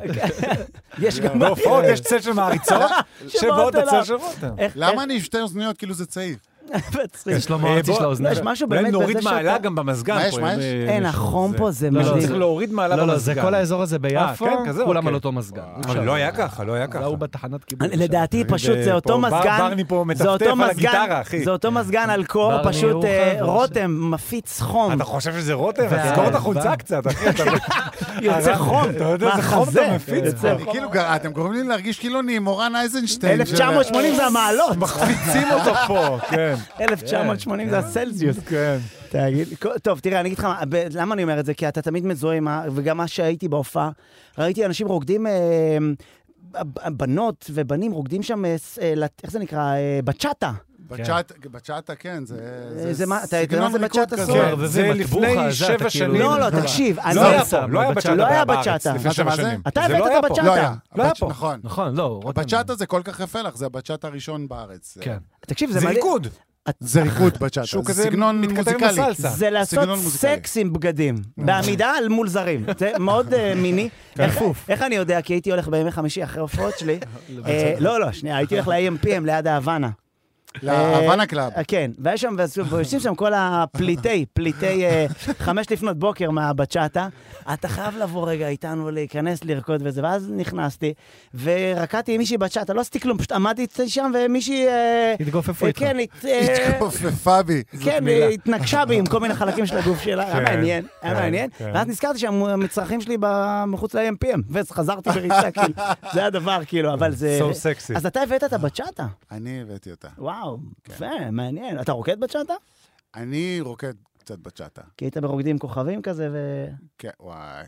S1: יש גם...
S2: בהופעות יש צל של מעריצות שבאות לצל של רותם.
S1: איך-
S8: למה אני עם שתי אוזניות כאילו זה צעיר?
S1: איך- מצחיק.
S3: יש לו מעריצות
S2: בוא,
S3: של
S1: לא,
S3: האוזניים.
S1: יש משהו
S2: אולי
S1: באמת
S2: נוריד
S1: בזה
S2: מעלה
S1: שאתה...
S2: גם במזגן
S8: מה יש,
S2: פה.
S8: מה
S2: אם,
S8: יש?
S2: אה,
S1: אין,
S2: מישהו
S1: החום
S2: זה.
S1: פה זה
S3: לא,
S2: לא,
S1: מדהים.
S2: צריך להוריד מעלה
S3: לא,
S2: במזגן.
S3: לא, זה כל האזור הזה ביפו,
S2: כן, כזה,
S3: כולם
S2: אוקיי.
S3: על אותו מזגן.
S2: אבל לא היה ככה, לא היה
S3: זה
S2: ככה.
S3: ההוא בתחנת כיבוש.
S1: אני- לדעתי
S2: תגיד,
S1: פשוט זה
S2: אה,
S1: אותו
S2: פה בר-
S1: מזגן,
S2: ברני פה
S1: זה
S2: מטפטף
S1: אותו
S2: על
S1: מזגן,
S2: הגיטרה, אחי.
S1: זה אותו מזגן על קור,
S3: ברני
S1: פשוט
S3: הוא
S1: אה,
S3: חבר
S1: רותם מפיץ חום,
S2: אתה חושב שזה רותם?
S3: וה-
S2: אז תסגור את
S3: וה-
S2: החולצה קצת, אחי. אתה-
S1: יוצא חום,
S2: אתה יודע איזה חום
S1: מהחזה.
S2: אתה מפיץ פה.
S8: אני כאילו, גר- אתם גורמים לי להרגיש כאילו אני מורן אייזנשטיין. של-
S1: 1980 זה המעלות,
S2: מחפיצים אותו פה, כן.
S1: 1980 זה הסלזיוס.
S2: כן.
S1: תגיד, כל- טוב, תראה, אני אגיד לך, מה, ב- למה אני אומר את זה? כי אתה תמיד מזוהה עם ה... וגם מה שהייתי בהופעה, ראיתי אנשים רוקדים, אה, ב- בנות ובנים רוקדים שם, אה, ס- אה, לת- איך זה נקרא? אה, בצ'אטה.
S8: בצ'אט- בצ'אטה, כן,
S1: אה,
S8: זה...
S1: זה מה- אתה יודע
S8: סגנון
S1: מה זה
S8: ריקוד
S1: בצ'אטה
S8: כזה.
S1: סוער?
S2: כן, זה כאילו- לפני שבע שנים.
S1: לא, לא, תקשיב, אני-
S2: לא היה
S1: זה-
S2: פה, לא היה
S1: בצ'אטה.
S2: בצ'אטה.
S1: לא היה
S2: בארץ,
S1: בצ'אטה.
S2: לפני שבע
S8: מה זה?
S2: שנים.
S1: אתה
S2: זה
S1: הבאת
S2: לא
S1: את
S2: היה פה.
S1: הבצ'אטה.
S8: לא היה.
S2: לא היה
S8: הבצ'-
S2: פה.
S8: נכון.
S3: נכון, לא, רותם.
S8: הבצ'אטה זה כל כך יפה לך, זה הבצ'אטה הראשון בארץ.
S3: כן.
S1: תקשיב, זה
S2: זה
S1: מדהים.
S2: ריקוד.
S8: זה ריקוד בצ'אטה,
S2: שהוא
S8: זה
S2: כזה
S8: סגנון
S2: מתכתב עם
S8: מוזיקלי.
S2: הסלסה.
S1: זה לעשות
S8: סגנון מוזיקלי. כן.
S1: סקס עם בגדים, בעמידה על מול זרים. זה מאוד אה, מיני.
S2: כן.
S1: איך- איך אני יודע? כי הייתי הולך בימי חמישי אחרי הופעות שלי. אה, לא, לא, שנייה, הייתי הולך ל-AMPM ליד ההוואנה.
S8: להוואנה קלאב.
S1: אה, כן, והיה שם, ויושבים שם כל הפליטי, פליטי אה, חמש לפנות בוקר מהבצ'אטה. אתה חייב לבוא רגע איתנו, להיכנס, לרקוד וזה, ואז נכנסתי, ורקדתי עם מישהי בצ'אטה, לא עשיתי כלום, פשוט עמדתי שם ומישהי... אה,
S2: התגופפו
S1: אה,
S2: איתך.
S1: כן, הת- אה,
S8: התכופפה בי.
S1: כן, היא התנגשה בי עם כל מיני חלקים של הגוף שלה, היה
S2: כן,
S1: מעניין, היה
S2: כן,
S1: מעניין.
S2: כן.
S1: ואז נזכרתי שהמצרכים שלי ב- מחוץ ל-AMPM, וחזרתי בריצה, כאילו, זה הדבר, כאילו, אבל זה...
S2: So sexy.
S1: אז אתה הבאת את הבצ'אטה,
S8: אני הבאתי אותה. כן.
S1: וואו, יפה, מעניין. אתה רוקד בצ'אטה?
S8: אני רוקד קצת בצ'אטה.
S1: כי היית ברוקדים כוכבים כזה, ו...
S8: כן, וואי.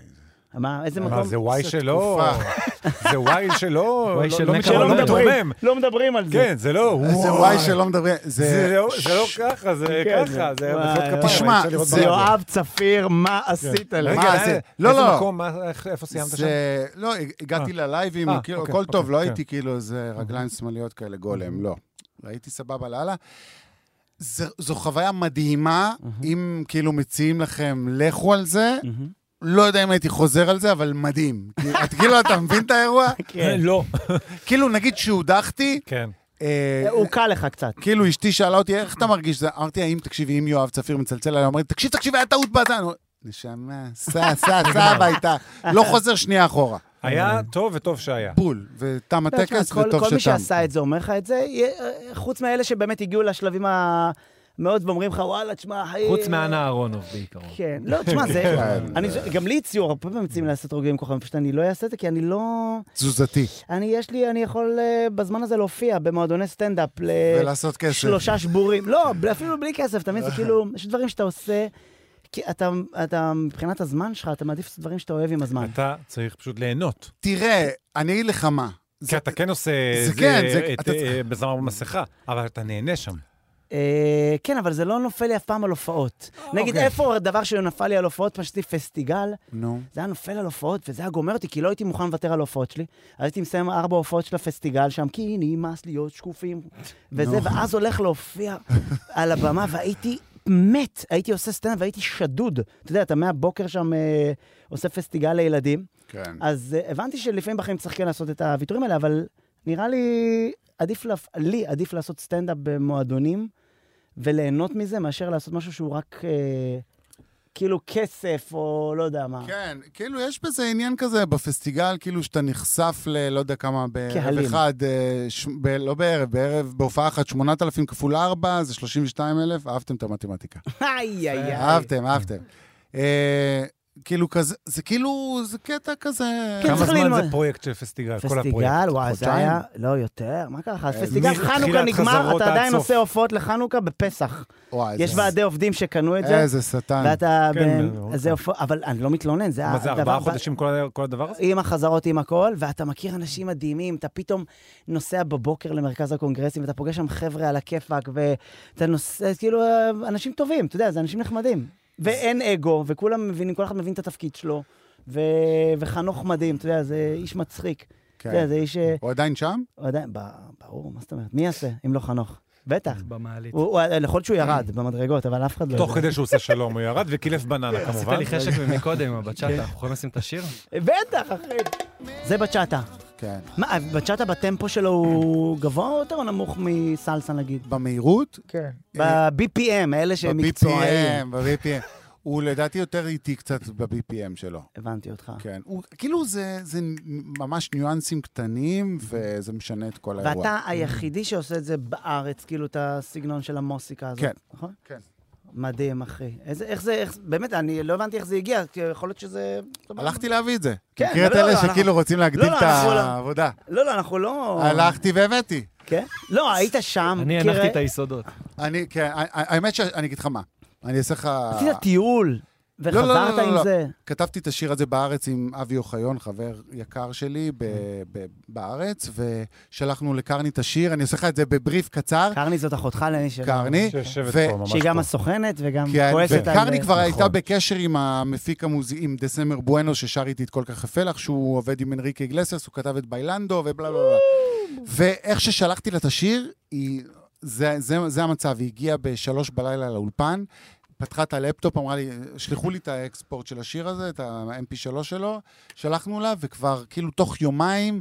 S1: מה, איזה מקום?
S2: מה, זה וואי
S8: זה
S2: שלו? זה וואי שלו?
S3: וואי
S2: לא-
S3: של
S2: לא
S3: נקע
S2: מתרומם,
S1: שלא
S3: אבל
S2: לא
S1: מדברים,
S2: מתרומם.
S1: לא מדברים על זה.
S2: כן, זה לא...
S8: איזה
S2: וואי.
S8: וואי שלא מדברים. זה...
S2: זה לא- זה לא ככה, זה
S1: כן,
S2: ככה, זה
S1: וואי,
S2: מחיאות כפיים.
S1: וואי.
S8: תשמע,
S2: אי אפשר לראות
S8: זה
S2: ברדיו.
S1: יואב צפיר, מה עשית
S2: רגע,
S1: לי?
S8: מה זה?
S2: אה, איזה
S8: לא, לא.
S2: מקום, מה- איך- איפה סיימת שם?
S8: זה... לא, הגעתי ללייבים,
S2: אה,
S8: כאילו,
S2: אוקיי,
S8: הכל טוב,
S2: אוקיי,
S8: לא
S2: כן. אוקיי.
S8: הייתי כאילו איזה רגליים שמאליות כאלה, גולם, לא. הייתי סבבה לאללה. זה- זו חוויה מדהימה,
S1: אוקיי.
S8: אם כאילו מציעים לכם, לכו על זה. לא יודע אם הייתי חוזר על זה, אבל מדהים. כי- את כאילו, אתה מבין את האירוע?
S1: כן.
S2: לא.
S8: כאילו, נגיד שהודחתי,
S2: כן.
S8: אה,
S1: הוא קל לך קצת.
S8: כאילו אשתי שאלה אותי, איך אתה מרגיש? זה?" אמרתי, האם תקשיבי, אם יואב צפיר מצלצל אליי, אומרת, תקשיב, תקשיב, היה טעות באזן. אני אומר, נשמה, סע, סע, סע הביתה. לא חוזר שנייה אחורה.
S2: היה טוב וטוב שהיה.
S8: בול. ותם
S1: אתה יודע,
S8: הטקס,
S1: לא, כל-
S8: וטוב
S1: כל מי
S8: שתם.
S1: שעשה את זה אומר לך את זה, יהיה- אה, חוץ מאלה שבאמת הגיעו לשלבים המאוד ואומרים לך, וואלה, תשמע, אחי...
S3: חוץ מאנה אהרונוב בעיקרון.
S1: כן, לא, תשמע, זה...
S2: כן.
S1: אני- גם לי הציעו, הרבה פעמים מציעים לעשות רוגעים כוכבים, פשוט אני לא אעשה את זה, כי אני לא...
S8: תזוזתי.
S1: אני, יש לי, אני יכול אה, בזמן הזה להופיע במועדוני סטנדאפ ל-
S8: ולעשות כסף.
S1: שלושה שבורים. לא, ב- אפילו בלי כסף, אתה מבין? זה כאילו, יש דברים שאתה עושה, כי אתה, אתה, מבחינת הזמן שלך, אתה מעדיף לעשות דברים שאתה אוהב עם הזמן.
S2: אתה צריך פשוט ליהנות.
S8: תראה, אני אגיד לך מה.
S2: כי אתה כן עושה...
S8: זה כן, זה-
S2: את-
S8: אתה צריך-
S2: אה, בזמר במסכה, אבל אתה נהנה שם.
S1: אה, כן, אבל זה לא נופל לי אף פעם על הופעות.
S8: אה,
S1: נגיד,
S2: אוקיי.
S1: איפה הדבר שנפל לי על הופעות? פשוט עשיתי פסטיגל,
S8: נו.
S1: זה היה נופל על הופעות, וזה היה גומר אותי, כי לא הייתי מוכן לוותר על ההופעות שלי. אז הייתי מסיים ארבע הופעות של הפסטיגל שם, כי נמאס להיות שקופים, וזה, ואז הולך להופיע על הבמה, והייתי מת, הייתי עושה סטנדאפ והייתי שדוד. אתה יודע, אתה מהבוקר שם אה, עושה פסטיגל לילדים.
S8: כן.
S1: אז אה, הבנתי שלפעמים בחיים צריך כן לעשות את הוויתורים האלה, אבל נראה לי, עדיף לה, לי עדיף לעשות סטנדאפ במועדונים וליהנות מזה, מאשר לעשות משהו שהוא רק אה, כאילו כסף או לא יודע מה.
S8: כן, כאילו, יש בזה עניין כזה בפסטיגל, כאילו שאתה נחשף ל... לא יודע כמה, בערב
S1: קהלים.
S8: אחד, אה, ש... ב... לא בערב, בערב, בהופעה אחת, 8,000 כפול 4, זה 32,000, אהבתם את המתמטיקה.
S1: איי, איי, איי.
S8: אהבתם, אהבתם. אה, כאילו כזה, זה כאילו, זה קטע כזה...
S1: כן,
S2: כמה
S1: צריך
S2: זמן
S1: ללמוד.
S2: זה פרויקט של פסטיגל? כל הפרויקט.
S1: פסטיגל, וואי, זה
S8: חודשיים?
S1: היה... לא, יותר, מה קרה
S8: אה,
S1: לך? אז פסטיגל
S2: אה, מתחילת
S1: חנוכה נגמר,
S2: חזרות
S1: אתה
S2: עד
S1: עדיין
S2: סוף.
S1: עושה הופעות לחנוכה בפסח.
S8: וואי,
S1: יש
S8: זה-
S1: ועדי עובדים שקנו את זה,
S8: איזה שטן.
S1: ואתה...
S2: כן,
S1: ב-
S2: מאוד
S1: זה הופעות- אבל אני לא מתלונן, זה
S2: מה זה,
S1: הדבר-
S2: ארבעה חודשים כל ה- כל הדבר הזה?
S1: עם החזרות, עם הכל, ואתה מכיר אנשים מדהימים, אתה פתאום נוסע בבוקר למרכז הקונגרסים, ואתה פוגש שם חבר'ה על הכיפאק, ואתה נוסע, כאילו, אה, אנשים טובים, אתה יודע, זה אנשים נחמדים. ואין אגו, וכולם מבינים, כל אחד מבין את התפקיד שלו, ו... וחנוך מדהים, אתה יודע, זה איש מצחיק.
S8: כן.
S1: אתה יודע, זה איש... אה,
S8: הוא עדיין שם?
S1: הוא עדיין, ב- ברור, מה זאת אומרת? מי יעשה, אם לא חנוך? בטח.
S3: במעלית.
S1: הוא, הוא, יכול להיות שהוא ירד במדרגות, אבל אף אחד לא...
S2: תוך
S1: יודע.
S2: כדי שהוא עושה שלום, הוא ירד וקילף בננה
S3: עשית
S2: כמובן. כן.
S3: לי חשק מקודם, הבצ'אטה, אנחנו יכולים לשים את השיר?
S1: בטח, אחי. זה בצ'אטה.
S8: כן.
S1: מה, בצ'אטה בטמפו שלו הוא גבוה יותר או נמוך מסלסה נגיד?
S8: במהירות? אה,
S1: כן. ב-BPM, אלה שהם מקצועיים.
S8: ב-BPM, ב-BPM. הוא לדעתי יותר איטי קצת ב-BPM שלו.
S1: הבנתי אותך.
S8: כן. הוא, כאילו זה, זה ממש ניואנסים קטנים, וזה משנה את כל האירוע.
S1: ואתה היחידי שעושה את זה בארץ, כאילו, את הסגנון של המוסיקה הזאת,
S8: כן.
S1: נכון?
S8: כן.
S1: מדהים, אחי. איזה- איך זה, איך- באמת, אני לא הבנתי איך זה הגיע, כי יכול להיות שזה...
S8: הלכתי להביא את זה.
S1: כן,
S8: מכיר את
S1: אבל לא,
S8: אלה
S1: לא, אנחנו-
S8: שכאילו רוצים להגדיל
S1: לא,
S8: את
S1: אנחנו לא-
S8: העבודה?
S1: לא, לא, אנחנו לא...
S8: הלכתי והבאתי.
S1: כן? לא, היית שם.
S3: אני
S1: כי
S3: הנחתי
S1: רא-
S3: את היסודות.
S8: אני, כן, ה- ה- האמת שאני אגיד לך מה. אני אעשה לך...
S1: עשית טיול,
S8: לא, לא, לא,
S1: וחזרת
S8: לא,
S1: עם
S8: לא.
S1: זה.
S8: כתבתי את השיר הזה בארץ עם אבי אוחיון, חבר יקר שלי ב- ב- בארץ, ושלחנו לקרני את השיר. אני עושה לך את זה בבריף קצר,
S1: קרני זאת אחותך למי ש...
S8: קרני.
S2: שיושבת
S8: ו-
S2: פה ממש
S1: שהיא גם
S2: פה.
S1: הסוכנת וגם
S8: כן,
S1: כועסת על...
S8: וקרני כבר הייתה
S2: נכון.
S8: בקשר עם המפיק המוזי... עם דסמר בואנו, ששר איתי את כל כך יפה לך, שהוא עובד עם אנריקה איגלסיאס, הוא כתב את ביילנדו ובלה בלה בלה. ואיך ששלחתי לה את השיר, היא... זה, זה, זה המצב, היא הגיעה בשלוש בלילה לאולפן, פתחה את הלפטופ, אמרה לי, שלחו לי את האקספורט של השיר הזה, את ה-MP3 שלו, שלחנו לה, וכבר כאילו תוך יומיים,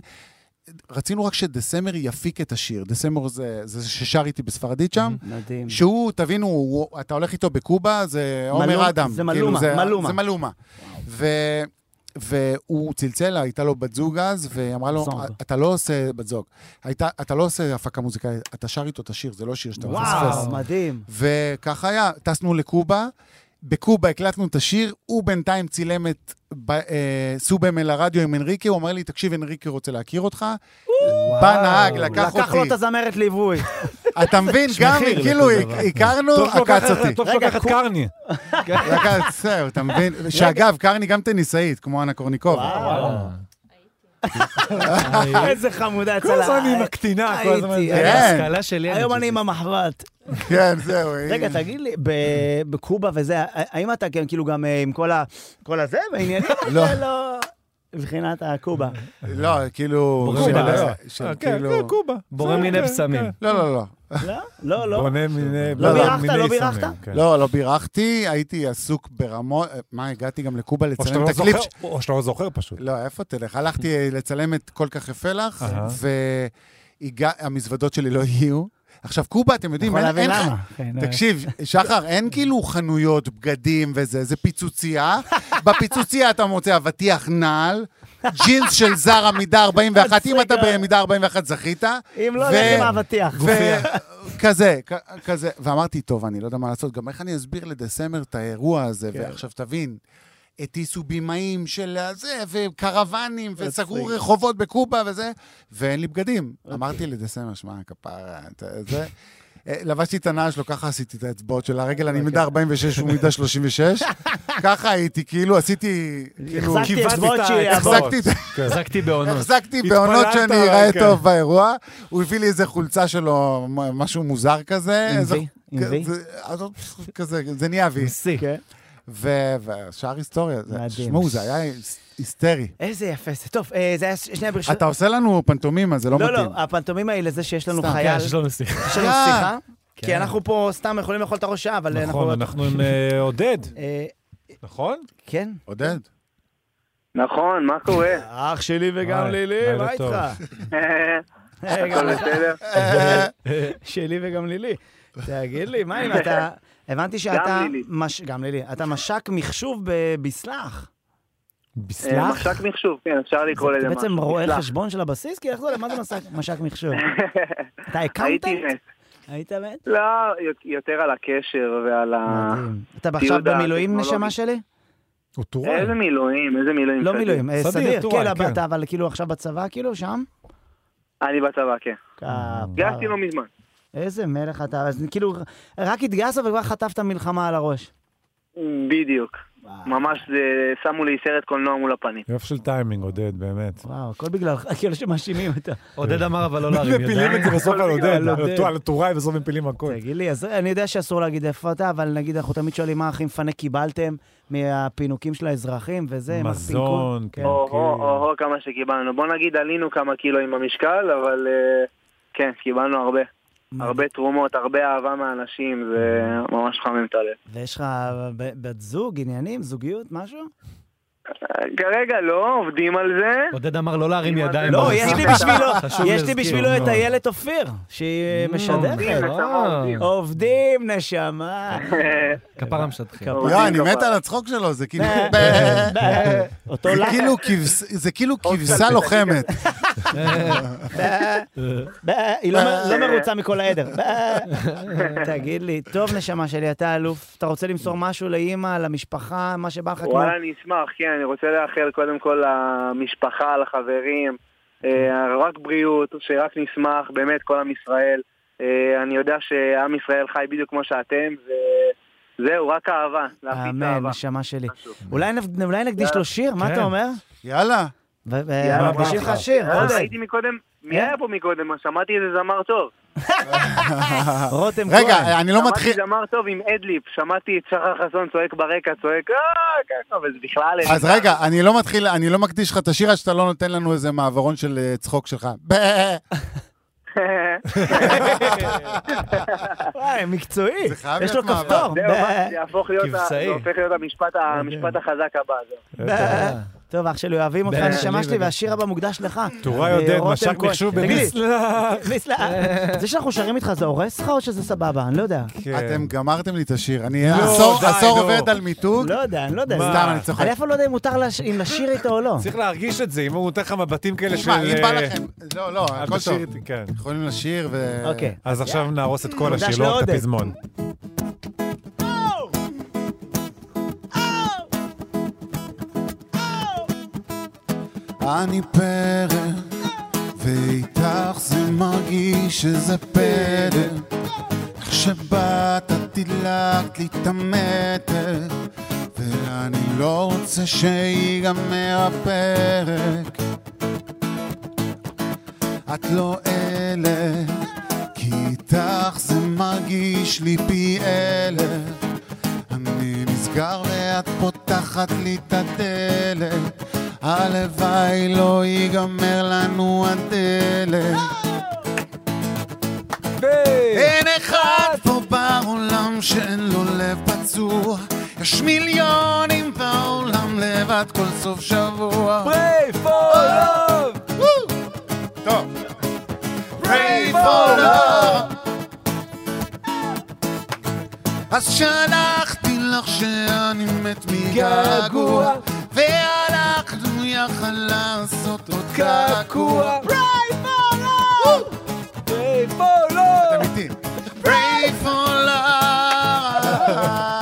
S8: רצינו רק שדסמר יפיק את השיר. דסמר זה, זה ששר איתי בספרדית שם.
S1: Mhm, מדהים.
S8: שהוא, תבינו, הוא, אתה הולך איתו בקובה, זה
S1: מלום-
S8: עומר אדם. כאילו,
S1: זה מלומה, מלומה.
S8: זה מלומה. ו... והוא צלצל לה, הייתה לו בת זוג אז, והיא אמרה לו,
S1: זוג.
S8: אתה לא עושה, בת זוג, "הייתה- אתה לא עושה הפקה מוזיקלית, אתה שר איתו את השיר, זה לא שיר שאתה מפספס.
S1: וואו, מדהים.
S8: וככה היה, טסנו לקובה, בקובה הקלטנו את השיר, הוא בינתיים צילם את ב- אה, סובם אל הרדיו עם אנריקה, הוא אמר לי, תקשיב, אנריקה רוצה להכיר אותך. בא נהג, לקח
S1: לקח לו
S8: אותי.
S1: את הזמרת ליווי.
S8: אתה מבין,
S9: יש
S8: גם
S9: מחיר
S8: כאילו
S9: לכל דבר.
S8: הכרנו,
S2: טוב שלא
S8: עקץ
S2: לקחת-
S8: אותי.
S2: טוב שלא
S1: רגע,
S2: לקחת
S1: קו-
S2: קרני.
S8: לקחת, זהו, אתה מבין? שאגב, קרני גם טניסאית, כמו אנה קורניקובה.
S9: וואו.
S1: איזה חמודה
S2: כל
S1: יצא
S2: הזמן היא עם הקטינה, כל הזמן.
S1: הייתי,
S2: זה.
S1: הייתי.
S8: כן.
S9: ההשכלה שלי...
S1: היום אני
S9: ג'ודי.
S1: עם המחבת.
S8: כן, זהו.
S1: רגע,
S8: הנה.
S1: תגיד לי, ב- בקובה וזה, ה- האם אתה כן, כאילו גם אה, עם כל ה... כל הזה בעניינים?
S8: לא.
S1: זה לא... מבחינת הקובה.
S8: לא, כאילו...
S2: בורא
S8: של-
S2: מלא.
S8: של-
S2: אה, כן,
S8: כאילו-
S2: כן, קובה.
S9: בורא
S2: זה,
S9: מיני
S2: כן,
S9: בשמים.
S2: כן.
S8: לא, לא, לא.
S1: לא? לא, לא.
S2: בונה מיני...
S1: לא
S2: בונה
S1: בירכת,
S2: מיני
S1: לא בירכת?
S2: סמים, כן.
S8: לא, לא בירכתי, הייתי עסוק ברמות... מה, הגעתי גם לקובה
S2: או שאתה
S8: לצלם
S2: לא
S8: את הקליפ
S2: זוכר- או שאתה לא זוכר פשוט.
S8: לא, איפה תלך? הלכתי אה, לצלם את כל כך יפה לך,
S2: אהה.
S8: והמזוודות שלי לא יהיו. עכשיו, קובה, אתם יודעים,
S1: יכול
S8: אין-
S1: להבין
S8: אין לך-
S1: למה. כן, אה.
S8: תקשיב, שחר, אין כאילו חנויות, בגדים וזה, זה פיצוצייה. בפיצוצייה אתה מוצא אבטיח נעל, ג'ינס של זרה מידה 41, אם אתה במידה 41 זכית.
S1: אם לא,
S8: ו-
S1: לך עם האבטיח.
S8: וכזה, כ- כזה. ואמרתי, טוב, אני לא יודע מה לעשות, גם איך אני אסביר לדסמר את האירוע הזה,
S1: כן.
S8: ועכשיו תבין. הטיסו בימאים של הזה, וקרוונים, וסגרו רחובות בקובה וזה, ואין לי בגדים.
S1: אוקיי.
S8: אמרתי לדסמר, שמע, כפרה, אתה- זה... אה, לבשתי את הנעל שלו, ככה עשיתי את האצבעות של הרגל,
S1: אוקיי.
S8: אני מידה 46 ומידה 36. ככה הייתי, כאילו, עשיתי... כאילו,
S1: החזקתי
S2: כיווצתי
S1: אצבעות
S2: את ה-
S1: שיעבור.
S8: החזקתי את
S9: כן. החזקתי בעונות.
S8: החזקתי בעונות
S2: התפללת,
S8: שאני אראה
S1: אוקיי.
S2: כן.
S8: טוב באירוע. הוא הביא לי איזה חולצה שלו, מ- משהו מוזר כזה.
S1: עם
S8: איזה-
S1: וי, עם
S8: כ-
S1: וי.
S8: זה- אז עוד כזה, זה נהיה וי.
S9: שיא.
S1: כן.
S8: ו- והשאר היסטוריה. זה-
S1: מדהים.
S8: תשמעו, זה היה היס- היסטרי.
S1: איזה יפה זה. טוב, אה, זה היה ש- שני ברשות...
S8: אתה עושה לנו פנטומימה, זה לא
S1: לא,
S8: מתאים.
S1: לא, הפנטומימה היא לזה שיש לנו
S8: סתם.
S1: חייל,
S9: כן, יש לנו שיחה.
S1: יש לנו
S8: כן.
S1: שיחה, כי אנחנו פה סתם יכולים לאכול את הראש שעה, אבל
S2: נכון, אנחנו עם אה, עודד,
S1: אה,
S2: נכון?
S1: כן.
S8: עודד.
S10: נכון, מה קורה?
S1: אח שלי
S2: וגם לילי, לילה מה טוב. איתך?
S10: הכל בסדר?
S1: שלי וגם לילי. תגיד לי, מה אם אתה... הבנתי שאתה...
S10: לילי.
S1: מש- גם לילי. אתה מש"ק מחשוב בביסלח.
S10: אה,
S2: בסלח?
S10: משק מחשוב, כן, אפשר לקרוא לזה
S1: אתה
S10: משהו.
S1: בעצם רואה
S10: סלח.
S1: חשבון של הבסיס? כי איך זה, מה זה משק- מש"ק מחשוב? אתה הקמת?
S10: הייתי מת.
S1: היית מת?
S10: לא, יותר על הקשר ועל ה...
S1: מדהים. אתה עכשיו
S10: הציוד
S1: במילואים,
S10: הטכנולוגי.
S1: נשמה שלי?
S2: הוא טוראי.
S10: איזה מילואים, איזה מילואים.
S1: לא
S10: סדיר.
S1: מילואים, אה,
S2: סדיר,
S1: סדיר.
S2: טוראי,
S1: כן, אבל
S2: כן.
S1: אתה אבל כאילו עכשיו בצבא, כאילו, שם?
S10: אני בצבא, כן.
S1: כפרה.
S10: הגעתי לא מזמן.
S1: איזה מלך אתה, אז כאילו, רק התגייסת וכבר חטפת מלחמה על הראש.
S10: בדיוק. ממש זה- שמו לי סרט קולנוע מול הפנים.
S2: יופי של טיימינג, עודד, באמת.
S1: וואו, הכל בגללך, כאילו שמאשימים אותה.
S9: עודד אמר אבל לא להרים
S2: מפילים את זה
S9: ידיים.
S2: בסוף על
S1: על עודד.
S2: עודד, על הטוראי בסוף מפילים הכול.
S1: תגיד לי, אז אני יודע שאסור להגיד איפה אתה, אבל נגיד אנחנו תמיד שואלים מה הכי מפנק קיבלתם מהפינוקים של האזרחים וזה, מה הפינקון.
S2: מזון, כן.
S10: או-הו,
S2: כאילו.
S10: או-הו, כמה שקיבלנו. בוא נגיד עלינו כמה קילו עם המשקל, אבל אה, כן, קיבלנו הרבה. הרבה תרומות, הרבה אהבה מהאנשים, זה ממש חמם את הלב.
S1: ויש לך ב- בת זוג, עניינים, זוגיות, משהו?
S10: אה, כרגע לא, עובדים על זה.
S9: עודד אמר לא להרים
S10: לא,
S9: ידיים.
S1: לא,
S9: אבל
S1: יש לי
S9: זה-
S1: בשבילו,
S9: חשוב
S1: יש לי
S9: להזכיר, לא.
S1: בשבילו את
S9: מאוד.
S1: איילת אופיר, שהיא משדרת.
S10: עובדים, נשמה, עובדים.
S1: עובדים, נשמה.
S9: כפרה משטחים.
S1: כפרה.
S8: לא, אני
S10: עובדים
S8: מת
S10: כפרה.
S8: על הצחוק שלו, זה כאילו...
S1: אותו
S8: זה
S1: לה. אוקיי,
S8: כאילו כבש- זה כאילו כבשה לוחמת.
S1: בא, היא לא מ- לא מרוצה מכל העדר. בא. תגיד לי, טוב נשמה שלי, אתה אלוף, אתה רוצה למסור משהו לאימא, למשפחה, מה שבא לך כבר?
S10: וואלה, אני אשמח, כן, אני רוצה לאחל קודם כל למשפחה, לחברים, אה, רק בריאות, שרק נשמח, באמת, כל עם ישראל. אה, אני יודע שעם ישראל חי בדיוק כמו שאתם, וזהו, רק אהבה, להפיץ
S1: אמן,
S10: אהבה.
S1: נשמה שלי.
S10: משהו.
S1: אולי נב- אולי נקדיש לו שיר, מה אתה
S9: כן.
S1: אומר?
S8: יאללה.
S1: ו-
S8: אה,
S1: ו- מקדישים לך שיר,
S10: אה,
S1: עודד.
S10: ראיתי מקודם,
S8: כן.
S10: מי היה פה מקודם? שמעתי איזה זמר טוב.
S1: רותם כהן.
S8: רגע, אני לא
S10: שמעתי
S8: מתחיל...
S10: זמר טוב עם אדליפ, שמעתי את שחר חסון צועק ברקע, צועק, אה, ככה, אבל זה בכלל... אין.
S8: אז רגע, אני לא מתחיל, אני לא מקדיש לך את השיר עד שאתה לא נותן לנו איזה מעברון של אה, צחוק שלך. ב-
S1: וואי, אה, מקצועי.
S8: זה חייב
S1: יש לו
S8: להיות מאבק.
S1: כפתור.
S10: זהו, מה, זה יהפוך להיות ה-
S3: כבשאי.
S10: זה הופך להיות המשפט ה- המשפט החזק הבא. זהו.
S1: טוב, אח שלי, אוהבים אותך,
S3: בן
S1: אני
S3: שלי
S1: שמעתי,
S3: וגם-
S1: והשיר הבא מוקדש לך.
S2: טוראי עודד,
S1: ורותם
S2: מש"ק
S1: כהן.
S2: מחשוב
S1: תגיד לי,
S2: בביסלע.
S1: ליסלה, זה שאנחנו שרים איתך, זה הורס לך או שזה סבבה? אני לא יודע.
S8: אתם גמרתם לי את השיר. אני
S2: כן. לא,
S8: עשור
S2: די,
S8: עשור
S2: נו.
S8: עובד על מיתוג.
S1: לא יודע, אני לא יודע.
S2: מה?
S8: סתם, אני צוחק.
S1: אני אף פעם לא יודע אם מותר לש- אם לשיר איתו או לא.
S2: צריך להרגיש את זה, אם הוא נותן לך מבטים כאלה של...
S8: תשמע, אם בא
S2: אה,
S8: לכם... לא, לא,
S2: אל
S8: הכל
S2: תשאיר
S8: טוב.
S2: איתי, כן.
S8: יכולים לשיר ו...
S1: אוקיי.
S2: אז עכשיו נהרוס את כל
S1: מוקדש
S2: השיר, לא רק את
S1: לעודד.
S2: הפזמון.
S8: אני פרא, ואיתך זה מרגיש שזה פלא. איך שבאת תדלקת לי את המתח, ואני לא רוצה שיגמר הפרק. את לא אלה, כי איתך זה מרגיש לי פי אלף. אני נסגר ואת פותחת לי את הדלת, הלוואי לא ייגמר לנו הדלת. אין אחד פה בעולם שאין לו לב פצוע, יש מיליונים בעולם לבד כל סוף שבוע.
S2: היי, פולוב!
S8: טוב. Pray for love. אז שלחתי לך שאני מת מגעגוע, והלכנו יחד לעשות עוד קעקוע. Pray for love. אתם איתי. Pray for love.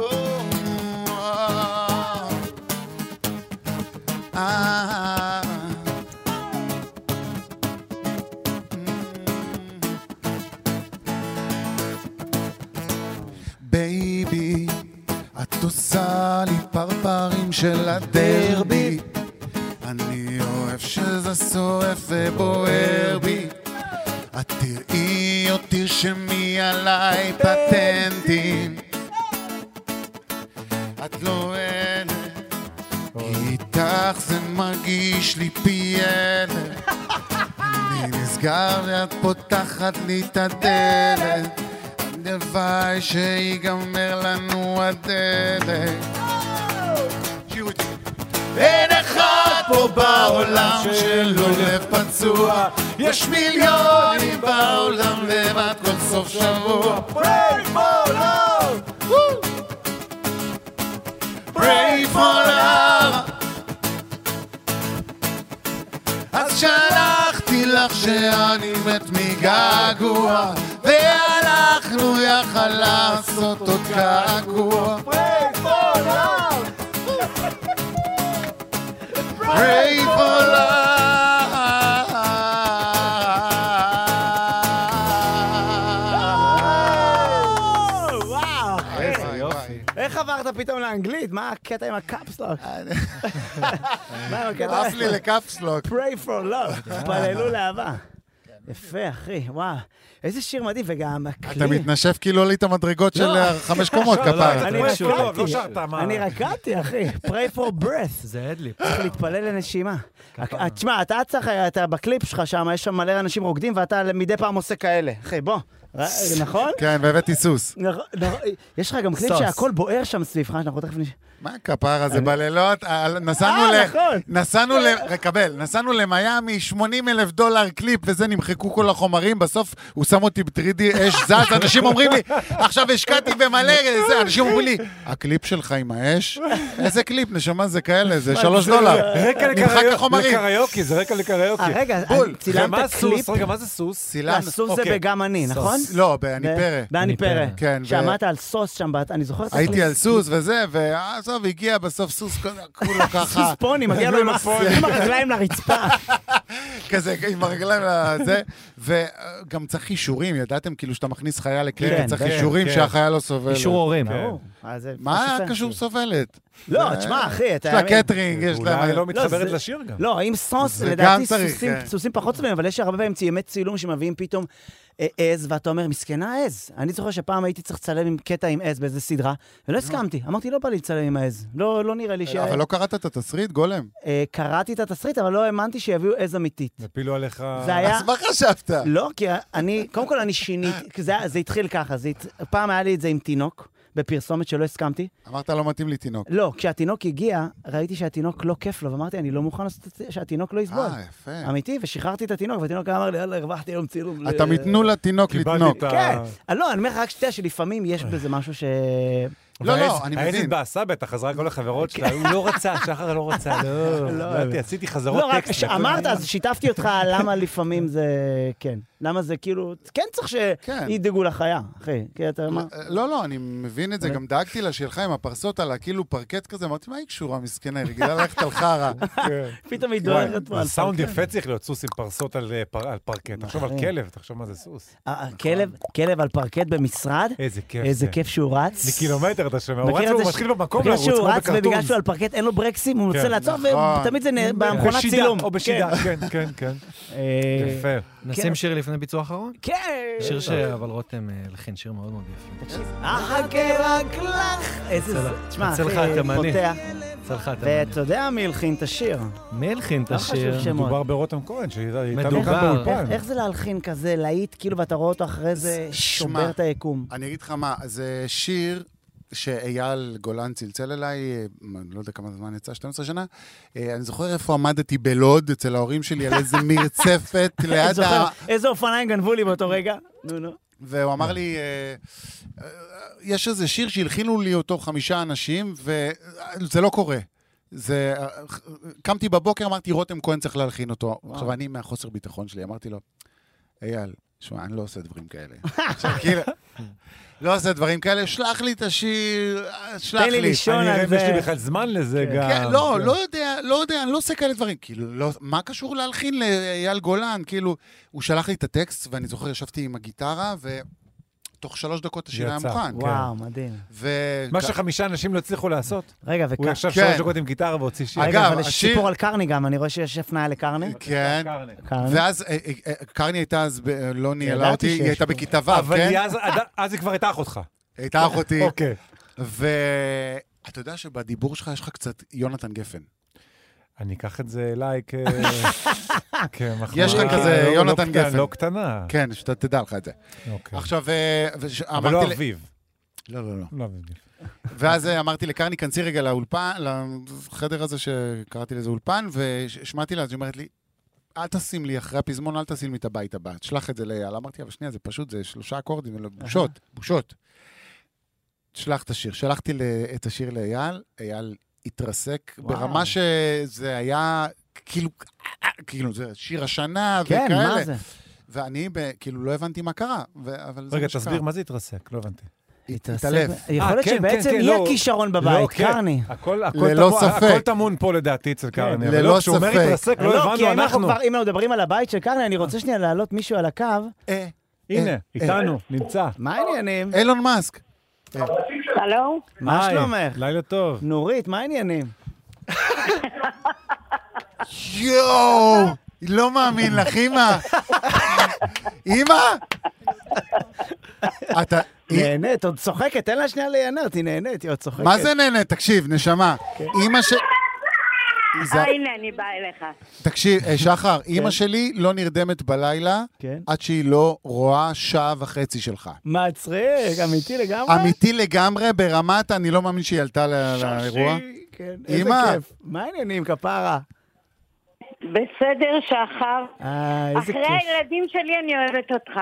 S8: Mm. Oh. בייבי, את עושה לי פרפרים של הדרבי. אני אוהב שזה שורף ובוער בי. את תראי או תרשמי עליי פטנטים. את לא אלה, כי איתך זה מרגיש לי פי אלף. אני נסגר ואת פותחת לי את הדלת. הלוואי שיגמר לנו הדלת. שירו איתי. אין אחד פה בעולם שלא לב פצוע, יש מיליונים בעולם לבד כל סוף שבוע. pray for love. אז שלחתי לך שאני מת מגעגוע, והלכנו יחד לעשות עוד קעקוע. pray for love.
S1: וואו, אחי,
S8: יופי.
S1: איך עברת פתאום לאנגלית? מה הקטע עם הקפסלוק? מה עם הקטע?
S8: אה, עף לי אה. לקפסלוק.
S1: pray for love, התפללו לאהבה. יפה, אחי, וואו. איזה שיר מדהים, וגם
S8: אתה
S1: הקליפ.
S8: מתנשף כאילו עלית מדרגות של אה, חמש קומות
S2: לא, לא,
S8: כפיים.
S2: אתה
S1: אני
S2: טועה,
S1: רקדתי.
S2: פולוב, לא שרת, מה?
S1: אני רקדתי, אחי. pray for breath.
S3: זה הדליפ.
S1: לא, צריך להתפלל לנשימה. אה, תשמע, אתה צריך, אתה בקליפ שלך שם, יש שם מלא אנשים רוקדים, ואתה מדי פעם עושה כאלה. אחי, בוא. ר- נכון?
S8: כן, והבאתי סוס.
S1: נכון, נכון. יש לך גם קליפ
S3: סוס.
S1: שהכל בוער שם סביבך, אנחנו תכף נש...
S8: מה כפרה זה בלילות? אה, נסענו
S1: אה,
S8: ל...
S1: נכון.
S8: נסענו ל... רקבל, נסענו למיאמי, 80 אלף דולר קליפ, וזה נמחקו כל החומרים, בסוף הוא שם אותי בטרידי אש זז, אנשים אומרים לי, עכשיו השקעתי במלא, זה, אנשים אומרים לי, הקליפ שלך עם האש? איזה קליפ, נשמה, זה כאלה, זה שלוש דולר.
S2: לא, רקע
S8: לא נמחק
S2: לקריוקי,
S8: החומרים.
S2: לקריוקי, זה רקע לקריוקי.
S1: אה, רגע,
S8: בול.
S1: צילמת
S2: ומה הסוס?
S1: קליפ?
S2: רגע, מה זה סוס?
S8: צילמנו.
S1: הסוס זה
S2: אוקיי.
S1: בגם אני, נכון?
S8: לא, באני
S1: ב-
S8: פרא.
S1: באני פרא.
S8: כן, ו-
S1: שעמדת על סוס שם, בת- אני זוכר את הקליפ.
S8: הייתי על סוס וזה, ועזוב, הגיע בסוף סוס כזה, כולו ככה. כן.
S1: סוס פוני, מגיע לו עם הס- עם הרגליים לרצפה.
S8: כזה עם הרגליים לזה, וגם צריך אישורים, ידעתם? כאילו שאתה מכניס חיה
S1: כן,
S8: לקליניקה, צריך
S1: כן, אה.
S8: אישורים
S2: כן.
S8: שהחיה לא סובלת.
S3: אישור הורים.
S1: ברור. אז זה-
S8: מה
S1: זה-
S8: קשור סובלת?
S1: לא,
S8: זה-
S1: תשמע, אחי, אתה...
S8: יש לה קטרינג, יש
S2: אולי
S8: לה...
S2: לא מתחברת
S1: זה-
S2: לשיר גם.
S1: לא, עם סוס,
S8: זה
S1: לדעתי
S8: גם צריך,
S1: סוסים-
S8: כן.
S1: סוסים פחות סובלים, אבל יש הרבה פעמים צילומי צילום שמביאים פתאום אה, עז, ואתה אומר, מסכנה העז. אני זוכר שפעם הייתי צריך לצלם עם קטע עם עז באיזה סדרה, ולא הסכמתי. אמרתי, לא בא לי לצלם עם העז. לא לא נראה לי ש...
S8: אבל לא קראת את התסריט, גולם?
S1: אה, קראתי את התסריט, אבל לא האמנתי שיביאו עז אמיתית.
S2: הפילו עליך...
S1: זה היה...
S8: אז מה חשבת?
S1: לא, כי אני, קודם כל אני שיניתי, כי זה, היה- זה התחיל ככה, זה, הת- פעם היה לי את זה עם תינוק, בפרסומת שלא הסכמתי.
S8: אמרת, לא מתאים לי תינוק.
S1: לא, כשהתינוק הגיע, ראיתי שהתינוק לא כיף לו, ואמרתי, אני לא מוכן לעשות את זה, שהתינוק לא יסבול.
S8: אה, יפה.
S1: אמיתי, ושחררתי את התינוק, והתינוק אמר לי, יאללה, הרווחתי היום צילום. ל-
S8: אתה מתנו לתינוק
S2: קיבלתי
S8: לתינוק.
S2: את ה-
S1: כן. אה, לא, אני אומר לך רק שתדע שלפעמים יש בזה משהו ש...
S8: לא,
S2: והעז-
S8: לא, אני
S2: העז
S8: מבין.
S2: התבאסה בטח, חזרה כל החברות שלה, הוא לא רצה, שחר לא רצה. לא, לא ידעתי, עשיתי חזרות
S1: לא, רק
S2: טקסט.
S1: שאמרת, אז שיתפתי אותך על למה לפעמים זה... כן. למה זה כאילו... כן צריך
S8: כן.
S1: שידאגו לחיה, אחי. כי אתה... מה?
S8: לא, לא, אני מבין את זה. גם דאגתי לה שילכה עם הפרסות על הכאילו פרקט כזה, אמרתי, מה היא קשורה, מסכנה, היא רגילה ללכת על חרא.
S1: פתאום היא
S2: וואי,
S1: דואגת פה על
S2: הסאונד
S1: פרקט.
S2: יפה צריך להיות סוס עם פרסות על אה, פר- על פרקט. תחשוב על
S1: נכון.
S2: כלב, תחשוב מה זה סוס.
S1: אה, אה, כלב- כלב על פרקט במשרד?
S2: נכון. איזה כיף
S1: איזה
S2: זה.
S1: כיף שהוא רץ.
S2: מקילומטר אתה שומע, הוא רץ
S1: מכיר את זה
S2: והוא
S1: ש-
S2: מתחיל במקום
S1: בגלל
S2: לרוץ, כמו
S1: שהוא רץ
S2: בקרטון.
S1: ובגלל שהוא על פרקט אין לו ברקסים, הוא
S2: כן,
S1: רוצה לעצור,
S8: נכון.
S1: ותמיד זה נ- במכונת
S2: בשידה,
S1: צילום.
S2: או בשידה, כן, כן, כן.
S1: כן. אה,
S2: יפה.
S1: כן.
S3: נשים שיר לפני ביצוע אחרון?
S1: כן.
S3: שיר ש... אבל רותם אה, הלחין, שיר מאוד מאוד יפה.
S2: כן.
S3: תקשיב,
S1: אחכה רק לך. אה, איזה...
S3: יצא
S1: זה-
S3: לך-
S1: תשמע,
S3: יצא
S1: אחי,
S3: לך התימני.
S1: פותח.
S3: יצא לך אתה מעניין.
S1: ואתה יודע מי הלחין את השיר.
S3: מי הלחין את
S1: לא חשוב
S3: השיר?
S1: שמות.
S2: מדובר ברותם כהן, שאיתנו כאן
S3: מדובר.
S2: באולפן.
S1: איך זה להלחין כזה להיט, כאילו, ואתה רואה אותו אחרי זה שובר
S8: שמע.
S1: את היקום?
S8: אני אגיד לך מה, זה שיר שאייל גולן צלצל אליי, אה, אני לא יודע כמה זמן יצא, 12 שנה. אה, אני זוכר איפה עמדתי בלוד, אצל ההורים שלי, על איזה מרצפת
S1: אני
S8: ליד
S1: זוכר
S8: ה...
S1: איזה אופניים גנבו לי באותו רגע. נו, נו.
S8: והוא אמר לי, אה, אה, יש איזה שיר שהלחינו לי אותו חמישה אנשים, וזה לא קורה. זה... אה, קמתי בבוקר, אמרתי, רותם כהן צריך להלחין אותו. עכשיו, אני מהחוסר ביטחון שלי, אמרתי לו, אייל, שמע, אני לא עושה דברים כאלה. עכשיו, כאילו, לא עושה דברים כאלה, שלח לי את השיר, אה, שלח
S1: תן לי
S8: לי.
S1: לישון
S2: אני
S1: על
S2: רואה אם יש לי
S1: זה.
S2: בכלל זמן לזה גם.
S8: כן, לא, לא יודע, לא יודע, אני לא עושה כאלה דברים. כאילו, לא, מה קשור להלחין לאייל גולן? כאילו, הוא שלח לי את הטקסט, ואני זוכר, ישבתי עם הגיטרה, ותוך שלוש דקות השיר היה
S2: יצא.
S8: מוכן.
S2: כן.
S1: וואו, מדהים.
S8: ו...
S2: מה שחמישה אנשים לא הצליחו לעשות,
S1: רגע, וכ-
S2: אה, הוא ישב
S8: כן.
S2: שלוש דקות עם גיטרה והוציא שיר.
S8: אגב,
S1: רגע, אבל יש
S8: השיר-
S1: סיפור על קרני גם, אני רואה שיש הפניה לקרני.
S8: כן.
S1: קרני.
S8: ואז אה, אה, אה, קרני הייתה אז, ב- אה, לא ניהלה
S1: ידעתי
S8: אותי, היא
S1: שיש
S8: הייתה
S1: פה.
S8: בכיתה ו',
S2: אבל
S8: כן?
S2: היא אז- עד- אז היא כבר הייתה אחותך.
S8: היא הייתה אחותי.
S2: אוקיי.
S8: ואתה יודע שבדיבור שלך יש לך קצת יונתן גפן.
S2: אני אקח את זה אליי כ... כמחמאה.
S8: יש לך כזה
S2: לא- לא
S8: יונתן
S2: קטנה,
S8: גפן.
S2: לא קטנה.
S8: כן, שאתה תדע לך את זה.
S2: אוקיי.
S8: עכשיו, אה, וש-
S2: אבל לא
S8: אמרתי... ל-
S2: אביו.
S8: לא, לא, לא.
S2: לא אביו.
S8: ואז אה, אמרתי לקרני, כנסי רגע לאולפן, לחדר הזה שקראתי לזה אולפן, והשמעתי לה, אז היא אומרת לי, אל תשים לי, אחרי הפזמון, אל תשים לי את הבית הבא, תשלח את זה לאייל. אמרתי, אבל שנייה, זה פשוט, זה שלושה אקורדים, אלו בושות, בושות. תשלח את השיר. שלחתי ל- את השיר לאייל, אייל התרסק,
S1: וואו.
S8: ברמה שזה היה, כאילו, כאילו, זה שיר השנה
S1: כן,
S8: וכאלה.
S1: מה זה?
S8: ואני, ב- כאילו, לא הבנתי מה קרה, ו- אבל זה
S2: רגע,
S8: מה שקרה.
S2: תסביר מה זה התרסק, לא הבנתי.
S8: התעלף.
S1: יכול להיות
S2: אה, כן,
S1: שבעצם
S2: כן, כן,
S1: היא
S2: לא.
S1: הכישרון בבית,
S2: לא, כן.
S1: קרני.
S2: הכל הכל
S8: ללא
S2: טמון-
S8: ספק.
S2: הכל טמון פה לדעתי אצל קרני. אבל
S8: ללא
S2: לא, כשהוא אומר
S8: ספק.
S2: התרסק, לא
S1: כי
S2: הבנו,
S1: אם אנחנו
S2: אנחנו.
S1: כבר, אם אנחנו מדברים על הבית של קרני, אני רוצה שנייה להעלות מישהו על הקו.
S8: אה,
S2: הנה,
S8: אה,
S2: איתנו, נמצא.
S1: מה העניינים?
S8: אילון מאסק.
S7: אה. הלו?
S1: מה
S2: היי,
S1: שלומך?
S2: לילה טוב.
S1: נורית, מה העניינים?
S8: יואו! לא מאמין לך, אימא. אימא? אתה...
S1: נהנית, עוד צוחקת, תן לה שנייה ליהנות, היא נהנית, היא עוד צוחקת.
S8: מה זה נהנה? תקשיב, נשמה.
S1: כן.
S8: אימא ש... זה-
S7: אה, הנה, אני באה אליך.
S8: תקשיב, אה, שחר, אימא שלי לא נרדמת בלילה
S1: כן.
S8: עד שהיא לא רואה שעה וחצי שלך.
S1: מצחיק, אמיתי לגמרי?
S8: אמיתי לגמרי, ברמת אני לא מאמין שהיא עלתה ל- לאירוע.
S1: כן, איזה
S8: אמא.
S1: כיף. מה העניינים, כפרה?
S7: בסדר, שחר.
S1: אה, איזה
S7: אחרי
S1: כיף.
S7: הילדים שלי אני אוהבת אותך.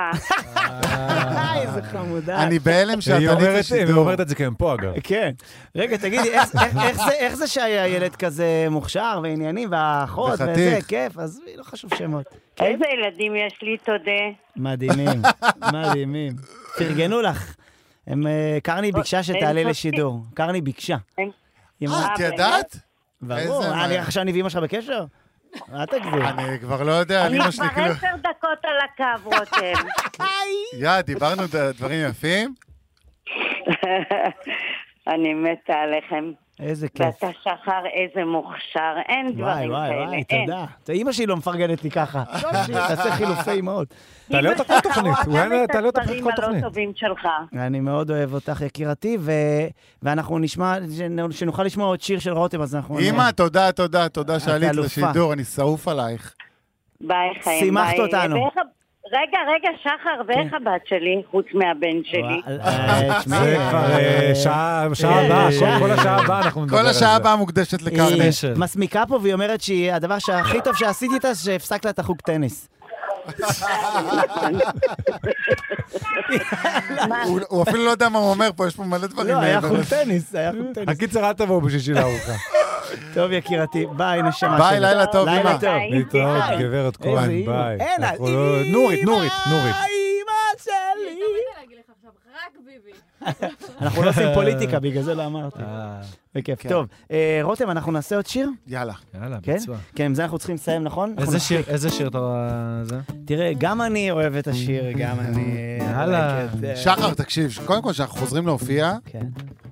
S1: אה, איזה חמודה.
S8: אני בהלם שאת עלית
S2: היא אומרת- היא
S8: לשידור.
S2: אומרת את זה כי הם פה, אגב.
S1: כן. רגע, תגידי, איך- איך- איך זה- איך זה שהיה ילד כזה מוכשר ועניינים, והאחות, וזה,
S8: וחתיך.
S1: כיף, עזבי, לא חשוב שמות.
S7: איזה ילדים יש לי, תודה.
S1: מדהימים, מדהימים. פרגנו לך. הם, אה, קרני ביקשה שתעלה
S7: צודקים.
S1: לשידור. קרני ביקשה.
S7: הם-
S1: היא אמרה,
S8: אה, את ידעת?
S1: ברור,
S8: איזה
S1: אני
S8: מה-
S1: עכשיו אני ואימא שלך בקשר? אל תגזים.
S9: אני כבר לא יודע, אני
S7: אני
S9: מה
S7: כבר
S9: שנקרא...
S7: עשר דקות על הקו, רותם.
S9: יא, דיברנו ד- דברים יפים.
S7: אני מתה עליכם.
S1: איזה כיף.
S7: ואתה שחר איזה מוכשר, אין
S1: וואי,
S7: דברים
S1: וואי,
S7: כאלה,
S1: וואי,
S7: אין.
S1: תודה. אימא שלי לא מפרגנת לי ככה. יופי, תעשה חילופי אימהות.
S2: תעלה אותה כל תוכנית, הוא היה- תעלה אותה כל
S7: את הדברים
S2: תוכנית.
S7: הלא טובים שלך.
S1: אני מאוד אוהב אותך, יקירתי, ו... ואנחנו נשמע, שנ- שנוכל לשמוע עוד שיר של רותם, אז אנחנו...
S9: אמא, תודה, תודה, תודה שעלית
S1: אלופה.
S9: לשידור, אני שרוף עלייך.
S7: ביי, חיים,
S1: שימחת
S7: ביי.
S1: אותנו. כן.
S7: ואיך ה- רגע, רגע, שחר, ואיך הבת שלי, חוץ מהבן שלי?
S1: וואי, אה, תשמעי,
S2: זה כבר אה,
S1: אה,
S2: שעה שעה הבאה, כל- כל השעה הבאה אנחנו נדבר על
S9: כל
S2: זה.
S9: השעה הבאה מוקדשת
S1: היא
S9: לקרנש.
S3: קרנשל.
S1: מסמיקה פה והיא אומרת שהדבר שהכי טוב שעשיתי איתה, שהפסקת לה את החוג טניס.
S9: הוא- הוא אפילו לא יודע מה הוא אומר פה, יש פה מלא דברים.
S1: לא, היה
S9: מעבר
S1: חוג
S9: לזה.
S1: טניס, היה חוג טניס.
S2: הקיצר, אל תבואו בשביל הארוחה.
S1: טוב, יקירתי, ביי, נשמה
S9: ביי,
S1: שלי.
S9: לילה טוב,
S1: לילה
S9: אמא.
S1: טוב.
S7: ביי.
S2: להתראות,
S1: ביי.
S2: גברת
S1: איזה
S2: כהן,
S1: אימא.
S2: ביי.
S1: אין,
S2: אנחנו לא-
S1: אימא,
S2: נורית, נורית, נורית.
S1: אימא שלי.
S11: אני לא רוצה להגיד לך עכשיו, רק ביבי.
S1: אנחנו לא עושים פוליטיקה, בגלל זה לא אמרתי. בכיף. טוב, אה, רותם, אנחנו נעשה עוד שיר?
S9: כן. יאללה.
S3: יאללה,
S1: כן?
S3: ביצוע.
S1: כן, עם זה אנחנו צריכים לסיים, נכון? אנחנו
S3: איזה
S1: נח-
S3: שיר, איזה שיר אתה... זה?
S1: תראה, גם אני אוהב את השיר, גם אני...
S3: יאללה.
S1: אוהב את זה.
S9: שחר, תקשיב, קודם כל, כשאנחנו חוזרים להופיע,
S1: כן.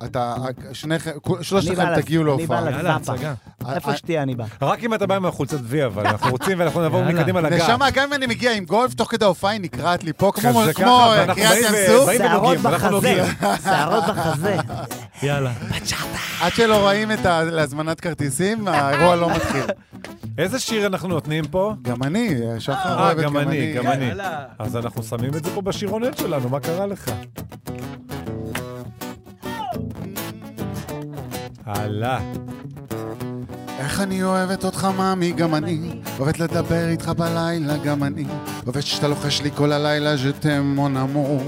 S9: אתה, שניכם, כול-
S1: אני בא
S9: שלושתכם
S1: לס-
S9: תגיעו
S1: אני
S9: להופעה. אה,
S1: בא
S3: יאללה,
S1: לזאפה.
S3: הצגה.
S1: איפה שתהיה אני בא.
S2: רק אם אתה בא עם החולצת וי, אבל אנחנו רוצים ואנחנו נעבור
S3: יאללה.
S2: מקדימה לגב.
S9: נשמה, גם אם אני מגיע עם גולף, תוך כדי ההופעה היא נקרעת לי פה, כמו
S2: כזה
S9: כמו
S2: ככה, ואנחנו
S9: קריאת
S2: באים ו-
S9: ים סוף.
S2: באים
S1: שערות
S2: ונוגעים, אנחנו
S1: בחזה,
S2: נוגעים.
S1: שערות בחזה.
S3: יאללה.
S9: עד שלא רואים את ה- להזמנת כרטיסים, האירוע לא מתחיל.
S2: איזה שיר אנחנו נותנים פה?
S9: גם אני, שחר
S2: אה,
S9: אוהבת,
S2: גם אני, גם אני.
S3: יאללה.
S2: אז אנחנו שמים את זה פה בשירונט שלנו, מה קרה לך? הלאה.
S9: איך אני אוהבת אותך, מאמי, גם אני. אוהבת לדבר איתך בלילה, גם אני. אוהבת שאתה לוחש לי כל הלילה, ז'תם מון אמור.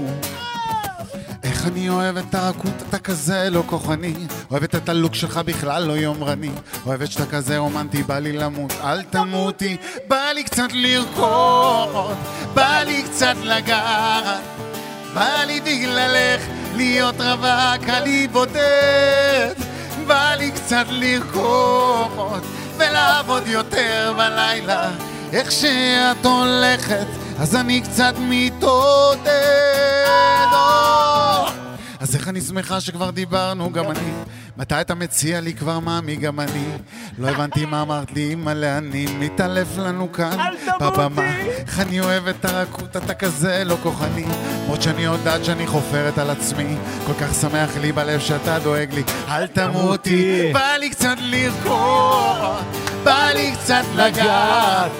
S9: איך אני אוהב את הרכות, אתה כזה לא כוחני. אוהב את הלוק שלך בכלל לא יומרני. אוהבת שאתה כזה רומנטי, בא לי למות, אל תמותי. בא לי קצת לרקוד, בא לי קצת לגעת. בא לי בגללך להיות רווק, אני בודד. בא לי קצת לרקוד ולעבוד יותר בלילה. איך שאת הולכת, אז אני קצת מתעודד. או, אז איך אני שמחה שכבר דיברנו, גם אני. מתי אתה מציע לי כבר מאמי, גם אני. לא הבנתי מה אמרת לי, אימא'לה, אני מתעלף לנו כאן. בבמה, איך אני אוהב את הרכות, אתה כזה לא כוחני. למרות שאני יודעת שאני חופרת על עצמי. כל כך שמח לי בלב שאתה דואג לי. אל
S8: אה.
S9: תמותי, בא לי קצת לרקוד, בא לי קצת לגעת.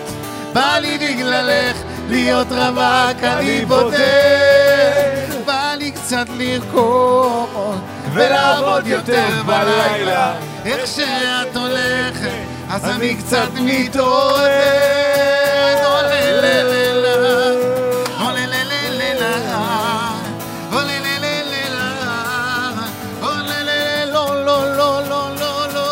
S9: בא לי בגללך להיות רווק, אני בודד. בא לי קצת לרקוד ולעבוד יותר בלילה. איך שאת הולכת, אז אני קצת מתעודד. אולללה, אולללה, אולללה, אולללה, לא, לא, לא, לא, לא, לא.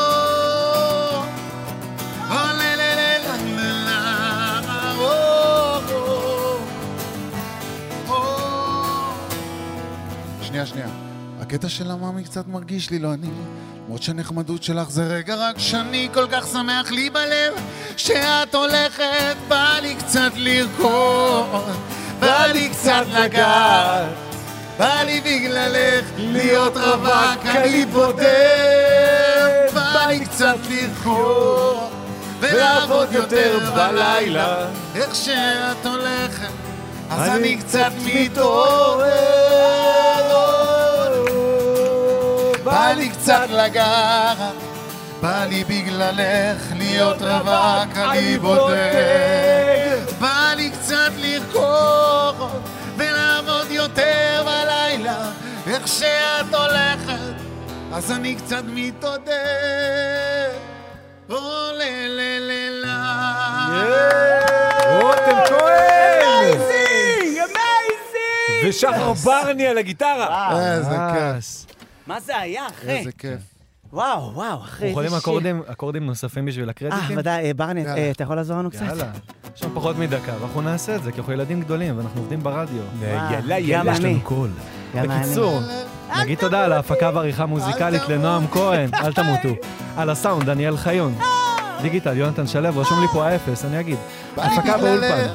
S9: אולללה, או, או, או. שנייה, שנייה. הקטע של המאמי קצת מרגיש לי לא אני. למרות שהנחמדות שלך זה רגע רק שאני כל כך שמח לי בלב שאת הולכת, בא לי קצת לרקוד, בא לי קצת לגעת, בא לי בגללך להיות רווק, אני בודד, בא לי קצת לרקוד ולעבוד יותר בלילה, איך שאת הולכת, אז אני קצת מתעורר. בא לי קצת לגעת, בא לי בגללך להיות רווק, אני בודד. בא לי קצת לרקוד ולעבוד יותר בלילה, איך שאת הולכת, אז אני קצת מתעודד.
S2: רותם כהן! ושחר ברני על הגיטרה!
S9: אה,
S2: אה,
S9: איזה כיף,
S3: אס.
S1: מה זה היה,
S3: אה,
S1: אחי?
S9: איזה כיף.
S1: וואו, וואו, אחי.
S3: מוכנים
S1: איזה שיר.
S3: אקורדים- אקורדים נוספים בשביל
S1: אה,
S3: הקרדיטים?
S1: ודאי, אה, ברני, אה, אתה יכול לעזור לנו קצת?
S3: יאללה. יש לנו פחות מדקה, ואנחנו נעשה את זה, כי אנחנו ילדים גדולים, ואנחנו עובדים ברדיו.
S2: יאללה,
S1: גם
S2: יאללה.
S1: אני.
S3: קול.
S1: גם אני.
S3: בקיצור, נגיד תודה על ההפקה והעריכה המוזיקלית לנועם כהן, אל תמותו. על הסאונד, דניאל חיון. דיגיטל, יונתן שלו, רשום לי פה האפס, אני אגיד. הפקה באולפן,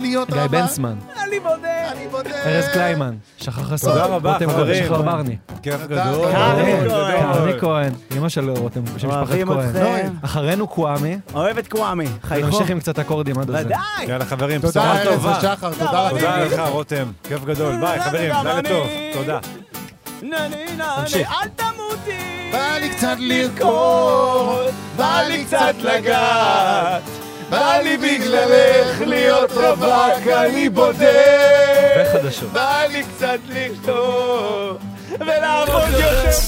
S9: להיות
S3: גיא
S9: רבה.
S3: בנצמן,
S1: אני בודק.
S9: אני בודק.
S3: ארז קליימן, שחר חסון,
S2: תודה רבה,
S3: רותם גודל,
S2: חברים.
S3: שחר ברני,
S2: כיף
S9: תודה.
S2: גדול.
S1: קרני
S2: גדול,
S1: כהן.
S2: גדול.
S3: ארני כהן, אמא של רותם, של משפחת
S1: אוהבים
S3: כהן. לא,
S1: אתכם.
S3: אחרינו קוואמי,
S1: אוהב את קוואמי. חייכו.
S3: ונמשיך עם קצת אקורדים עד הזה.
S1: ודאי.
S2: יאללה חברים,
S9: תודה,
S2: בשורה
S9: ארז
S2: טובה.
S9: ושחר, תודה רבה.
S2: תודה לך רותם, כיף גדול. ביי חברים, לילה טוב, תודה.
S1: נה, נה, נה,
S2: תמשיך.
S1: נה, אל תמותי.
S9: בא לי קצת לרקוד, בא לי קצת לגעת, בא לי בגללך להיות רווק, אני בודד,
S3: וחדשות.
S9: בא לי קצת לכתוב ולעבוד יותר.